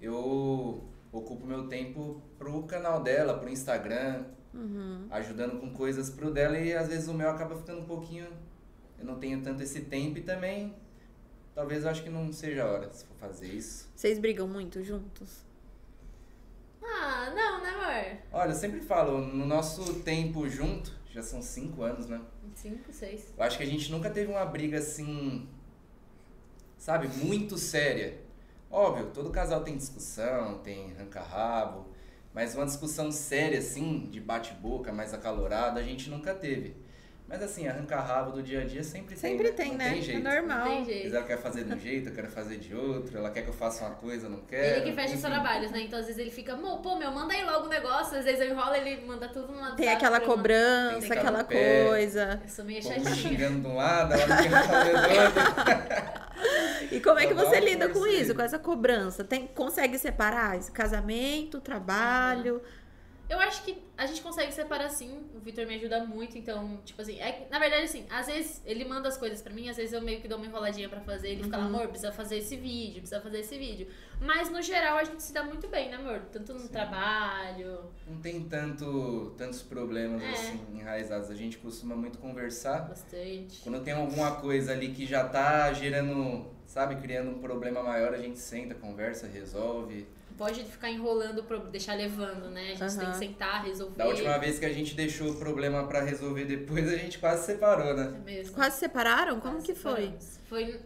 [SPEAKER 3] Eu ocupo meu tempo pro canal dela, pro Instagram, ajudando com coisas pro dela e às vezes o meu acaba ficando um pouquinho. Eu não tenho tanto esse tempo e também talvez eu acho que não seja a hora se for fazer isso.
[SPEAKER 1] Vocês brigam muito juntos?
[SPEAKER 2] Ah, não, né, amor?
[SPEAKER 3] Olha, eu sempre falo, no nosso tempo junto, já são cinco anos, né?
[SPEAKER 2] 5, 6.
[SPEAKER 3] Eu acho que a gente nunca teve uma briga assim, sabe, muito séria. Óbvio, todo casal tem discussão, tem ranca-rabo, mas uma discussão séria assim, de bate-boca, mais acalorada, a gente nunca teve. Mas assim, arranca-rabo do dia a dia sempre,
[SPEAKER 1] Sempre
[SPEAKER 3] tem,
[SPEAKER 1] tem,
[SPEAKER 3] Não
[SPEAKER 1] né?
[SPEAKER 3] Tem
[SPEAKER 1] é
[SPEAKER 3] jeito.
[SPEAKER 1] normal.
[SPEAKER 2] Não tem
[SPEAKER 3] Mas
[SPEAKER 2] jeito.
[SPEAKER 3] ela quer fazer de um jeito, eu quero fazer de outro, ela quer que eu faça uma coisa, eu não quero.
[SPEAKER 2] Ele que fecha os
[SPEAKER 3] É, enfim.
[SPEAKER 2] trabalhos, né? Então às vezes ele fica, "Mô, pô, meu, manda aí logo o negócio. Às vezes eu enrolo, ele manda tudo no WhatsApp.
[SPEAKER 1] Tem aquela
[SPEAKER 2] pra eu mandar.
[SPEAKER 1] cobrança,
[SPEAKER 3] Tem que ficar no
[SPEAKER 1] aquela
[SPEAKER 3] pé.
[SPEAKER 1] coisa.
[SPEAKER 2] Eu sou meio
[SPEAKER 3] O povo me
[SPEAKER 2] chatinha.
[SPEAKER 3] xingando de um lado, ela não quer fazer do outro.
[SPEAKER 1] E como é que
[SPEAKER 3] Trabalho,
[SPEAKER 1] você lida com
[SPEAKER 3] parceria.
[SPEAKER 1] isso, com essa cobrança? Tem, consegue separar isso? casamento, trabalho?
[SPEAKER 2] Eu acho que a gente consegue separar sim. O Vitor me ajuda muito, então, tipo assim, é que, na verdade, assim, às vezes ele manda as coisas pra mim, às vezes eu meio que dou uma enroladinha pra fazer. Ele fica lá, amor, precisa fazer esse vídeo, precisa fazer esse vídeo. Mas no geral a gente se dá muito bem, né, amor? Tanto no trabalho.
[SPEAKER 3] Não tem tanto, tantos problemas
[SPEAKER 2] É.
[SPEAKER 3] assim enraizados. A gente costuma muito conversar.
[SPEAKER 2] Bastante.
[SPEAKER 3] Quando tem alguma coisa ali que já tá gerando, sabe, criando um problema maior, a gente senta, conversa, resolve.
[SPEAKER 2] Não Pode ficar enrolando pra deixar levando, né? A gente tem que sentar, resolver.
[SPEAKER 3] Da última vez que a gente deixou o problema pra resolver depois, a gente quase separou, né?
[SPEAKER 2] É mesmo.
[SPEAKER 1] Quase separaram? Como que foi?
[SPEAKER 2] Separamos. Foi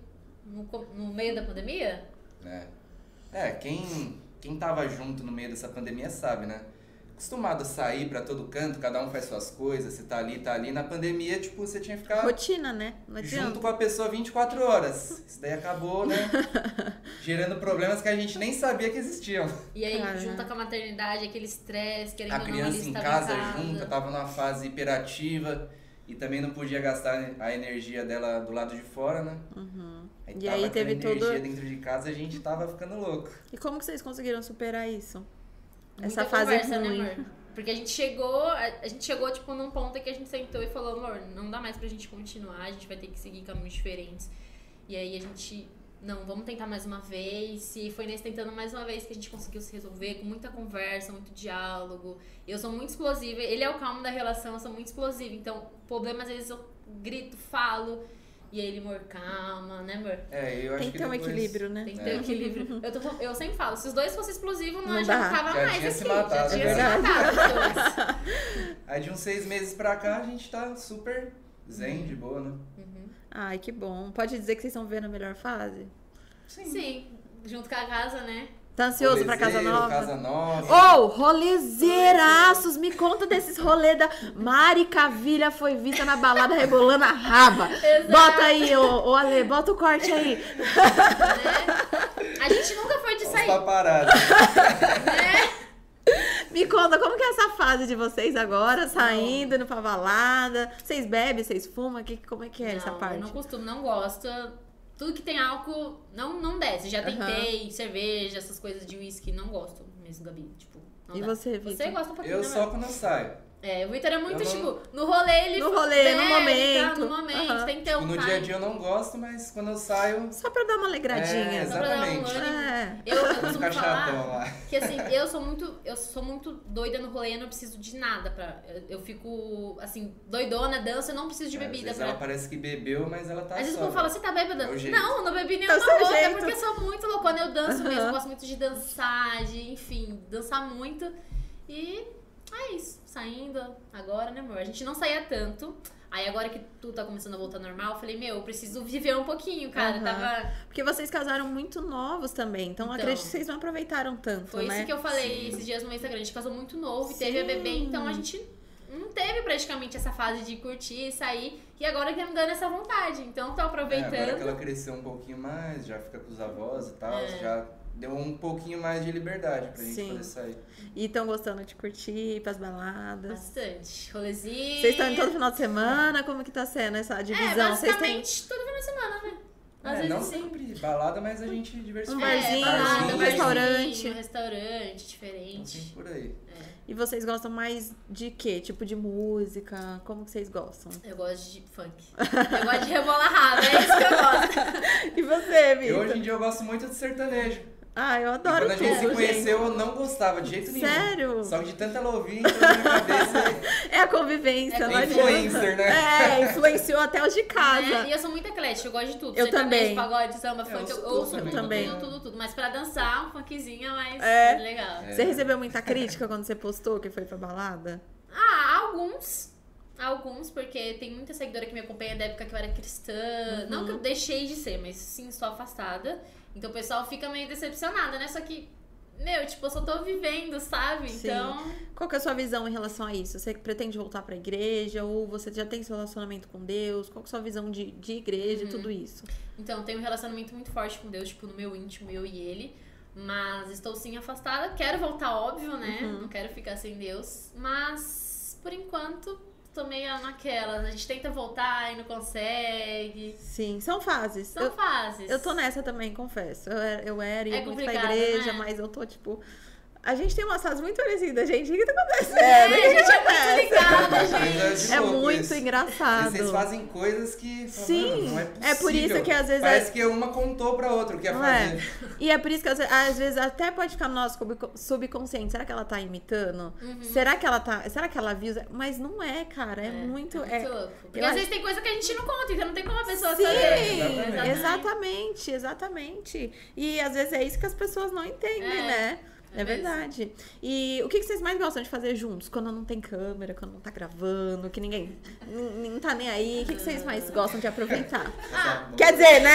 [SPEAKER 2] no, co- no meio da pandemia?
[SPEAKER 3] É, é quem, quem tava junto no meio dessa pandemia sabe, né? Acostumado a sair pra todo canto, cada um faz suas coisas, você tá ali, tá ali. Na pandemia, tipo, você tinha que ficar
[SPEAKER 1] Rotina, né? Não adianta.
[SPEAKER 3] junto com a pessoa 24 horas. Isso daí acabou, né? Gerando problemas que a gente nem sabia que existiam.
[SPEAKER 2] E aí,
[SPEAKER 1] Cara.
[SPEAKER 2] junta com a maternidade, aquele estresse, querendo
[SPEAKER 3] A
[SPEAKER 2] ou não, ele
[SPEAKER 3] criança em
[SPEAKER 2] estava
[SPEAKER 3] casa
[SPEAKER 2] em casa.
[SPEAKER 3] junta, tava numa fase hiperativa e também não podia gastar a energia dela do lado de fora, né? Aí
[SPEAKER 1] Uhum. E
[SPEAKER 3] tava
[SPEAKER 1] aí
[SPEAKER 3] aquela
[SPEAKER 1] teve todo-
[SPEAKER 3] energia dentro de casa e a gente tava ficando louco.
[SPEAKER 1] E como que vocês conseguiram superar isso?
[SPEAKER 2] Muita
[SPEAKER 1] Essa fase
[SPEAKER 2] conversa,
[SPEAKER 1] ruim.
[SPEAKER 2] Né, amor? Porque a gente chegou, a a gente chegou, tipo, num ponto que a gente sentou e falou, amor, não dá mais pra gente continuar, a gente vai ter que seguir caminhos diferentes. E aí a gente, não, vamos tentar mais uma vez. E foi nesse tentando mais uma vez que a gente conseguiu se resolver, com muita conversa, muito diálogo. Eu sou muito explosiva, ele é o calmo da relação, eu sou muito explosiva. Então, problema às vezes eu grito, falo. E aí ele, amor, calma, né, amor?
[SPEAKER 3] É, eu acho
[SPEAKER 1] Tem que ter um
[SPEAKER 3] depois-
[SPEAKER 1] equilíbrio, né?
[SPEAKER 2] Tem que
[SPEAKER 3] É.
[SPEAKER 2] ter um equilíbrio. Eu, tô- eu sempre falo, se os dois fossem explosivos,
[SPEAKER 1] Não
[SPEAKER 2] nós já
[SPEAKER 1] dá.
[SPEAKER 2] não tava
[SPEAKER 3] Já
[SPEAKER 2] mais
[SPEAKER 3] tinha
[SPEAKER 2] aqui.
[SPEAKER 3] se matado,
[SPEAKER 2] já tinha
[SPEAKER 3] né?
[SPEAKER 2] se matado os dois.
[SPEAKER 3] Aí de uns seis meses pra cá a gente tá super zen, de boa, né?
[SPEAKER 1] Ai, que bom. Pode dizer que vocês estão vendo a melhor fase?
[SPEAKER 2] Sim. Junto com a casa, né?
[SPEAKER 1] Tá ansioso pra casa
[SPEAKER 3] Rolezeiro,
[SPEAKER 1] nova?
[SPEAKER 3] Casa nova.
[SPEAKER 1] Ou, oh, rolezeiraços, me conta desses rolê da Mari Cavilha foi vista na balada rebolando a raba. Bota aí, ô ô Ale, bota o corte aí.
[SPEAKER 2] Né? A gente nunca foi de
[SPEAKER 3] Os
[SPEAKER 2] sair.
[SPEAKER 3] paparazzi.
[SPEAKER 1] Me conta, como que é essa fase de vocês agora, saindo, indo pra balada? Vocês bebem, vocês fumam? Que, como é que é
[SPEAKER 2] não,
[SPEAKER 1] essa
[SPEAKER 2] Eu
[SPEAKER 1] parte?
[SPEAKER 2] não costumo, não gosto. Tudo que tem álcool não, não desce. Já
[SPEAKER 1] Aham.
[SPEAKER 2] tentei cerveja, essas coisas de uísque, não gosto mesmo, Gabi. Tipo, não
[SPEAKER 1] E
[SPEAKER 2] dá.
[SPEAKER 1] você,
[SPEAKER 2] Você
[SPEAKER 1] Vitor?
[SPEAKER 2] gosta um pouquinho,
[SPEAKER 3] Eu
[SPEAKER 2] né,
[SPEAKER 3] só
[SPEAKER 2] mano?
[SPEAKER 3] quando eu saio.
[SPEAKER 2] É, o Vitor é muito,
[SPEAKER 3] Eu não-
[SPEAKER 2] tipo, no rolê ele...
[SPEAKER 1] No rolê, no
[SPEAKER 2] bebe,
[SPEAKER 1] momento.
[SPEAKER 2] Tá, no momento,
[SPEAKER 1] Aham.
[SPEAKER 2] tem que ter um
[SPEAKER 3] Tipo, no
[SPEAKER 2] time.
[SPEAKER 3] dia a dia eu não gosto, mas quando eu saio,
[SPEAKER 1] Só pra dar uma
[SPEAKER 3] É,
[SPEAKER 1] alegradinha. né?
[SPEAKER 2] Só pra dar um
[SPEAKER 3] Exatamente.
[SPEAKER 2] ânimo.
[SPEAKER 1] É.
[SPEAKER 2] Eu, eu
[SPEAKER 3] eu
[SPEAKER 2] costumo
[SPEAKER 3] ficar
[SPEAKER 2] falar...
[SPEAKER 3] chatão lá.
[SPEAKER 2] Que assim, eu sou muito, eu sou muito doida no rolê, eu não preciso de nada pra. Eu, eu fico, assim, doidona, danço, eu não preciso de
[SPEAKER 3] Às
[SPEAKER 2] bebida
[SPEAKER 3] vezes
[SPEAKER 2] pra.
[SPEAKER 3] ela parece que bebeu, mas ela tá
[SPEAKER 2] Às vezes o
[SPEAKER 3] só.
[SPEAKER 2] povo fala, você tá bêbada?
[SPEAKER 3] É o jeito.
[SPEAKER 2] não, eu não bebi
[SPEAKER 1] É
[SPEAKER 2] nenhuma
[SPEAKER 1] o seu
[SPEAKER 2] gota,
[SPEAKER 1] jeito.
[SPEAKER 2] porque eu sou muito loucona, eu danço mesmo,
[SPEAKER 1] Aham.
[SPEAKER 2] eu gosto muito de dançar, de, enfim, dançar muito. E é isso, saindo agora, né amor? A gente não saía tanto. Aí agora que tudo tá começando a voltar ao normal, eu falei, meu, eu preciso viver um pouquinho, cara.
[SPEAKER 1] Aham.
[SPEAKER 2] Tava
[SPEAKER 1] Porque vocês casaram muito novos também, então,
[SPEAKER 2] Então.
[SPEAKER 1] acredito que vocês não aproveitaram tanto,
[SPEAKER 2] Foi
[SPEAKER 1] né?
[SPEAKER 2] isso que eu falei esses dias no meu Instagram. A gente casou muito novo e teve a
[SPEAKER 1] Sim.
[SPEAKER 2] bebê, então a gente não teve praticamente essa fase de curtir e sair. E agora que tá me dando essa vontade. Então tô
[SPEAKER 3] É, agora que
[SPEAKER 2] aproveitando.
[SPEAKER 3] ela cresceu um pouquinho mais, já fica com os avós e tal, já deu um pouquinho mais de liberdade pra gente
[SPEAKER 1] É. Sim.
[SPEAKER 3] poder sair.
[SPEAKER 1] E estão gostando de curtir, ir pras baladas.
[SPEAKER 2] Bastante. Rolezinho.
[SPEAKER 1] Vocês estão em todo final de semana? Como que tá sendo essa
[SPEAKER 2] É,
[SPEAKER 1] divisão? Vocês têm
[SPEAKER 2] basicamente todo final de semana, né? Às
[SPEAKER 3] É,
[SPEAKER 2] vezes
[SPEAKER 3] não
[SPEAKER 2] sim. É,
[SPEAKER 3] sempre balada, mas a gente
[SPEAKER 1] um
[SPEAKER 3] diversifica.
[SPEAKER 1] barzinho,
[SPEAKER 3] balada,
[SPEAKER 1] um
[SPEAKER 3] barzinho,
[SPEAKER 1] restaurante.
[SPEAKER 2] Um restaurante
[SPEAKER 3] Então, assim,
[SPEAKER 2] diferente.
[SPEAKER 3] por aí.
[SPEAKER 1] E vocês gostam mais de quê? Tipo de música? Como que vocês gostam?
[SPEAKER 2] Eu gosto de funk. Eu gosto de rebolar rabo, é isso que eu gosto.
[SPEAKER 1] E você,
[SPEAKER 3] Eu, hoje
[SPEAKER 1] Vitor?
[SPEAKER 3] em dia eu gosto muito de sertanejo. E
[SPEAKER 1] Ah, eu adoro
[SPEAKER 3] quando a gente
[SPEAKER 1] tudo,
[SPEAKER 3] se conheceu, eu não gostava de jeito nenhum.
[SPEAKER 1] Sério?
[SPEAKER 3] Só que de tanta ela ouvir, então na minha cabeça
[SPEAKER 1] É a convivência,
[SPEAKER 2] É
[SPEAKER 1] não
[SPEAKER 3] é
[SPEAKER 1] adianta.
[SPEAKER 3] influencer, né?
[SPEAKER 1] É, influenciou até os de
[SPEAKER 2] Né?
[SPEAKER 1] casa.
[SPEAKER 2] E eu sou muito eclética, eu gosto de tudo.
[SPEAKER 1] Eu também.
[SPEAKER 2] Sertanejo, Pagode, samba, funk,
[SPEAKER 3] ouço
[SPEAKER 2] eu
[SPEAKER 3] tudo
[SPEAKER 2] ouço tudo,
[SPEAKER 3] também.
[SPEAKER 1] Também.
[SPEAKER 2] tudo, tudo, tudo. Mas pra dançar, um funkzinho é mais
[SPEAKER 1] É.
[SPEAKER 2] legal.
[SPEAKER 3] É.
[SPEAKER 1] Você recebeu muita crítica quando você postou que foi pra balada?
[SPEAKER 2] Ah, alguns. Alguns, porque tem muita seguidora que me acompanha da época que eu era
[SPEAKER 1] Uhum.
[SPEAKER 2] cristã. Não que eu deixei de ser, mas sim, estou afastada. Então o pessoal fica meio decepcionada, né? Só que, meu, tipo, eu só tô vivendo, sabe?
[SPEAKER 1] Sim.
[SPEAKER 2] Então.
[SPEAKER 1] Qual que é a sua visão em relação a isso? Você pretende voltar pra igreja ou você já tem seu relacionamento com Deus? Qual que é a sua visão de, de igreja e
[SPEAKER 2] Uhum.
[SPEAKER 1] tudo isso?
[SPEAKER 2] Então, eu tenho um relacionamento muito forte com Deus, tipo, no meu íntimo, eu e ele. Mas estou sim afastada. Quero voltar, óbvio, né?
[SPEAKER 1] Uhum.
[SPEAKER 2] Não quero ficar sem Deus. Mas, por enquanto, tô meio naquela. A gente tenta voltar e não consegue.
[SPEAKER 1] Sim, são fases.
[SPEAKER 2] São
[SPEAKER 1] eu,
[SPEAKER 2] fases.
[SPEAKER 1] eu tô nessa também, confesso. Eu era, eu era ia
[SPEAKER 2] É
[SPEAKER 1] muito pra
[SPEAKER 2] complicado,
[SPEAKER 1] igreja,
[SPEAKER 2] né?
[SPEAKER 1] mas eu tô tipo. A gente tem umas fases muito parecidas, gente. O que tá acontecendo?
[SPEAKER 2] É,
[SPEAKER 1] O que que
[SPEAKER 2] gente, é muito
[SPEAKER 1] acontece?
[SPEAKER 2] ligada, gente.
[SPEAKER 3] Mas de
[SPEAKER 1] É
[SPEAKER 3] louco
[SPEAKER 1] muito
[SPEAKER 3] isso.
[SPEAKER 1] engraçado.
[SPEAKER 3] Vocês fazem coisas que. fala,
[SPEAKER 1] Sim,
[SPEAKER 3] "Mano, não é,
[SPEAKER 1] é por isso
[SPEAKER 3] possível."
[SPEAKER 1] que às vezes é
[SPEAKER 3] Parece que uma contou pra outra o que ia
[SPEAKER 1] Não é?
[SPEAKER 3] fazer.
[SPEAKER 1] E é por isso que às vezes- às vezes até pode ficar no nosso subco- subconsciente. Será que ela tá imitando? Será que ela tá. Será que ela viu? Mas não é, cara. É, muito.
[SPEAKER 2] Uhum. É muito
[SPEAKER 1] é-
[SPEAKER 2] louco. Porque
[SPEAKER 1] Eu
[SPEAKER 2] às
[SPEAKER 1] acho-
[SPEAKER 2] vezes tem coisa que a gente não conta, então não tem como a pessoa
[SPEAKER 1] Sim,
[SPEAKER 2] saber.
[SPEAKER 3] exatamente.
[SPEAKER 1] exatamente, exatamente. E às vezes é isso que as pessoas não entendem,
[SPEAKER 2] É,
[SPEAKER 1] né?
[SPEAKER 2] é
[SPEAKER 1] É verdade. E o que que vocês mais gostam de fazer juntos? Quando não tem câmera, quando não tá gravando, que ninguém n- não tá nem aí. O que que vocês mais gostam de aproveitar?
[SPEAKER 3] Ah,
[SPEAKER 1] Quer dizer, né?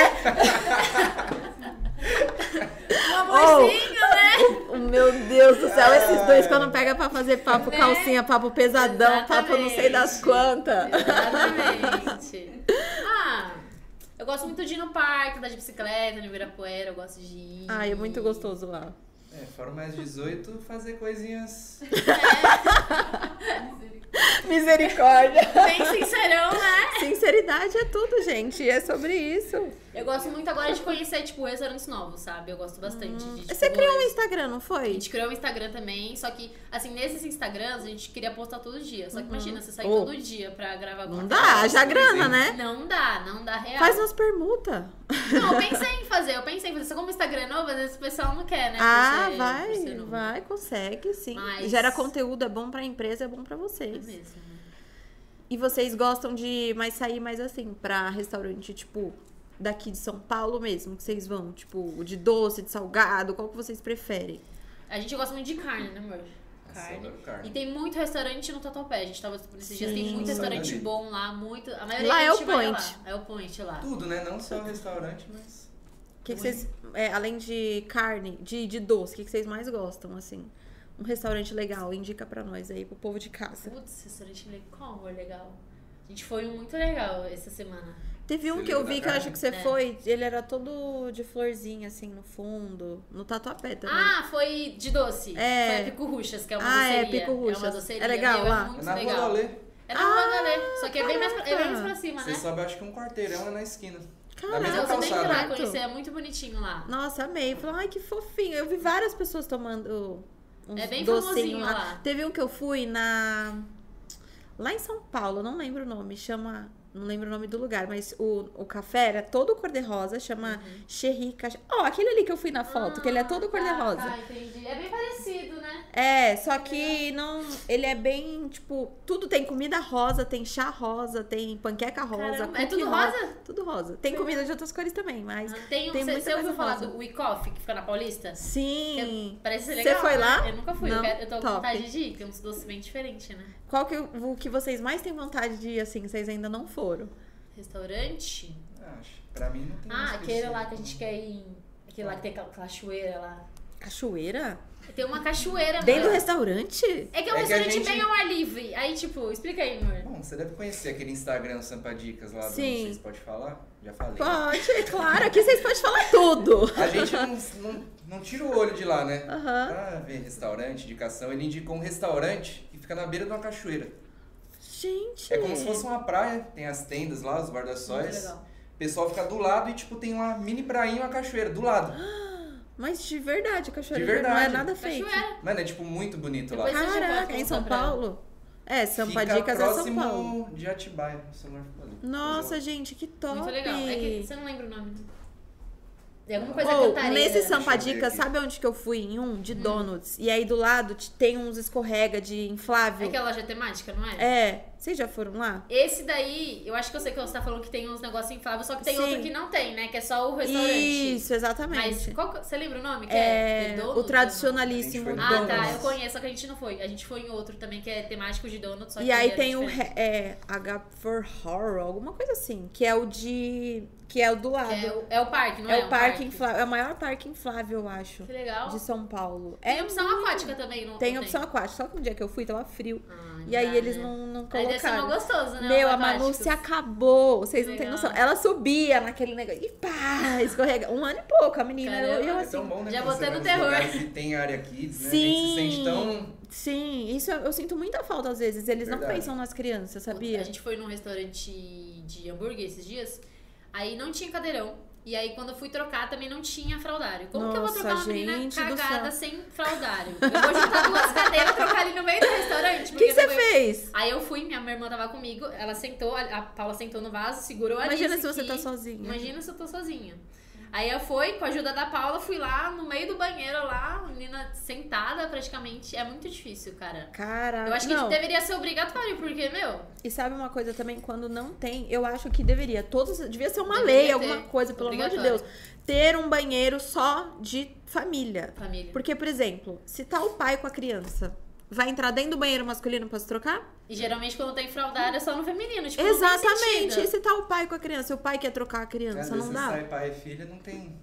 [SPEAKER 2] Um amorzinho, né?
[SPEAKER 1] O meu Deus do céu, esses dois quando pega é pra fazer papo
[SPEAKER 2] Né?
[SPEAKER 1] calcinha, papo pesadão, papo não sei das
[SPEAKER 2] Exatamente.
[SPEAKER 1] quantas.
[SPEAKER 2] Exatamente. Ah, eu gosto muito de ir no parque, andar de bicicleta, no Ibirapuera, eu gosto de ir.
[SPEAKER 1] Ai, é muito gostoso lá.
[SPEAKER 3] É, foram mais 18 fazer coisinhas.
[SPEAKER 1] Misericórdia.
[SPEAKER 2] Bem sincerão, né?
[SPEAKER 1] Sinceridade é tudo, gente. É sobre isso.
[SPEAKER 2] Eu gosto muito agora de conhecer, tipo, restaurantes novos, sabe? Eu gosto bastante de. Tipo,
[SPEAKER 1] Você criou um Instagram, não
[SPEAKER 2] A
[SPEAKER 1] foi?
[SPEAKER 2] gente criou um Instagram também, só que, assim, nesses Instagrams a gente queria postar todo dia. Só que imagina, você sair
[SPEAKER 1] Oh.
[SPEAKER 2] todo dia pra gravar
[SPEAKER 1] Não
[SPEAKER 2] conteúdo.
[SPEAKER 1] dá, já grana, né?
[SPEAKER 2] Não dá, não dá real.
[SPEAKER 1] Faz um umas permutas.
[SPEAKER 2] Não, eu pensei em fazer, eu pensei em fazer. Só como o Instagram é novo, às vezes o pessoal não quer, né? por
[SPEAKER 1] Ah,
[SPEAKER 2] ser- por
[SPEAKER 1] vai,
[SPEAKER 2] ser novo.
[SPEAKER 1] vai, consegue, sim.
[SPEAKER 2] Mas-
[SPEAKER 1] Gera conteúdo, é bom pra empresa, é bom pra
[SPEAKER 2] É
[SPEAKER 1] vocês.
[SPEAKER 2] mesmo.
[SPEAKER 1] E vocês gostam de mais sair mais assim, pra restaurante, tipo, daqui de São Paulo mesmo, que vocês vão? Tipo, de doce, de salgado, qual que vocês preferem?
[SPEAKER 2] A gente gosta muito de carne, né, amor? Carne.
[SPEAKER 3] Sobre carne.
[SPEAKER 2] E tem muito restaurante no Tatuapé. A gente tava por esses dias. Tem
[SPEAKER 1] Sim.
[SPEAKER 2] muito restaurante
[SPEAKER 3] Exatamente.
[SPEAKER 2] bom lá, muito. A maioria
[SPEAKER 1] Lá
[SPEAKER 2] a
[SPEAKER 1] é o
[SPEAKER 2] gente vai
[SPEAKER 1] point.
[SPEAKER 2] Lá. É o point lá.
[SPEAKER 3] Tudo, né? Não só restaurante, mas.
[SPEAKER 1] O que, que vocês, é, além de carne, de, de doce, o que, que vocês mais gostam, assim? Um restaurante legal, indica pra nós aí, pro povo de casa.
[SPEAKER 2] Putz, restaurante legal. Qual amor legal? A gente foi um muito legal essa semana.
[SPEAKER 1] Teve um
[SPEAKER 3] Você
[SPEAKER 1] que eu
[SPEAKER 3] lembra
[SPEAKER 1] vi
[SPEAKER 3] da
[SPEAKER 1] que eu acho
[SPEAKER 3] carne?
[SPEAKER 1] que você
[SPEAKER 2] É.
[SPEAKER 1] foi, ele era todo de florzinha, assim, no fundo, no tatuapé também.
[SPEAKER 2] Ah, foi de doce.
[SPEAKER 1] É.
[SPEAKER 2] Foi a Pico Ruchas, que é uma
[SPEAKER 1] Ah, é,
[SPEAKER 2] doceria.
[SPEAKER 1] Pico Ruchas.
[SPEAKER 2] É uma doceria.
[SPEAKER 1] É legal
[SPEAKER 2] meu,
[SPEAKER 1] lá? Ah,
[SPEAKER 2] É muito
[SPEAKER 3] É na
[SPEAKER 2] legal.
[SPEAKER 3] Rua Rolê.
[SPEAKER 2] É na Rua Galé. Só que é bem, mais pra, é bem mais
[SPEAKER 1] caraca.
[SPEAKER 2] pra cima,
[SPEAKER 3] Você
[SPEAKER 2] né?
[SPEAKER 3] sobe, acho que um quarteirão é na esquina.
[SPEAKER 1] Caraca,
[SPEAKER 3] mesma
[SPEAKER 2] Então você tem que ir lá
[SPEAKER 3] calçada.
[SPEAKER 2] conhecer, é muito bonitinho lá.
[SPEAKER 1] Nossa, amei. Falei, ai, que fofinho. Eu vi várias pessoas tomando uns
[SPEAKER 2] É bem
[SPEAKER 1] docinho
[SPEAKER 2] famosinho
[SPEAKER 1] lá.
[SPEAKER 2] lá.
[SPEAKER 1] Teve um que eu fui na... Lá em São Paulo, não lembro o nome, chama... Não lembro o nome do lugar, mas o, o café era todo cor-de-rosa, chama Xerrica. Ó, aquele ali que eu fui na foto, que ele é todo cor-de-rosa.
[SPEAKER 2] Uhum. Ah, tá, entendi. É bem parecido, né?
[SPEAKER 1] É, só que não. Ele é bem, tipo, tudo tem comida rosa, tem chá rosa, tem panqueca rosa.
[SPEAKER 2] Caramba, é
[SPEAKER 1] cookie
[SPEAKER 2] tudo rosa?
[SPEAKER 1] Tudo rosa. Tem comida de outras cores também, mas.
[SPEAKER 2] Tem, um,
[SPEAKER 1] Tem
[SPEAKER 2] você,
[SPEAKER 1] muita
[SPEAKER 2] você ouviu
[SPEAKER 1] coisa
[SPEAKER 2] falar
[SPEAKER 1] rosa.
[SPEAKER 2] do We Coffee, que fica na Paulista?
[SPEAKER 1] Sim.
[SPEAKER 2] Parece ser
[SPEAKER 1] Você
[SPEAKER 2] legal.
[SPEAKER 1] foi
[SPEAKER 2] né?
[SPEAKER 1] lá?
[SPEAKER 2] Eu nunca fui.
[SPEAKER 1] Não?
[SPEAKER 2] Eu, quero- eu tô com
[SPEAKER 1] Top.
[SPEAKER 2] vontade de ir. Tem uns doces bem diferentes, né?
[SPEAKER 1] Qual que, o que vocês mais têm vontade de ir, assim, que vocês ainda não foram?
[SPEAKER 2] Restaurante.
[SPEAKER 3] Acho. Pra mim não tem
[SPEAKER 2] Ah,
[SPEAKER 3] mais né?
[SPEAKER 2] aquele
[SPEAKER 3] específico.
[SPEAKER 2] lá que a gente quer ir. Aquele lá que tem aquela cachoeira lá.
[SPEAKER 1] Cachoeira?
[SPEAKER 2] Tem uma cachoeira.
[SPEAKER 1] Dentro do
[SPEAKER 2] mano.
[SPEAKER 1] restaurante?
[SPEAKER 2] É que é um
[SPEAKER 3] É que a
[SPEAKER 2] restaurante
[SPEAKER 3] gente-
[SPEAKER 2] bem ao ar livre. Aí, tipo, explica aí, amor.
[SPEAKER 3] Bom, você deve conhecer aquele Instagram Sampa Dicas lá do
[SPEAKER 1] Sim.
[SPEAKER 3] Vocês Pode Falar? Já falei.
[SPEAKER 1] Pode, é claro. Aqui vocês podem falar tudo.
[SPEAKER 3] A gente não, não, não tira o olho de lá, né?
[SPEAKER 1] Aham.
[SPEAKER 3] Pra ver restaurante, indicação, ele indicou um restaurante que fica na beira de uma cachoeira.
[SPEAKER 1] Gente.
[SPEAKER 3] É como se fosse uma praia, tem as tendas lá, os guarda-sóis.
[SPEAKER 2] legal.
[SPEAKER 3] O pessoal fica do lado e, tipo, tem uma mini prainha e uma cachoeira do lado.
[SPEAKER 1] Mas de verdade, cachoeira.
[SPEAKER 3] De
[SPEAKER 1] Não é
[SPEAKER 3] verdade.
[SPEAKER 1] nada fake.
[SPEAKER 2] Cachoeira.
[SPEAKER 3] Mano, é, tipo, muito bonito lá.
[SPEAKER 2] Depois Mas você já
[SPEAKER 1] Caraca,
[SPEAKER 2] pode
[SPEAKER 1] em São
[SPEAKER 2] comprar.
[SPEAKER 1] Paulo? É,
[SPEAKER 3] Fica
[SPEAKER 1] Sampa Dicas é São
[SPEAKER 3] próximo
[SPEAKER 1] Paulo.
[SPEAKER 3] de Atibaia. né? o celular ficou ali. É
[SPEAKER 1] Nossa, tipo gente, que top!
[SPEAKER 2] Muito legal. É que você não lembra o nome. É alguma coisa
[SPEAKER 1] Ou,
[SPEAKER 2] cantareira. Hum.
[SPEAKER 1] nesse
[SPEAKER 3] Deixa eu ver
[SPEAKER 1] Sampadicas,
[SPEAKER 3] aqui.
[SPEAKER 1] sabe onde que eu fui? Em um, de donuts. E aí do lado te- tem uns escorrega de
[SPEAKER 2] É
[SPEAKER 1] inflável.
[SPEAKER 2] aquela loja temática, não é?
[SPEAKER 1] É, vocês já foram lá?
[SPEAKER 2] Esse daí, eu acho que eu sei que você tá falando que tem uns negócios infláveis, só que tem
[SPEAKER 1] Sim.
[SPEAKER 2] outro que não tem, né? Que é só o restaurante.
[SPEAKER 1] Isso, exatamente.
[SPEAKER 2] Mas qual que- você lembra o nome? Que é,
[SPEAKER 1] é,
[SPEAKER 2] The
[SPEAKER 1] o
[SPEAKER 2] Donuts,
[SPEAKER 1] tradicionalíssimo
[SPEAKER 3] A gente
[SPEAKER 2] não?
[SPEAKER 3] foi
[SPEAKER 2] Ah,
[SPEAKER 1] donuts.
[SPEAKER 2] tá. Eu conheço, só que a gente não foi. A gente foi em outro também, que é temático de donuts. Só
[SPEAKER 1] E
[SPEAKER 2] que
[SPEAKER 1] aí
[SPEAKER 2] era
[SPEAKER 1] tem o
[SPEAKER 2] diferente.
[SPEAKER 1] re- é, H for Horror, alguma coisa assim, que é o de. que é o do lado.
[SPEAKER 2] É o, é o parque, não é?
[SPEAKER 1] É
[SPEAKER 2] um
[SPEAKER 1] o parque inflável, é o maior parque inflável, eu acho,
[SPEAKER 2] Que legal.
[SPEAKER 1] de São Paulo.
[SPEAKER 2] Tem
[SPEAKER 1] É
[SPEAKER 2] opção aquática também, não
[SPEAKER 1] Tem
[SPEAKER 2] não
[SPEAKER 1] opção aquática. Só que no dia que eu fui, tava frio.
[SPEAKER 2] Ah,
[SPEAKER 1] E aí
[SPEAKER 2] dá,
[SPEAKER 1] eles
[SPEAKER 2] né?
[SPEAKER 1] não, não
[SPEAKER 2] Aí deve ser mal
[SPEAKER 1] colocaram.
[SPEAKER 2] gostoso, né?
[SPEAKER 1] Meu,
[SPEAKER 2] os
[SPEAKER 1] a Manu
[SPEAKER 2] aquáticos.
[SPEAKER 1] se acabou. Vocês não têm
[SPEAKER 2] Legal.
[SPEAKER 1] noção. Ela subia naquele negócio e pá, escorrega. Um ano e pouco, a menina. Eu, eu
[SPEAKER 2] Caramba.
[SPEAKER 3] É
[SPEAKER 1] assim.
[SPEAKER 3] tão bom, né?
[SPEAKER 2] já
[SPEAKER 3] quando
[SPEAKER 2] botei
[SPEAKER 3] você
[SPEAKER 2] no
[SPEAKER 3] vai nos
[SPEAKER 2] terror.
[SPEAKER 3] lugares que tem área kids, né? A gente se
[SPEAKER 1] Sim.
[SPEAKER 3] sente tão...
[SPEAKER 1] Sim, isso eu, eu sinto muita falta às vezes. Eles não
[SPEAKER 3] Verdade.
[SPEAKER 1] pensam nas crianças,
[SPEAKER 2] Puta,
[SPEAKER 1] sabia?
[SPEAKER 2] A gente foi num restaurante de hambúrguer esses dias, aí não tinha cadeirão. E aí, quando eu fui trocar, também não tinha fraldário. Como que eu vou
[SPEAKER 1] Nossa,
[SPEAKER 2] trocar uma menina
[SPEAKER 1] gente do
[SPEAKER 2] cagada sem fraldário? Eu vou juntar duas cadeiras e trocar ali no meio do restaurante.
[SPEAKER 1] O que
[SPEAKER 2] porque
[SPEAKER 1] que você
[SPEAKER 2] não vai-
[SPEAKER 1] fez?
[SPEAKER 2] Aí eu fui, minha minha irmã tava comigo, ela sentou, a a Paula sentou no vaso, segurou a
[SPEAKER 1] Imagina
[SPEAKER 2] Alice
[SPEAKER 1] se você
[SPEAKER 2] que-
[SPEAKER 1] tá sozinha.
[SPEAKER 2] Imagina se eu tô sozinha. Aí eu fui, com a ajuda da Paula, fui lá no meio do banheiro lá, a menina sentada praticamente. É muito difícil, cara.
[SPEAKER 1] Cara,
[SPEAKER 2] Eu acho que
[SPEAKER 1] não.
[SPEAKER 2] deveria ser obrigatório, porque, meu,
[SPEAKER 1] E sabe uma coisa também, quando não tem, eu acho que deveria, todos, devia ser uma
[SPEAKER 2] Deveria
[SPEAKER 1] lei,
[SPEAKER 2] ter.
[SPEAKER 1] alguma coisa, pelo amor de Deus,
[SPEAKER 2] Obrigatório.
[SPEAKER 1] ter um banheiro só de família.
[SPEAKER 2] família.
[SPEAKER 1] Porque, por exemplo, se tá o pai com a criança, vai entrar dentro do banheiro masculino pra se trocar?
[SPEAKER 2] E geralmente quando tem fraldário é só no feminino. Tipo, não faz
[SPEAKER 1] Exatamente.
[SPEAKER 2] sentido.
[SPEAKER 1] E se tá o pai com a criança, e o pai quer trocar a
[SPEAKER 3] Às
[SPEAKER 1] criança,
[SPEAKER 3] vezes
[SPEAKER 1] não dá?
[SPEAKER 3] sai pai e filha, não tem.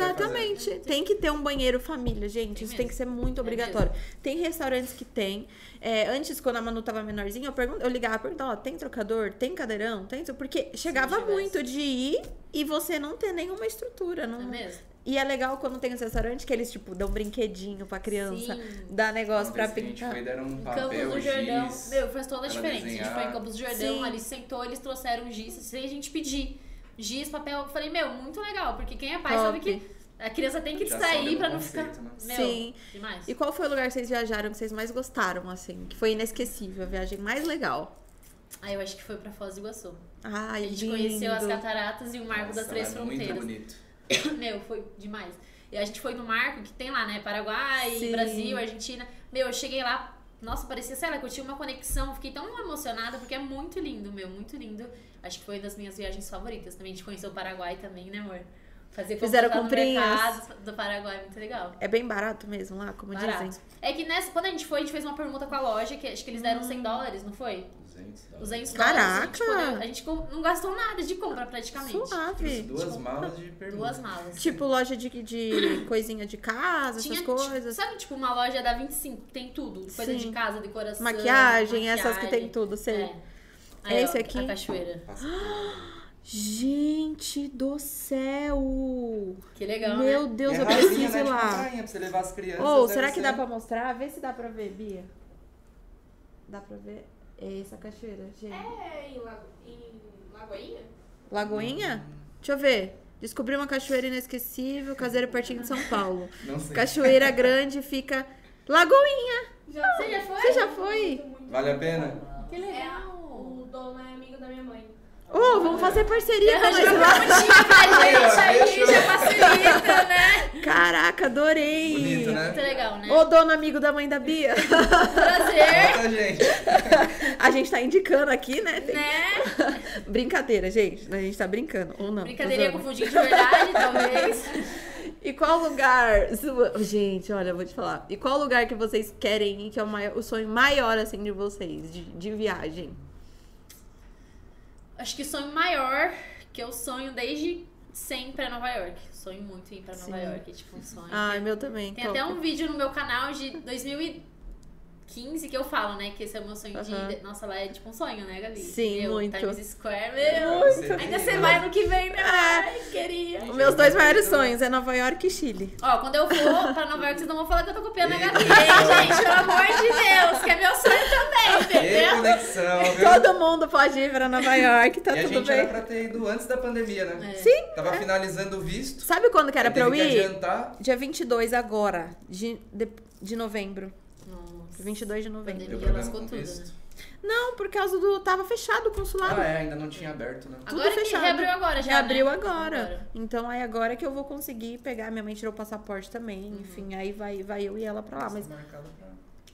[SPEAKER 1] Exatamente. Tem que ter um banheiro família, gente.
[SPEAKER 2] Tem
[SPEAKER 1] Isso tem
[SPEAKER 2] mesmo.
[SPEAKER 1] que ser muito
[SPEAKER 2] É
[SPEAKER 1] obrigatório. tem restaurantes que tem. É, antes, quando a Manu tava menorzinha, eu, pergun- eu ligava e perguntava, ó, tem trocador? Tem cadeirão? Tem... isso?" Porque chegava
[SPEAKER 2] tivesse.
[SPEAKER 1] muito de ir e você não ter nenhuma estrutura.
[SPEAKER 2] É
[SPEAKER 1] Não...
[SPEAKER 2] mesmo?
[SPEAKER 1] E é legal quando tem os restaurantes que eles, tipo, dão brinquedinho pra criança.
[SPEAKER 2] Sim.
[SPEAKER 1] Dá negócio
[SPEAKER 3] Uma
[SPEAKER 1] pra
[SPEAKER 3] vez que a gente
[SPEAKER 1] pintar.
[SPEAKER 3] foi, deram um
[SPEAKER 2] Campos
[SPEAKER 3] papel,
[SPEAKER 2] do Jordão,
[SPEAKER 3] giz.
[SPEAKER 2] meu, faz toda a
[SPEAKER 3] pra
[SPEAKER 2] diferença. A gente
[SPEAKER 3] desenhar.
[SPEAKER 2] foi em Campos do Jordão,
[SPEAKER 1] Sim.
[SPEAKER 2] ali sentou, eles trouxeram giz, sem a gente pedir. Giz, papel, eu falei, meu, muito legal, porque quem é pai sabe
[SPEAKER 1] Top.
[SPEAKER 2] que a criança tem que
[SPEAKER 3] Já
[SPEAKER 2] distrair
[SPEAKER 3] soube
[SPEAKER 2] pra
[SPEAKER 3] do
[SPEAKER 2] não ficar.
[SPEAKER 3] conceito, né?
[SPEAKER 2] Meu,
[SPEAKER 1] Sim.
[SPEAKER 2] demais.
[SPEAKER 1] E qual foi o lugar que vocês viajaram que vocês mais gostaram, assim? Que foi inesquecível, a viagem mais legal.
[SPEAKER 2] Aí eu acho que foi pra Foz do Iguaçu.
[SPEAKER 1] Ai,
[SPEAKER 2] a gente
[SPEAKER 1] lindo.
[SPEAKER 2] conheceu as cataratas e o Marco
[SPEAKER 3] Nossa,
[SPEAKER 2] das Três
[SPEAKER 3] lá é Muito
[SPEAKER 2] Fronteiras.
[SPEAKER 3] bonito.
[SPEAKER 2] Meu, foi demais. E a gente foi no marco que tem lá, né? Paraguai,
[SPEAKER 1] Sim.
[SPEAKER 2] Brasil, Argentina. Meu, eu cheguei lá, nossa, parecia, sei lá, que eu tinha uma conexão. Fiquei tão emocionada, porque é muito lindo, meu, muito lindo. Acho que foi uma das minhas viagens favoritas também. A gente conheceu o Paraguai também, né, amor? Fazer compras
[SPEAKER 1] Fizeram
[SPEAKER 2] lá no
[SPEAKER 1] comprinhas.
[SPEAKER 2] mercado do Paraguai, muito legal.
[SPEAKER 1] É bem barato mesmo lá, como
[SPEAKER 2] Barato.
[SPEAKER 1] dizem.
[SPEAKER 2] É que nessa, quando a gente foi, a gente fez uma permuta com a loja, que acho que eles deram 100 dólares, não foi?
[SPEAKER 3] 200 dólares.
[SPEAKER 2] 200 dólares.
[SPEAKER 1] Hum. Caraca!
[SPEAKER 2] A gente, podeu- a gente co- não gastou nada de compra praticamente.
[SPEAKER 3] Trouxe
[SPEAKER 1] Suave.
[SPEAKER 3] duas malas de permuta.
[SPEAKER 2] Duas malas.
[SPEAKER 1] Tipo loja de, de coisinha de casa, essas coisas.
[SPEAKER 2] Sabe, tipo, uma loja da 25, tem tudo. Tipo, Coisa
[SPEAKER 1] Sim.
[SPEAKER 2] de casa, decoração.
[SPEAKER 1] Maquiagem, essas que tem
[SPEAKER 2] maquiagem.
[SPEAKER 1] tudo, sei.
[SPEAKER 2] É. Aí,
[SPEAKER 1] Esse
[SPEAKER 2] ó,
[SPEAKER 1] aqui?
[SPEAKER 2] A cachoeira.
[SPEAKER 3] Passa-
[SPEAKER 1] Gente do céu!
[SPEAKER 2] Que legal,
[SPEAKER 1] Meu
[SPEAKER 2] né?
[SPEAKER 1] Deus,
[SPEAKER 3] É
[SPEAKER 1] eu
[SPEAKER 3] rasinha,
[SPEAKER 1] preciso
[SPEAKER 3] né,
[SPEAKER 1] ir
[SPEAKER 3] de
[SPEAKER 1] lá.
[SPEAKER 3] montanha, pra você levar as crianças.
[SPEAKER 1] Ou
[SPEAKER 3] deve
[SPEAKER 1] será que
[SPEAKER 3] ser- um
[SPEAKER 1] dá pra mostrar? Vê se dá pra ver, Bia. Dá pra ver? É essa cachoeira, gente.
[SPEAKER 6] É em, Lago... em Lagoinha?
[SPEAKER 1] Lagoinha? Deixa eu ver. Descobri uma cachoeira inesquecível, caseiro pertinho de São Paulo.
[SPEAKER 3] Não sei.
[SPEAKER 1] Cachoeira grande fica. Lagoinha!
[SPEAKER 6] Já, você já foi?
[SPEAKER 1] Você já foi?
[SPEAKER 3] Vale a pena?
[SPEAKER 2] Que
[SPEAKER 6] É,
[SPEAKER 2] legal.
[SPEAKER 6] o dono é amigo da minha mãe.
[SPEAKER 1] Ô, vamos fazer parceria com
[SPEAKER 2] Arranjou
[SPEAKER 1] nós
[SPEAKER 2] uma
[SPEAKER 1] lá.
[SPEAKER 2] pontinha pra
[SPEAKER 3] Aí, ó,
[SPEAKER 2] né, gente, aí
[SPEAKER 3] fechou.
[SPEAKER 2] já facilita, né?
[SPEAKER 1] Caraca, adorei!
[SPEAKER 3] Bonito, né?
[SPEAKER 2] Muito legal, né?
[SPEAKER 1] Ô, dono amigo da mãe da Bia.
[SPEAKER 2] Prazer,
[SPEAKER 3] Nossa, gente.
[SPEAKER 1] A gente tá indicando aqui, né? Tem-
[SPEAKER 2] né?
[SPEAKER 1] Brincadeira, gente. A gente tá brincando, ou não.
[SPEAKER 2] Brincadeirinha
[SPEAKER 1] tô
[SPEAKER 2] com
[SPEAKER 1] zoando.
[SPEAKER 2] fundinho de verdade, talvez.
[SPEAKER 1] E qual lugar... sua- Gente, olha, eu vou te falar. E qual lugar que vocês querem ir, que é o, maior- o sonho maior, assim, de vocês, de, de viagem?
[SPEAKER 2] Acho que sonho maior, que eu sonho desde sempre é Nova York. Sonho muito em ir pra Nova
[SPEAKER 1] Sim. Ah,
[SPEAKER 2] York, é tipo um sonho.
[SPEAKER 1] Ai, meu também.
[SPEAKER 2] Tem
[SPEAKER 1] top.
[SPEAKER 2] até um vídeo no meu canal de 2015 que eu falo, né? Que esse é o meu sonho de.
[SPEAKER 1] Aham.
[SPEAKER 2] Nossa, lá é tipo um sonho, né, Gabi?
[SPEAKER 1] Sim,
[SPEAKER 2] meu,
[SPEAKER 1] muito. Uhum.
[SPEAKER 2] Times Square, meu.
[SPEAKER 3] Muito.
[SPEAKER 2] Ainda você vai ano que vem, né?
[SPEAKER 1] Ah.
[SPEAKER 2] Ai, queria.
[SPEAKER 1] Os meus dois maiores sonhos é Nova York e Chile.
[SPEAKER 2] Ó, quando eu for pra Nova York, vocês não vão falar que eu tô copiando a Gabi, hein, gente? Pelo amor de Deus, que é meu sonho
[SPEAKER 1] Ah,
[SPEAKER 2] também,
[SPEAKER 3] Que
[SPEAKER 2] entendeu?
[SPEAKER 3] conexão, viu?
[SPEAKER 1] Todo mundo pode ir pra Nova York, tá
[SPEAKER 3] e a
[SPEAKER 1] tudo
[SPEAKER 3] gente
[SPEAKER 1] bem.
[SPEAKER 3] era pra ter ido antes da pandemia, né?
[SPEAKER 2] É.
[SPEAKER 1] Sim.
[SPEAKER 3] Tava finalizando o visto.
[SPEAKER 1] Sabe quando que era
[SPEAKER 3] aí
[SPEAKER 1] pra eu
[SPEAKER 3] teve que
[SPEAKER 1] ir?
[SPEAKER 3] adiantar.
[SPEAKER 1] Dia 22 agora, de, de, de novembro.
[SPEAKER 2] Nossa.
[SPEAKER 1] 22 de novembro.
[SPEAKER 2] Pandemia.
[SPEAKER 3] Deu
[SPEAKER 2] E
[SPEAKER 3] problema
[SPEAKER 2] lascou
[SPEAKER 3] com o
[SPEAKER 2] tudo,
[SPEAKER 3] visto.
[SPEAKER 1] né? Não, por causa do... Tava fechado o consulado.
[SPEAKER 3] Ah, é, ainda não tinha aberto, né?
[SPEAKER 1] tudo
[SPEAKER 2] Agora que
[SPEAKER 1] fechado.
[SPEAKER 2] reabriu agora, já.
[SPEAKER 1] Reabriu
[SPEAKER 2] né?
[SPEAKER 1] agora. Então aí agora que eu vou conseguir pegar, minha mãe tirou o passaporte também,
[SPEAKER 2] Uhum.
[SPEAKER 1] enfim, aí vai, vai eu e ela pra lá, Ah, mas tá
[SPEAKER 3] Marcado pra...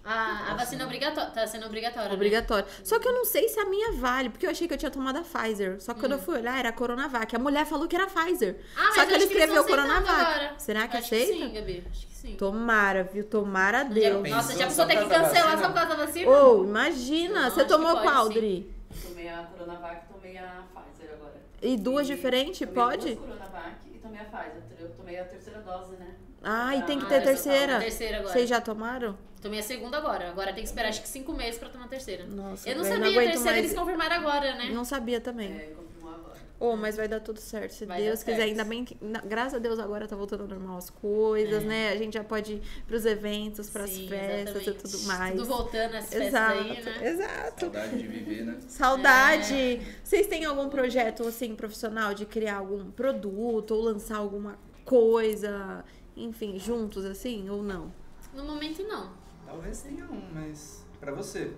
[SPEAKER 2] A, a vacina obrigatória tá sendo obrigatória. né?
[SPEAKER 1] obrigatório. Só que eu não sei se a minha vale, porque eu achei que eu tinha tomado a Pfizer. Só que
[SPEAKER 2] Hum.
[SPEAKER 1] quando eu fui olhar era a Coronavac. A mulher falou que era a Pfizer.
[SPEAKER 2] Ah,
[SPEAKER 1] Só
[SPEAKER 2] mas
[SPEAKER 1] que
[SPEAKER 2] acho
[SPEAKER 1] ele
[SPEAKER 2] eles
[SPEAKER 1] escreveu
[SPEAKER 2] estão aceitando
[SPEAKER 1] Coronavac.
[SPEAKER 2] agora.
[SPEAKER 1] Será que
[SPEAKER 2] acho
[SPEAKER 1] aceita?
[SPEAKER 2] Que sim, Gabi. Acho que sim.
[SPEAKER 1] Tomara, viu? Tomara a
[SPEAKER 2] Já-
[SPEAKER 1] Deus.
[SPEAKER 2] Nossa,
[SPEAKER 3] Pensou
[SPEAKER 2] já a pessoa
[SPEAKER 3] só
[SPEAKER 2] tem que
[SPEAKER 3] por causa da
[SPEAKER 2] cancelar só assim,
[SPEAKER 3] vacina?
[SPEAKER 2] por causa da vacina?
[SPEAKER 1] Ou, imagina,
[SPEAKER 2] Não,
[SPEAKER 1] você
[SPEAKER 2] acho que
[SPEAKER 1] tomou
[SPEAKER 2] pode,
[SPEAKER 1] qual,
[SPEAKER 2] sim.
[SPEAKER 1] Dri?
[SPEAKER 5] Tomei a Coronavac, tomei a Pfizer agora.
[SPEAKER 1] E duas diferentes,
[SPEAKER 5] tomei
[SPEAKER 1] pode?
[SPEAKER 5] Duas Coronavac e tomei a Pfizer. Eu tomei a terceira dose, né?
[SPEAKER 1] Ah, e tem que
[SPEAKER 2] Ah,
[SPEAKER 1] ter
[SPEAKER 2] eu tô
[SPEAKER 1] terceira.
[SPEAKER 2] tomando terceira agora.
[SPEAKER 1] Vocês já tomaram?
[SPEAKER 2] Tomei a segunda agora. Agora tem que esperar acho que cinco meses pra tomar a terceira.
[SPEAKER 1] Nossa,
[SPEAKER 2] eu não
[SPEAKER 1] velho, não
[SPEAKER 2] sabia, a
[SPEAKER 1] aguento
[SPEAKER 2] terceira
[SPEAKER 1] mais.
[SPEAKER 2] eles confirmaram agora, né?
[SPEAKER 1] Não sabia também.
[SPEAKER 5] É, confirmou agora.
[SPEAKER 1] Ô, mas vai dar tudo certo, se
[SPEAKER 2] Vai dar
[SPEAKER 1] Deus quiser.
[SPEAKER 2] certo. É.
[SPEAKER 1] Ainda bem que, na- graças a Deus, agora tá voltando ao normal as coisas, né? A gente já pode ir pros eventos, pras
[SPEAKER 2] Sim,
[SPEAKER 1] festas
[SPEAKER 2] exatamente.
[SPEAKER 1] e tudo mais.
[SPEAKER 2] Tudo voltando às festas
[SPEAKER 1] Exato,
[SPEAKER 2] aí, né? É.
[SPEAKER 1] exato.
[SPEAKER 3] Saudade de viver, né?
[SPEAKER 1] Saudade! Vocês têm algum projeto, assim, profissional de criar algum produto ou lançar alguma coisa, enfim, juntos, assim, ou não?
[SPEAKER 2] No momento, não.
[SPEAKER 3] Talvez tenha um, mas pra você,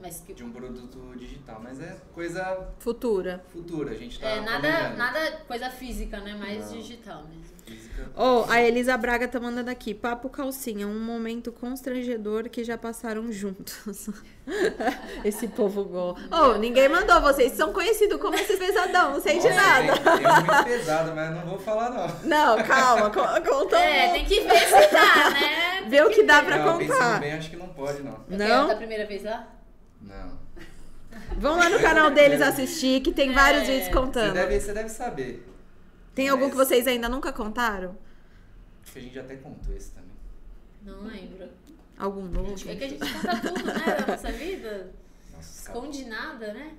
[SPEAKER 2] Mas que-
[SPEAKER 3] de um produto digital, mas é coisa
[SPEAKER 1] Futura.
[SPEAKER 3] futura, a gente tá
[SPEAKER 2] é, nada,
[SPEAKER 3] planejando.
[SPEAKER 2] nada coisa física, né? Mais
[SPEAKER 3] Não.
[SPEAKER 2] digital mesmo.
[SPEAKER 3] Física.
[SPEAKER 1] Ó, a Elisa Braga tá mandando aqui. Papo calcinha, um momento constrangedor que já passaram juntos. Esse povo go. Ô, ninguém mandou vocês. São conhecidos como esse pesadão, não sei de
[SPEAKER 3] Nossa,
[SPEAKER 1] nada.
[SPEAKER 3] Tem, tem um muito pesado, mas não vou falar não.
[SPEAKER 1] Não, calma, co- contou.
[SPEAKER 2] É, tem que ver se tá, né?
[SPEAKER 1] Vê o que dá pra
[SPEAKER 3] não, pensando
[SPEAKER 1] contar.
[SPEAKER 3] bem, acho que não pode não.
[SPEAKER 1] Não?
[SPEAKER 2] Da primeira vez lá?
[SPEAKER 3] Não.
[SPEAKER 1] Vão lá no canal deles assistir, que tem
[SPEAKER 2] É.
[SPEAKER 1] vários vídeos
[SPEAKER 3] É. Você
[SPEAKER 1] contando.
[SPEAKER 3] deve, você deve saber,
[SPEAKER 1] Tem algum que
[SPEAKER 3] Mas-
[SPEAKER 1] vocês ainda nunca contaram?
[SPEAKER 3] que a gente até contou esse também.
[SPEAKER 2] Não lembro.
[SPEAKER 1] Algum novo?
[SPEAKER 2] É que a gente conta tudo, né? Da nossa vida.
[SPEAKER 3] Nossa, escapou.
[SPEAKER 2] Esconde nada, né?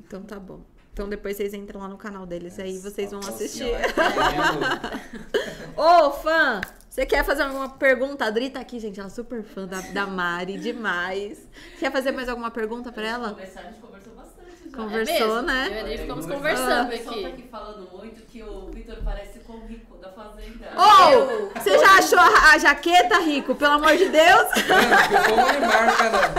[SPEAKER 1] Então tá bom. Então depois vocês entram lá no canal deles, aí vocês vão
[SPEAKER 3] Nossa,
[SPEAKER 1] assistir.
[SPEAKER 3] ela é tremendo.
[SPEAKER 1] Ô, fã! Você quer fazer alguma pergunta? A Dri tá aqui, gente. Ela é super fã da, da Mari, demais. Quer fazer mais alguma pergunta pra ela?
[SPEAKER 5] Conversar, a gente conversou bastante já.
[SPEAKER 1] Conver- Conversou,
[SPEAKER 2] é mesmo?
[SPEAKER 1] né? Ah.
[SPEAKER 2] Eu e a Adri ficamos
[SPEAKER 3] Muito.
[SPEAKER 5] O
[SPEAKER 2] conversando
[SPEAKER 5] pessoal tá
[SPEAKER 2] aqui.
[SPEAKER 5] aqui falando muito que o Vitor parece com o Rico da Fazenda.
[SPEAKER 2] É.
[SPEAKER 1] Ô! Você já achou a, a jaqueta, Rico? Pelo amor de Deus!
[SPEAKER 3] Mano, ficou um Neymar, cara.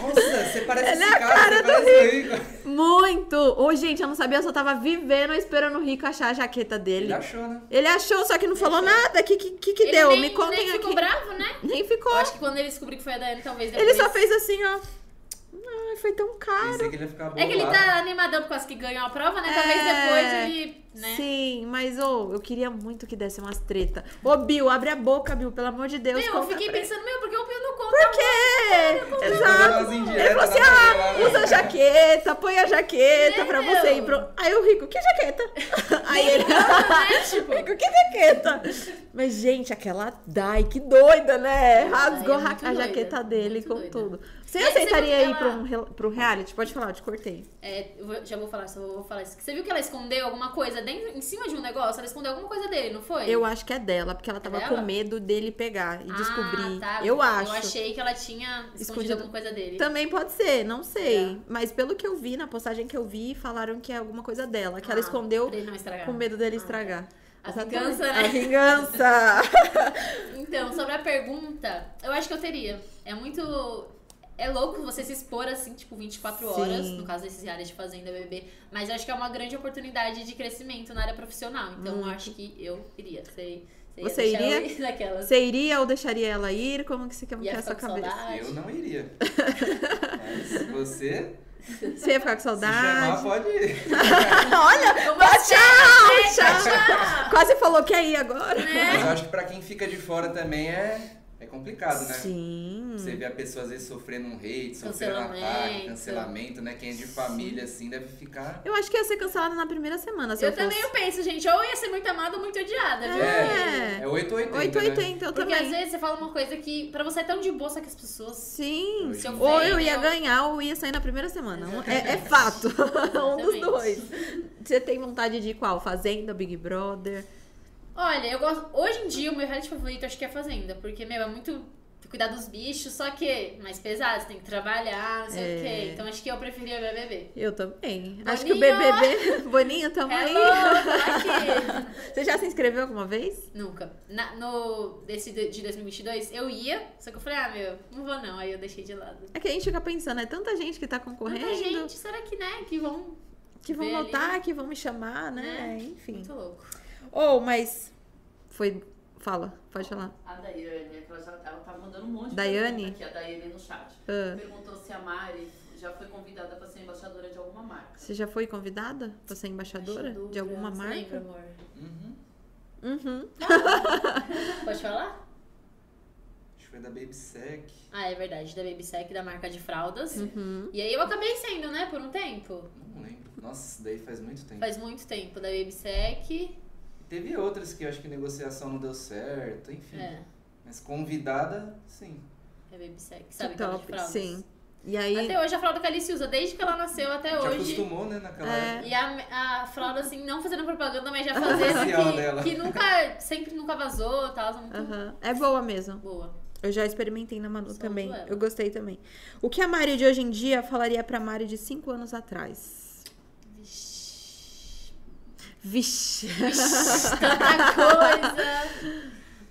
[SPEAKER 3] Nossa, você parece
[SPEAKER 1] Ele é
[SPEAKER 3] esse
[SPEAKER 1] a
[SPEAKER 3] cara,
[SPEAKER 1] cara
[SPEAKER 3] você
[SPEAKER 1] do
[SPEAKER 3] parece o Rico.
[SPEAKER 1] Muito! Ô, gente, eu não sabia, eu só tava vivendo esperando o Rico achar a jaqueta dele.
[SPEAKER 3] Ele achou, né?
[SPEAKER 1] Ele achou, só que não falou nada. O que, que, que que
[SPEAKER 2] Ele
[SPEAKER 1] deu?
[SPEAKER 2] nem-
[SPEAKER 1] Me contem
[SPEAKER 2] nem
[SPEAKER 1] aqui.
[SPEAKER 2] ficou bravo, né?
[SPEAKER 1] Nem
[SPEAKER 2] Eu
[SPEAKER 1] ficou.
[SPEAKER 2] acho que quando ele descobriu que foi a Daiane, talvez
[SPEAKER 1] Ele
[SPEAKER 2] depois...
[SPEAKER 1] só fez assim, ó. Ai, foi tão caro.
[SPEAKER 3] Pensei que ele ia ficar bolado.
[SPEAKER 2] É que ele tá animadão por causa que ganhou a prova, né? Talvez
[SPEAKER 1] É.
[SPEAKER 2] depois ele... Né?
[SPEAKER 1] Sim, mas ô, eu queria muito que desse umas treta. Ô, Bill, abre a boca, Bill, pelo amor de Deus.
[SPEAKER 2] Meu, eu
[SPEAKER 1] conta
[SPEAKER 2] fiquei
[SPEAKER 1] pra-
[SPEAKER 2] pensando, meu, porque o Bill não conta.
[SPEAKER 1] Por quê? Exato. Ele falou assim: ah, usa a jaqueta, põe a jaqueta pra
[SPEAKER 2] Meu.
[SPEAKER 1] você ir pro. Aí o Rico, que jaqueta? Aí ele. "Ah,
[SPEAKER 2] né? Tipo,
[SPEAKER 1] Rico, que jaqueta? Mas, gente, aquela Dai, que doida, né? Rasgou
[SPEAKER 2] Dai é muito
[SPEAKER 1] a
[SPEAKER 2] doida,
[SPEAKER 1] jaqueta dele
[SPEAKER 2] muito
[SPEAKER 1] com
[SPEAKER 2] doida.
[SPEAKER 1] tudo. Você
[SPEAKER 2] É, você
[SPEAKER 1] aceitaria
[SPEAKER 2] viu
[SPEAKER 1] ir
[SPEAKER 2] que
[SPEAKER 1] pra
[SPEAKER 2] ela-
[SPEAKER 1] um, re- pro reality? Pode falar, eu te cortei.
[SPEAKER 2] É, eu vou- já vou falar, só vou falar isso. Você viu que ela escondeu alguma coisa dentro, em cima de um negócio? Ela escondeu alguma coisa dele, não foi? Ah,
[SPEAKER 1] Eu acho que é dela, porque ela tava com
[SPEAKER 2] dela?
[SPEAKER 1] medo dele pegar e
[SPEAKER 2] Ah,
[SPEAKER 1] descobrir.
[SPEAKER 2] tá.
[SPEAKER 1] Eu acho.
[SPEAKER 2] Eu achei que ela tinha escondido,
[SPEAKER 1] Escondido.
[SPEAKER 2] alguma coisa dele.
[SPEAKER 1] Também pode ser, não sei.
[SPEAKER 2] É.
[SPEAKER 1] Mas pelo que eu vi, na postagem que eu vi, falaram que é alguma coisa dela, que ela
[SPEAKER 2] Ah,
[SPEAKER 1] escondeu
[SPEAKER 2] pra ele não estragar.
[SPEAKER 1] com medo dele
[SPEAKER 2] Ah.
[SPEAKER 1] estragar.
[SPEAKER 2] A
[SPEAKER 1] Exatamente.
[SPEAKER 2] vingança, né?
[SPEAKER 1] A vingança!
[SPEAKER 2] Então, sobre a pergunta, eu acho que eu teria. É muito. É louco você se expor assim, tipo, 24
[SPEAKER 1] Sim.
[SPEAKER 2] horas, no caso desses áreas de fazenda bebê. Mas eu acho que é uma grande oportunidade de crescimento na área profissional. Então eu acho que eu iria. Sei, sei
[SPEAKER 1] Hum. Você
[SPEAKER 2] deixar eu
[SPEAKER 1] iria?
[SPEAKER 2] ir Daquelas.
[SPEAKER 1] Você iria ou deixaria ela ir? Como que você quer
[SPEAKER 2] Ia
[SPEAKER 1] a sua
[SPEAKER 2] ficar com
[SPEAKER 1] cabeça?
[SPEAKER 2] saudade.
[SPEAKER 3] Eu não iria. Mas você,
[SPEAKER 1] Você ia ficar com
[SPEAKER 3] se chamar,
[SPEAKER 1] saudade?
[SPEAKER 3] pode ir.
[SPEAKER 1] Olha! Tchau, é
[SPEAKER 2] né?
[SPEAKER 1] tchau! Quase falou que é ir agora.
[SPEAKER 3] Mas eu acho que pra quem fica de fora também é, é complicado, né?
[SPEAKER 1] Sim.
[SPEAKER 3] Você vê a pessoa às vezes sofrendo um hate, sofrendo um ataque,
[SPEAKER 2] Cancelamento.
[SPEAKER 3] cancelamento, né? Quem é de família, assim, deve ficar.
[SPEAKER 1] Eu acho que ia ser cancelada na primeira semana, se eu,
[SPEAKER 2] Eu também eu penso, gente, ou ia ser muito amada ou muito odiada, viu?
[SPEAKER 1] É.
[SPEAKER 3] É, é 880. 880. Né?
[SPEAKER 1] 880, eu
[SPEAKER 2] Porque
[SPEAKER 1] também.
[SPEAKER 2] às vezes você fala uma coisa que pra você é tão de boa, só que as pessoas.
[SPEAKER 1] Sim.
[SPEAKER 3] Hoje
[SPEAKER 2] Se eu
[SPEAKER 3] não.
[SPEAKER 1] Ou eu ia
[SPEAKER 2] Eu-
[SPEAKER 1] ganhar ou ia sair na primeira semana. Um- É, é fato. um dos
[SPEAKER 2] Exatamente.
[SPEAKER 1] dois. Você tem vontade de ir qual? Fazenda, Big Brother?
[SPEAKER 2] Olha, eu gosto. Hoje em dia, o meu reality favorito acho que é a Fazenda, porque, meu, é muito cuidar dos bichos, só que mais pesado, você tem que trabalhar, não sei
[SPEAKER 1] É.
[SPEAKER 2] o quê. Então acho que eu preferia BBB.
[SPEAKER 1] Eu também. Acho que o
[SPEAKER 2] Boninho! É
[SPEAKER 1] BBB. Boninho, tamo
[SPEAKER 2] Hello,
[SPEAKER 1] aí.
[SPEAKER 2] tá aqui.
[SPEAKER 1] Você já se inscreveu alguma vez?
[SPEAKER 2] Nunca. Na- no desse de de 2022, eu ia, só que eu falei, ah, meu, não vou não, aí eu deixei de lado.
[SPEAKER 1] É que a gente fica pensando, é tanta gente que tá concorrendo,
[SPEAKER 2] Muita gente, será que, né, que vão...
[SPEAKER 1] que vão
[SPEAKER 2] vê ali.
[SPEAKER 1] notar, que vão me chamar, né?
[SPEAKER 2] Né?
[SPEAKER 1] Enfim.
[SPEAKER 2] Muito louco.
[SPEAKER 1] Ou, mas. Foi. Fala, pode falar.
[SPEAKER 5] A Daiane, aquela já, ela tá mandando um monte de
[SPEAKER 1] Daiane?
[SPEAKER 5] pergunta aqui, a Daiane no chat.
[SPEAKER 1] Ah,
[SPEAKER 5] Perguntou se a Mari já foi convidada para ser embaixadora de alguma marca.
[SPEAKER 1] você já foi convidada pra ser embaixadora Tá de alguma
[SPEAKER 2] Você
[SPEAKER 1] marca?
[SPEAKER 2] lembra, amor?
[SPEAKER 3] Uhum.
[SPEAKER 1] Uhum.
[SPEAKER 2] Pode falar?
[SPEAKER 3] Acho que foi da BabySec.
[SPEAKER 2] Ah, é verdade, da BabySec, da marca de fraldas.
[SPEAKER 1] Uhum.
[SPEAKER 2] E aí eu acabei sendo, né, por um tempo.
[SPEAKER 3] Não lembro. Nossa, isso daí faz muito tempo.
[SPEAKER 2] Faz muito tempo, da BabySec.
[SPEAKER 3] Teve outras que eu acho que negociação não deu certo, enfim.
[SPEAKER 1] Uhum.
[SPEAKER 2] É,
[SPEAKER 3] Mas convidada, sim.
[SPEAKER 2] é BabySec.
[SPEAKER 1] Que
[SPEAKER 2] Sabe, aquela de
[SPEAKER 1] top,
[SPEAKER 2] fraldas?
[SPEAKER 1] sim. E aí.
[SPEAKER 2] Até hoje a fralda que a Alice usa, desde que ela nasceu até
[SPEAKER 3] Te
[SPEAKER 2] hoje.
[SPEAKER 3] acostumou, né, naquela
[SPEAKER 1] É.
[SPEAKER 3] época.
[SPEAKER 2] E a, a fralda, assim, não fazendo propaganda, mas já fazendo
[SPEAKER 3] Oficial dela.
[SPEAKER 2] que, que nunca, sempre nunca vazou e tal, são muito
[SPEAKER 1] Aham. É boa mesmo.
[SPEAKER 2] boa.
[SPEAKER 1] Eu já experimentei na Manu
[SPEAKER 2] Solto
[SPEAKER 1] também.
[SPEAKER 2] ela.
[SPEAKER 1] Eu gostei também. O que a Mari de hoje em dia falaria pra Mari de 5 anos atrás? Vixe.
[SPEAKER 2] Tanta coisa.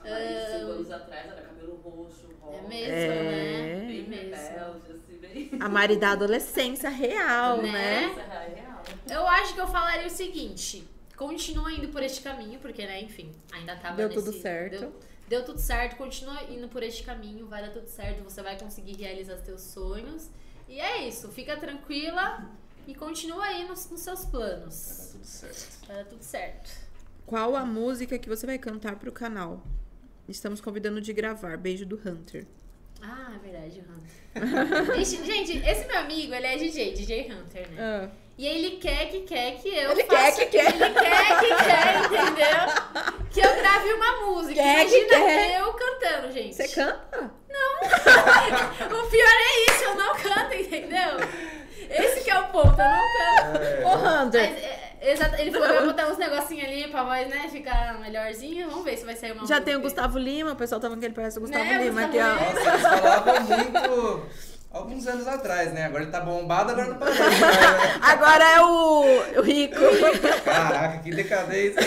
[SPEAKER 5] Aí, cinco anos atrás era cabelo roxo, rosa.
[SPEAKER 2] Ah. É mesmo,
[SPEAKER 1] É.
[SPEAKER 2] né?
[SPEAKER 5] Bem
[SPEAKER 2] É mesmo.
[SPEAKER 5] rebelde, assim, bem.
[SPEAKER 1] A Mari da adolescência real, né?
[SPEAKER 2] Né?
[SPEAKER 5] Essa é real.
[SPEAKER 2] Eu acho que eu falaria o seguinte. Continua indo por este caminho, porque, né, enfim, ainda tava
[SPEAKER 1] Deu
[SPEAKER 2] nesse...
[SPEAKER 1] tudo certo.
[SPEAKER 2] Deu, deu tudo certo, continua indo por este caminho, vai dar tudo certo, você vai conseguir realizar seus sonhos. E é isso, fica tranquila e continua aí nos, nos seus
[SPEAKER 3] Tá
[SPEAKER 2] planos.
[SPEAKER 3] tudo certo.
[SPEAKER 2] Vai dar tudo certo.
[SPEAKER 1] Qual a música que você vai cantar pro canal? Estamos convidando de gravar. Beijo do Hunter.
[SPEAKER 2] Ah, é verdade, Hunter. Ixi, gente, esse meu amigo, ele é DJ, DJ Hunter, né? E ele quer que quer que eu
[SPEAKER 1] Ele quer
[SPEAKER 2] faça...
[SPEAKER 1] que quer.
[SPEAKER 2] Ele quer que quer, entendeu? Que eu grave uma música.
[SPEAKER 1] Quer que
[SPEAKER 2] Imagina
[SPEAKER 1] quer.
[SPEAKER 2] eu cantando, gente.
[SPEAKER 1] Você canta?
[SPEAKER 2] O pior é isso, eu não canto, entendeu? Esse que é o ponto, eu não canto.
[SPEAKER 1] Ô, Hunter,
[SPEAKER 2] Mas, é, é, exato, ele falou que vai botar uns negocinhos ali pra voz, né, ficar melhorzinho. Vamos ver se vai sair uma
[SPEAKER 1] já
[SPEAKER 2] música.
[SPEAKER 1] tem o Gustavo Lima. O pessoal tava que ele parece o Gustavo
[SPEAKER 2] Né,
[SPEAKER 1] Lima aqui,
[SPEAKER 2] Gustavo
[SPEAKER 1] ó.
[SPEAKER 2] Lima.
[SPEAKER 3] Nossa, eles falavam muito alguns anos atrás, né? Agora ele tá bombado, agora não parece. né?
[SPEAKER 1] Agora é o, o Rico.
[SPEAKER 3] Caraca, que decadência.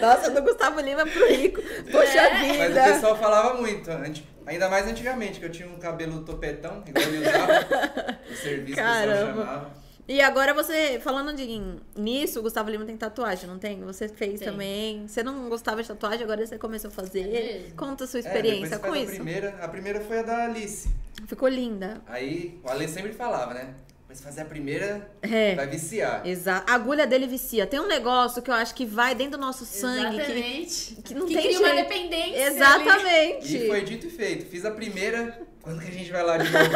[SPEAKER 1] Nossa, do Gustavo Lima pro Rico.
[SPEAKER 2] É.
[SPEAKER 1] Poxa
[SPEAKER 3] Mas
[SPEAKER 1] vida.
[SPEAKER 3] o pessoal falava muito, anti- ainda mais antigamente, que eu tinha um cabelo topetão, igual ele usava. O serviço que o pessoal
[SPEAKER 1] Caramba.
[SPEAKER 3] chamava.
[SPEAKER 1] E agora você, falando de, em- nisso, o Gustavo Lima tem tatuagem, não tem? Você fez
[SPEAKER 2] Tem.
[SPEAKER 1] também. Você não gostava de tatuagem, agora você começou a fazer.
[SPEAKER 2] É mesmo?
[SPEAKER 1] Conta a sua
[SPEAKER 3] É,
[SPEAKER 1] experiência
[SPEAKER 3] depois
[SPEAKER 1] com
[SPEAKER 3] faz a
[SPEAKER 1] isso.
[SPEAKER 3] Primeira, a primeira foi a da Alice.
[SPEAKER 1] Ficou linda.
[SPEAKER 3] Aí o Ale sempre falava, né? Mas fazer a primeira
[SPEAKER 1] É.
[SPEAKER 3] vai viciar.
[SPEAKER 1] Exato. A agulha dele vicia. Tem um negócio que eu acho que vai dentro do nosso sangue. Que,
[SPEAKER 2] Exatamente.
[SPEAKER 1] que não
[SPEAKER 2] que
[SPEAKER 1] tem
[SPEAKER 2] cria
[SPEAKER 1] jeito.
[SPEAKER 2] uma dependência ali.
[SPEAKER 1] Exatamente.
[SPEAKER 3] E foi dito e feito. Fiz a primeira. Quando que a gente vai lá de novo?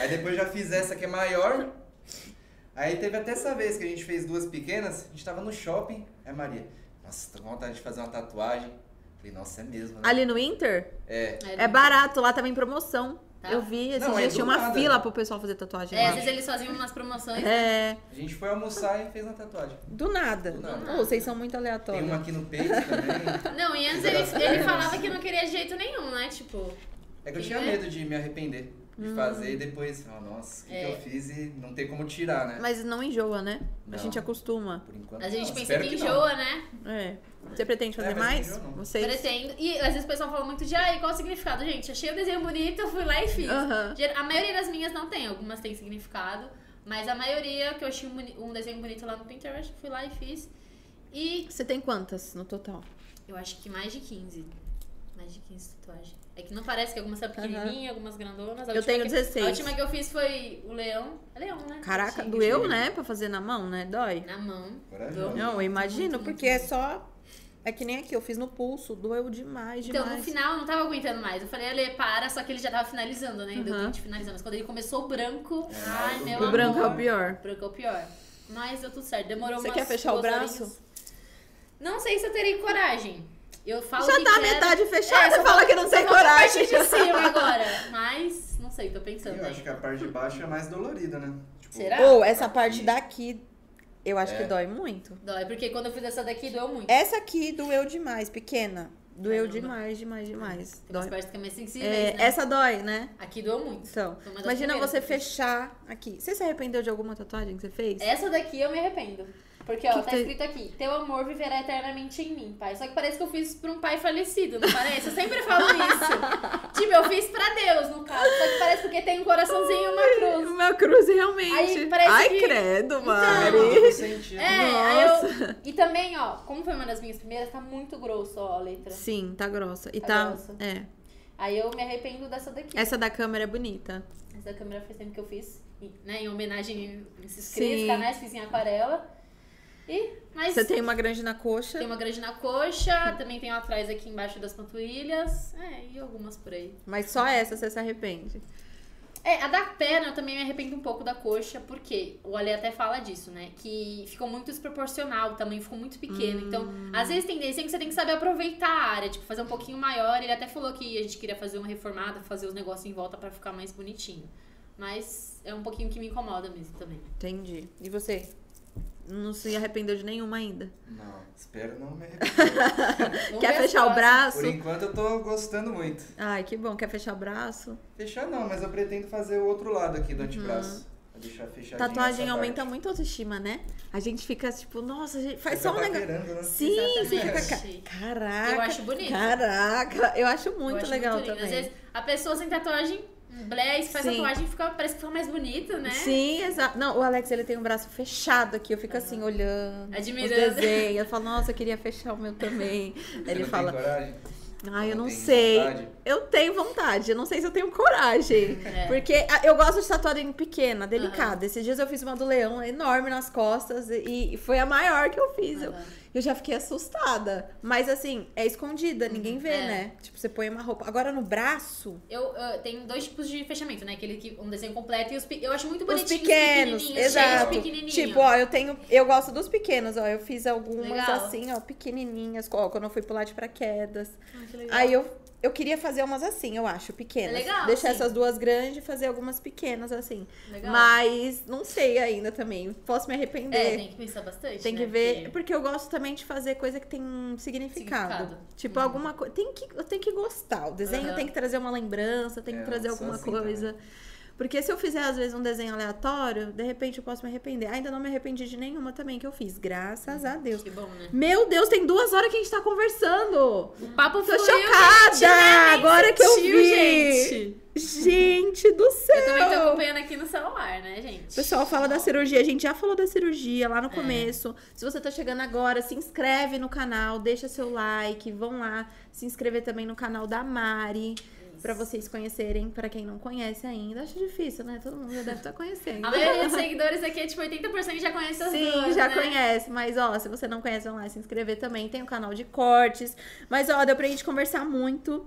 [SPEAKER 3] Aí depois já fiz essa que é maior. Aí teve até essa vez que a gente fez duas pequenas. A gente tava no shopping. Aí a Maria, nossa, tô com vontade de fazer uma tatuagem. Falei, nossa, é mesmo. Né?
[SPEAKER 1] Ali no Inter,
[SPEAKER 3] É.
[SPEAKER 2] né?
[SPEAKER 1] é barato. Lá tava em promoção.
[SPEAKER 2] Tá.
[SPEAKER 1] Eu vi esses
[SPEAKER 3] Não, é
[SPEAKER 1] dias.
[SPEAKER 3] do
[SPEAKER 1] tinha uma
[SPEAKER 3] nada.
[SPEAKER 1] fila pro pessoal fazer tatuagem.
[SPEAKER 2] É,
[SPEAKER 1] lá.
[SPEAKER 2] às vezes eles faziam umas promoções.
[SPEAKER 1] É,
[SPEAKER 3] A gente foi almoçar e fez uma tatuagem.
[SPEAKER 1] do nada.
[SPEAKER 3] Do nada.
[SPEAKER 1] Ô, vocês são muito
[SPEAKER 3] Tem
[SPEAKER 1] aleatórios.
[SPEAKER 3] uma aqui no peito também.
[SPEAKER 2] Não, e antes ele, ele falava que não queria de jeito nenhum, né? Tipo,
[SPEAKER 3] É que eu tinha
[SPEAKER 1] né?
[SPEAKER 3] medo de me arrepender. De
[SPEAKER 1] Hum.
[SPEAKER 3] fazer e depois, falar, nossa, o que, que
[SPEAKER 2] É.
[SPEAKER 3] eu fiz e não tem como tirar, né?
[SPEAKER 1] Mas não enjoa, né?
[SPEAKER 3] Não.
[SPEAKER 1] A gente acostuma.
[SPEAKER 3] Por enquanto.
[SPEAKER 2] a gente
[SPEAKER 3] não.
[SPEAKER 2] pensa
[SPEAKER 3] Espero
[SPEAKER 2] que
[SPEAKER 3] não.
[SPEAKER 2] enjoa, né?
[SPEAKER 1] É. Você pretende fazer
[SPEAKER 3] É, mas não
[SPEAKER 1] mais?
[SPEAKER 3] enjoa, não.
[SPEAKER 1] Vocês?
[SPEAKER 2] Pretendo. E às vezes o pessoal fala muito de, ai, qual o significado? Gente, achei o desenho bonito, fui lá e fiz.
[SPEAKER 1] Aham.
[SPEAKER 2] Ger- A maioria das minhas não tem, algumas têm significado. Mas a maioria que eu achei um boni- um desenho bonito lá no Pinterest, fui lá e fiz. E
[SPEAKER 1] Você tem quantas no total?
[SPEAKER 2] eu acho que mais de 15. Mais de 15 tatuagens. É que não parece que algumas são pequenininhas, algumas grandonas. A
[SPEAKER 1] Eu
[SPEAKER 2] última
[SPEAKER 1] tenho
[SPEAKER 2] que-
[SPEAKER 1] 16.
[SPEAKER 2] A última que eu fiz foi o leão. É leão, né?
[SPEAKER 1] Caraca,
[SPEAKER 2] Tinha.
[SPEAKER 1] doeu, né? Pra fazer na mão, né? Dói.
[SPEAKER 2] Na mão.
[SPEAKER 3] Corajoso.
[SPEAKER 2] Dou.
[SPEAKER 1] Não, eu imagino,
[SPEAKER 2] muito,
[SPEAKER 1] porque é só. É que nem aqui, eu fiz no pulso, doeu demais, demais.
[SPEAKER 2] Então, no final, eu não tava aguentando mais. Eu falei, Ale, para, só que ele já tava finalizando, né? Deu
[SPEAKER 1] Uhum.
[SPEAKER 2] tempo de finalizar. Mas quando ele começou o branco, ai, meu amor.
[SPEAKER 1] o branco é o pior.
[SPEAKER 2] O branco é o pior. Mas deu tudo certo. Demorou
[SPEAKER 1] Você
[SPEAKER 2] umas
[SPEAKER 1] quer fechar o
[SPEAKER 2] duas
[SPEAKER 1] braço?
[SPEAKER 2] horinhas. Não sei se eu terei coragem. Eu falo
[SPEAKER 1] Já
[SPEAKER 2] que
[SPEAKER 1] tá a
[SPEAKER 2] quero,
[SPEAKER 1] metade fechada,
[SPEAKER 2] É,
[SPEAKER 1] você
[SPEAKER 2] só
[SPEAKER 1] fala que não tem
[SPEAKER 2] só a parte
[SPEAKER 1] coragem.
[SPEAKER 2] de cima agora. Mas, não sei, tô pensando.
[SPEAKER 3] Eu acho
[SPEAKER 2] Né?
[SPEAKER 3] que a parte de baixo é mais dolorida, né? Tipo,
[SPEAKER 2] Será?
[SPEAKER 1] Ou essa parte
[SPEAKER 3] Aqui.
[SPEAKER 1] daqui, eu acho que
[SPEAKER 3] É.
[SPEAKER 1] dói muito.
[SPEAKER 2] Dói, porque quando eu fiz essa daqui, doeu muito.
[SPEAKER 1] Essa aqui doeu demais, pequena. Doeu
[SPEAKER 2] Caramba.
[SPEAKER 1] demais, demais, demais.
[SPEAKER 2] É, Tem umas
[SPEAKER 1] Dói.
[SPEAKER 2] partes que é mais sensíveis,
[SPEAKER 1] É,
[SPEAKER 2] né?
[SPEAKER 1] essa dói, né?
[SPEAKER 2] Aqui doeu muito.
[SPEAKER 1] Então,
[SPEAKER 2] Foi uma das
[SPEAKER 1] imagina
[SPEAKER 2] primeiras
[SPEAKER 1] você
[SPEAKER 2] que eu fiz.
[SPEAKER 1] fechar aqui. Você se arrependeu de alguma tatuagem que você fez?
[SPEAKER 2] Essa daqui eu me arrependo. Porque, ó,
[SPEAKER 1] Que que
[SPEAKER 2] tá
[SPEAKER 1] tem?
[SPEAKER 2] escrito aqui: Teu amor viverá eternamente em mim, pai. Só que parece que eu fiz pra um pai falecido, não parece? Eu sempre falo isso. tipo, eu fiz pra Deus, no caso. Só que parece porque tem um coraçãozinho e uma cruz.
[SPEAKER 1] Uma cruz, realmente.
[SPEAKER 2] Aí parece
[SPEAKER 1] Ai,
[SPEAKER 2] que- Então.
[SPEAKER 1] credo,
[SPEAKER 3] É
[SPEAKER 1] mano.
[SPEAKER 3] muito sentido.
[SPEAKER 2] É, aí eu. E também, ó, como foi uma das minhas primeiras, tá muito grosso, ó, a letra.
[SPEAKER 1] Sim, tá grossa. E
[SPEAKER 2] Tá
[SPEAKER 1] tá.
[SPEAKER 2] grossa.
[SPEAKER 1] É.
[SPEAKER 2] Aí eu me arrependo dessa daqui.
[SPEAKER 1] Essa da câmera é bonita.
[SPEAKER 2] Essa câmera faz tempo que eu fiz, e, né? Em homenagem a esses
[SPEAKER 1] Sim.
[SPEAKER 2] três canais, fiz em aquarela. E, mas.
[SPEAKER 1] Você tem uma grande na coxa.
[SPEAKER 2] Tem uma grande na coxa, também tem atrás aqui embaixo das panturrilhas, é, e algumas por aí.
[SPEAKER 1] Mas só essa você se arrepende.
[SPEAKER 2] É, a da perna eu também me arrependo um pouco da coxa, porque o Ale até fala disso, né? Que ficou muito desproporcional, o tamanho ficou muito pequeno. Então,
[SPEAKER 1] Hum.
[SPEAKER 2] às vezes tendência é que você tem que saber aproveitar a área, tipo, fazer um pouquinho maior. Ele até falou que a gente queria fazer uma reformada, fazer os negócios em volta pra ficar mais bonitinho. Mas é um pouquinho que me incomoda mesmo também.
[SPEAKER 1] Entendi. E você? Não se arrependeu de nenhuma ainda?
[SPEAKER 3] Não, espero não me arrepender.
[SPEAKER 2] Vamos ver
[SPEAKER 1] Quer
[SPEAKER 2] as
[SPEAKER 1] fechar o
[SPEAKER 2] próximas.
[SPEAKER 1] braço?
[SPEAKER 3] Por enquanto eu tô gostando muito.
[SPEAKER 1] Ai, que bom. Quer fechar o braço?
[SPEAKER 3] Fechar não, mas eu pretendo fazer o outro lado aqui do antebraço. Vou deixar fechadinho.
[SPEAKER 1] Uhum. Tatuagem
[SPEAKER 3] essa
[SPEAKER 1] aumenta
[SPEAKER 3] parte.
[SPEAKER 1] muito a autoestima, né? A gente fica tipo, nossa, gente, faz
[SPEAKER 3] Você
[SPEAKER 1] só um
[SPEAKER 3] vai
[SPEAKER 1] negócio.
[SPEAKER 3] paquerando, né?
[SPEAKER 1] Sim, você fica. ca-
[SPEAKER 2] Exatamente.
[SPEAKER 1] Caraca.
[SPEAKER 2] Eu acho bonito.
[SPEAKER 1] Caraca, eu acho
[SPEAKER 2] Eu
[SPEAKER 1] muito
[SPEAKER 2] acho
[SPEAKER 1] legal
[SPEAKER 2] lindo.
[SPEAKER 1] também.
[SPEAKER 2] Às vezes a pessoa sem tatuagem, blé, se faz
[SPEAKER 1] Sim.
[SPEAKER 2] tatuagem, fica, parece que fica mais bonita, né?
[SPEAKER 1] Sim, exato. Não, o Alex ele tem um braço fechado aqui, eu fico assim olhando. Os
[SPEAKER 2] É Admirando.
[SPEAKER 1] desenhos. Eu falo, nossa, eu queria fechar o meu também.
[SPEAKER 3] Você
[SPEAKER 1] Ele
[SPEAKER 3] não
[SPEAKER 1] fala,
[SPEAKER 3] Tem coragem?
[SPEAKER 1] ai, eu
[SPEAKER 3] Não
[SPEAKER 1] não
[SPEAKER 3] tem
[SPEAKER 1] sei.
[SPEAKER 3] vontade?
[SPEAKER 1] Eu tenho vontade, eu não sei se eu tenho coragem.
[SPEAKER 2] É.
[SPEAKER 1] Porque ah, eu gosto de tatuagem pequena, delicada. Esses dias eu fiz uma do leão enorme nas costas e e foi a maior que eu fiz. Eu, eu já fiquei assustada. Mas assim, é escondida, ninguém vê,
[SPEAKER 2] É.
[SPEAKER 1] né? Tipo, você põe uma roupa. Agora no braço,
[SPEAKER 2] Eu, eu tenho dois tipos de fechamento, né? Aquele que um desenho completo e os pe- eu acho muito bonitinho.
[SPEAKER 1] os pequenos, exato. Tipo, ó, eu tenho, eu gosto dos pequenos, ó. Eu fiz algumas
[SPEAKER 2] Legal.
[SPEAKER 1] assim, ó, pequenininhas, ó, quando eu fui pular de paraquedas.
[SPEAKER 2] Ah,
[SPEAKER 1] Aí eu, eu queria fazer umas assim, eu acho, pequenas.
[SPEAKER 2] É legal,
[SPEAKER 1] Deixar
[SPEAKER 2] sim.
[SPEAKER 1] essas duas grandes e fazer algumas pequenas assim.
[SPEAKER 2] Legal.
[SPEAKER 1] Mas não sei ainda também. Posso me arrepender.
[SPEAKER 2] É,
[SPEAKER 1] tem
[SPEAKER 2] tem que pensar bastante.
[SPEAKER 1] que
[SPEAKER 2] né?
[SPEAKER 1] ver, é
[SPEAKER 2] Porque-
[SPEAKER 1] porque eu gosto também de fazer coisa que tem um significado.
[SPEAKER 2] Significado. Uhum.
[SPEAKER 1] Tipo, alguma coisa. Tem que, eu tenho que gostar. O desenho
[SPEAKER 2] Aham.
[SPEAKER 1] tem que trazer uma lembrança, tem que
[SPEAKER 3] É,
[SPEAKER 1] trazer
[SPEAKER 3] eu sou
[SPEAKER 1] alguma
[SPEAKER 3] assim
[SPEAKER 1] coisa. Porque se eu fizer, às vezes, um desenho aleatório, de repente eu posso me arrepender. Ainda não me arrependi de nenhuma também que eu fiz, graças a Deus.
[SPEAKER 2] Que bom, né?
[SPEAKER 1] Meu Deus, tem duas horas que a gente tá conversando.
[SPEAKER 2] O papo
[SPEAKER 1] Tô
[SPEAKER 2] fluiu,
[SPEAKER 1] chocada!
[SPEAKER 2] gente, né? Nem
[SPEAKER 1] Agora que eu
[SPEAKER 2] sentiu,
[SPEAKER 1] vi!
[SPEAKER 2] gente.
[SPEAKER 1] Gente do céu!
[SPEAKER 2] Eu também tô acompanhando aqui no celular, né, gente?
[SPEAKER 1] O pessoal fala da cirurgia, a gente já falou da cirurgia lá no
[SPEAKER 2] É.
[SPEAKER 1] começo. Se você tá chegando agora, se inscreve no canal, deixa seu like, vão lá se inscrever também no canal da Mari. Pra vocês conhecerem, pra quem não conhece ainda, acho difícil, né? Todo mundo já deve estar conhecendo.
[SPEAKER 2] A maioria dos seguidores aqui é tipo 80% já conhece as
[SPEAKER 1] Sim,
[SPEAKER 2] duas,
[SPEAKER 1] já
[SPEAKER 2] né?
[SPEAKER 1] conhece, mas ó, se você não conhece, vão lá se inscrever também. Tem o canal de cortes. Mas ó, deu pra gente conversar muito.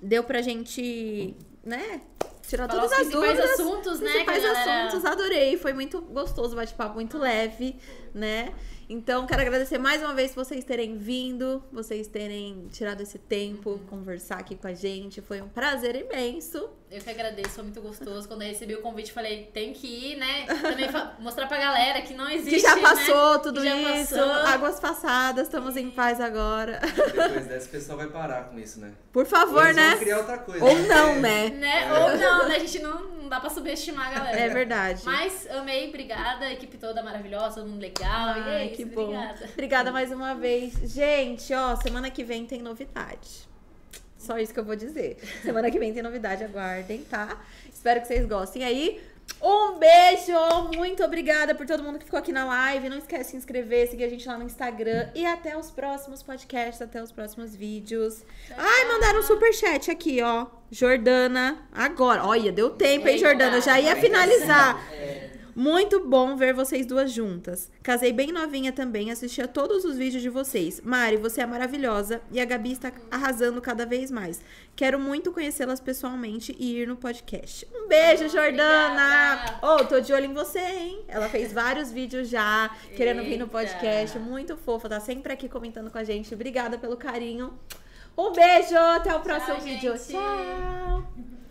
[SPEAKER 1] Deu pra gente, né? Tirar
[SPEAKER 2] Falar
[SPEAKER 1] todas
[SPEAKER 2] os
[SPEAKER 1] as
[SPEAKER 2] principais
[SPEAKER 1] dúvidas.
[SPEAKER 2] assuntos, né? que a
[SPEAKER 1] principais
[SPEAKER 2] galera-
[SPEAKER 1] assuntos, adorei. Foi muito gostoso o bate-papo, muito leve, né? Então, quero agradecer mais uma vez vocês terem vindo, vocês terem tirado esse tempo,
[SPEAKER 2] Uhum.
[SPEAKER 1] conversar aqui com a gente. Foi um prazer imenso.
[SPEAKER 2] Eu que agradeço, foi muito gostoso. Quando eu recebi o convite, falei, tem que ir, né? Também fa- mostrar pra galera que não existe.
[SPEAKER 1] que já
[SPEAKER 2] né?
[SPEAKER 1] passou tudo
[SPEAKER 2] Que já
[SPEAKER 1] isso,
[SPEAKER 2] passou. É.
[SPEAKER 1] águas passadas, estamos em paz agora.
[SPEAKER 3] Depois dessa, o pessoal vai parar com isso, né?
[SPEAKER 1] Por
[SPEAKER 3] Ou
[SPEAKER 1] favor,
[SPEAKER 3] eles vão
[SPEAKER 1] né?
[SPEAKER 3] criar outra coisa.
[SPEAKER 1] Ou não,
[SPEAKER 3] porque-
[SPEAKER 1] né?
[SPEAKER 2] Né? Ou não, né? A gente não, não dá pra subestimar a galera.
[SPEAKER 1] É verdade.
[SPEAKER 2] Mas amei, obrigada, a equipe toda maravilhosa, todo mundo legal.
[SPEAKER 1] Ai,
[SPEAKER 2] e é isso,
[SPEAKER 1] que bom.
[SPEAKER 2] Obrigada.
[SPEAKER 1] Obrigada mais uma vez. Gente, ó, semana que vem tem novidade. Só isso que eu vou dizer. Semana que vem tem novidade, aguardem, tá? Espero que vocês gostem. E aí, um beijo! Muito obrigada por todo mundo que ficou aqui na live. Não esquece de se inscrever, seguir a gente lá no Instagram. E até os próximos podcasts, até os próximos vídeos. Ai, mandaram um superchat aqui, ó. Jordana, agora. Olha, deu tempo, hein,
[SPEAKER 2] Eita,
[SPEAKER 1] Jordana? Eu já ia
[SPEAKER 3] quarenta e
[SPEAKER 1] finalizar.
[SPEAKER 5] É,
[SPEAKER 1] Muito bom ver vocês duas juntas. Casei bem novinha também, assistia todos os vídeos de vocês. Mari, você é maravilhosa e a Gabi está arrasando cada vez mais. Quero muito conhecê-las pessoalmente e ir no podcast. Um beijo, Jordana! Ô, tô de olho em você, hein? Ela fez vários vídeos já, querendo vir no podcast.
[SPEAKER 2] Eita.
[SPEAKER 1] Muito fofa, tá sempre aqui comentando com a gente. Obrigada pelo carinho. Um beijo, até o próximo vídeo.
[SPEAKER 2] gente.
[SPEAKER 1] Tchau!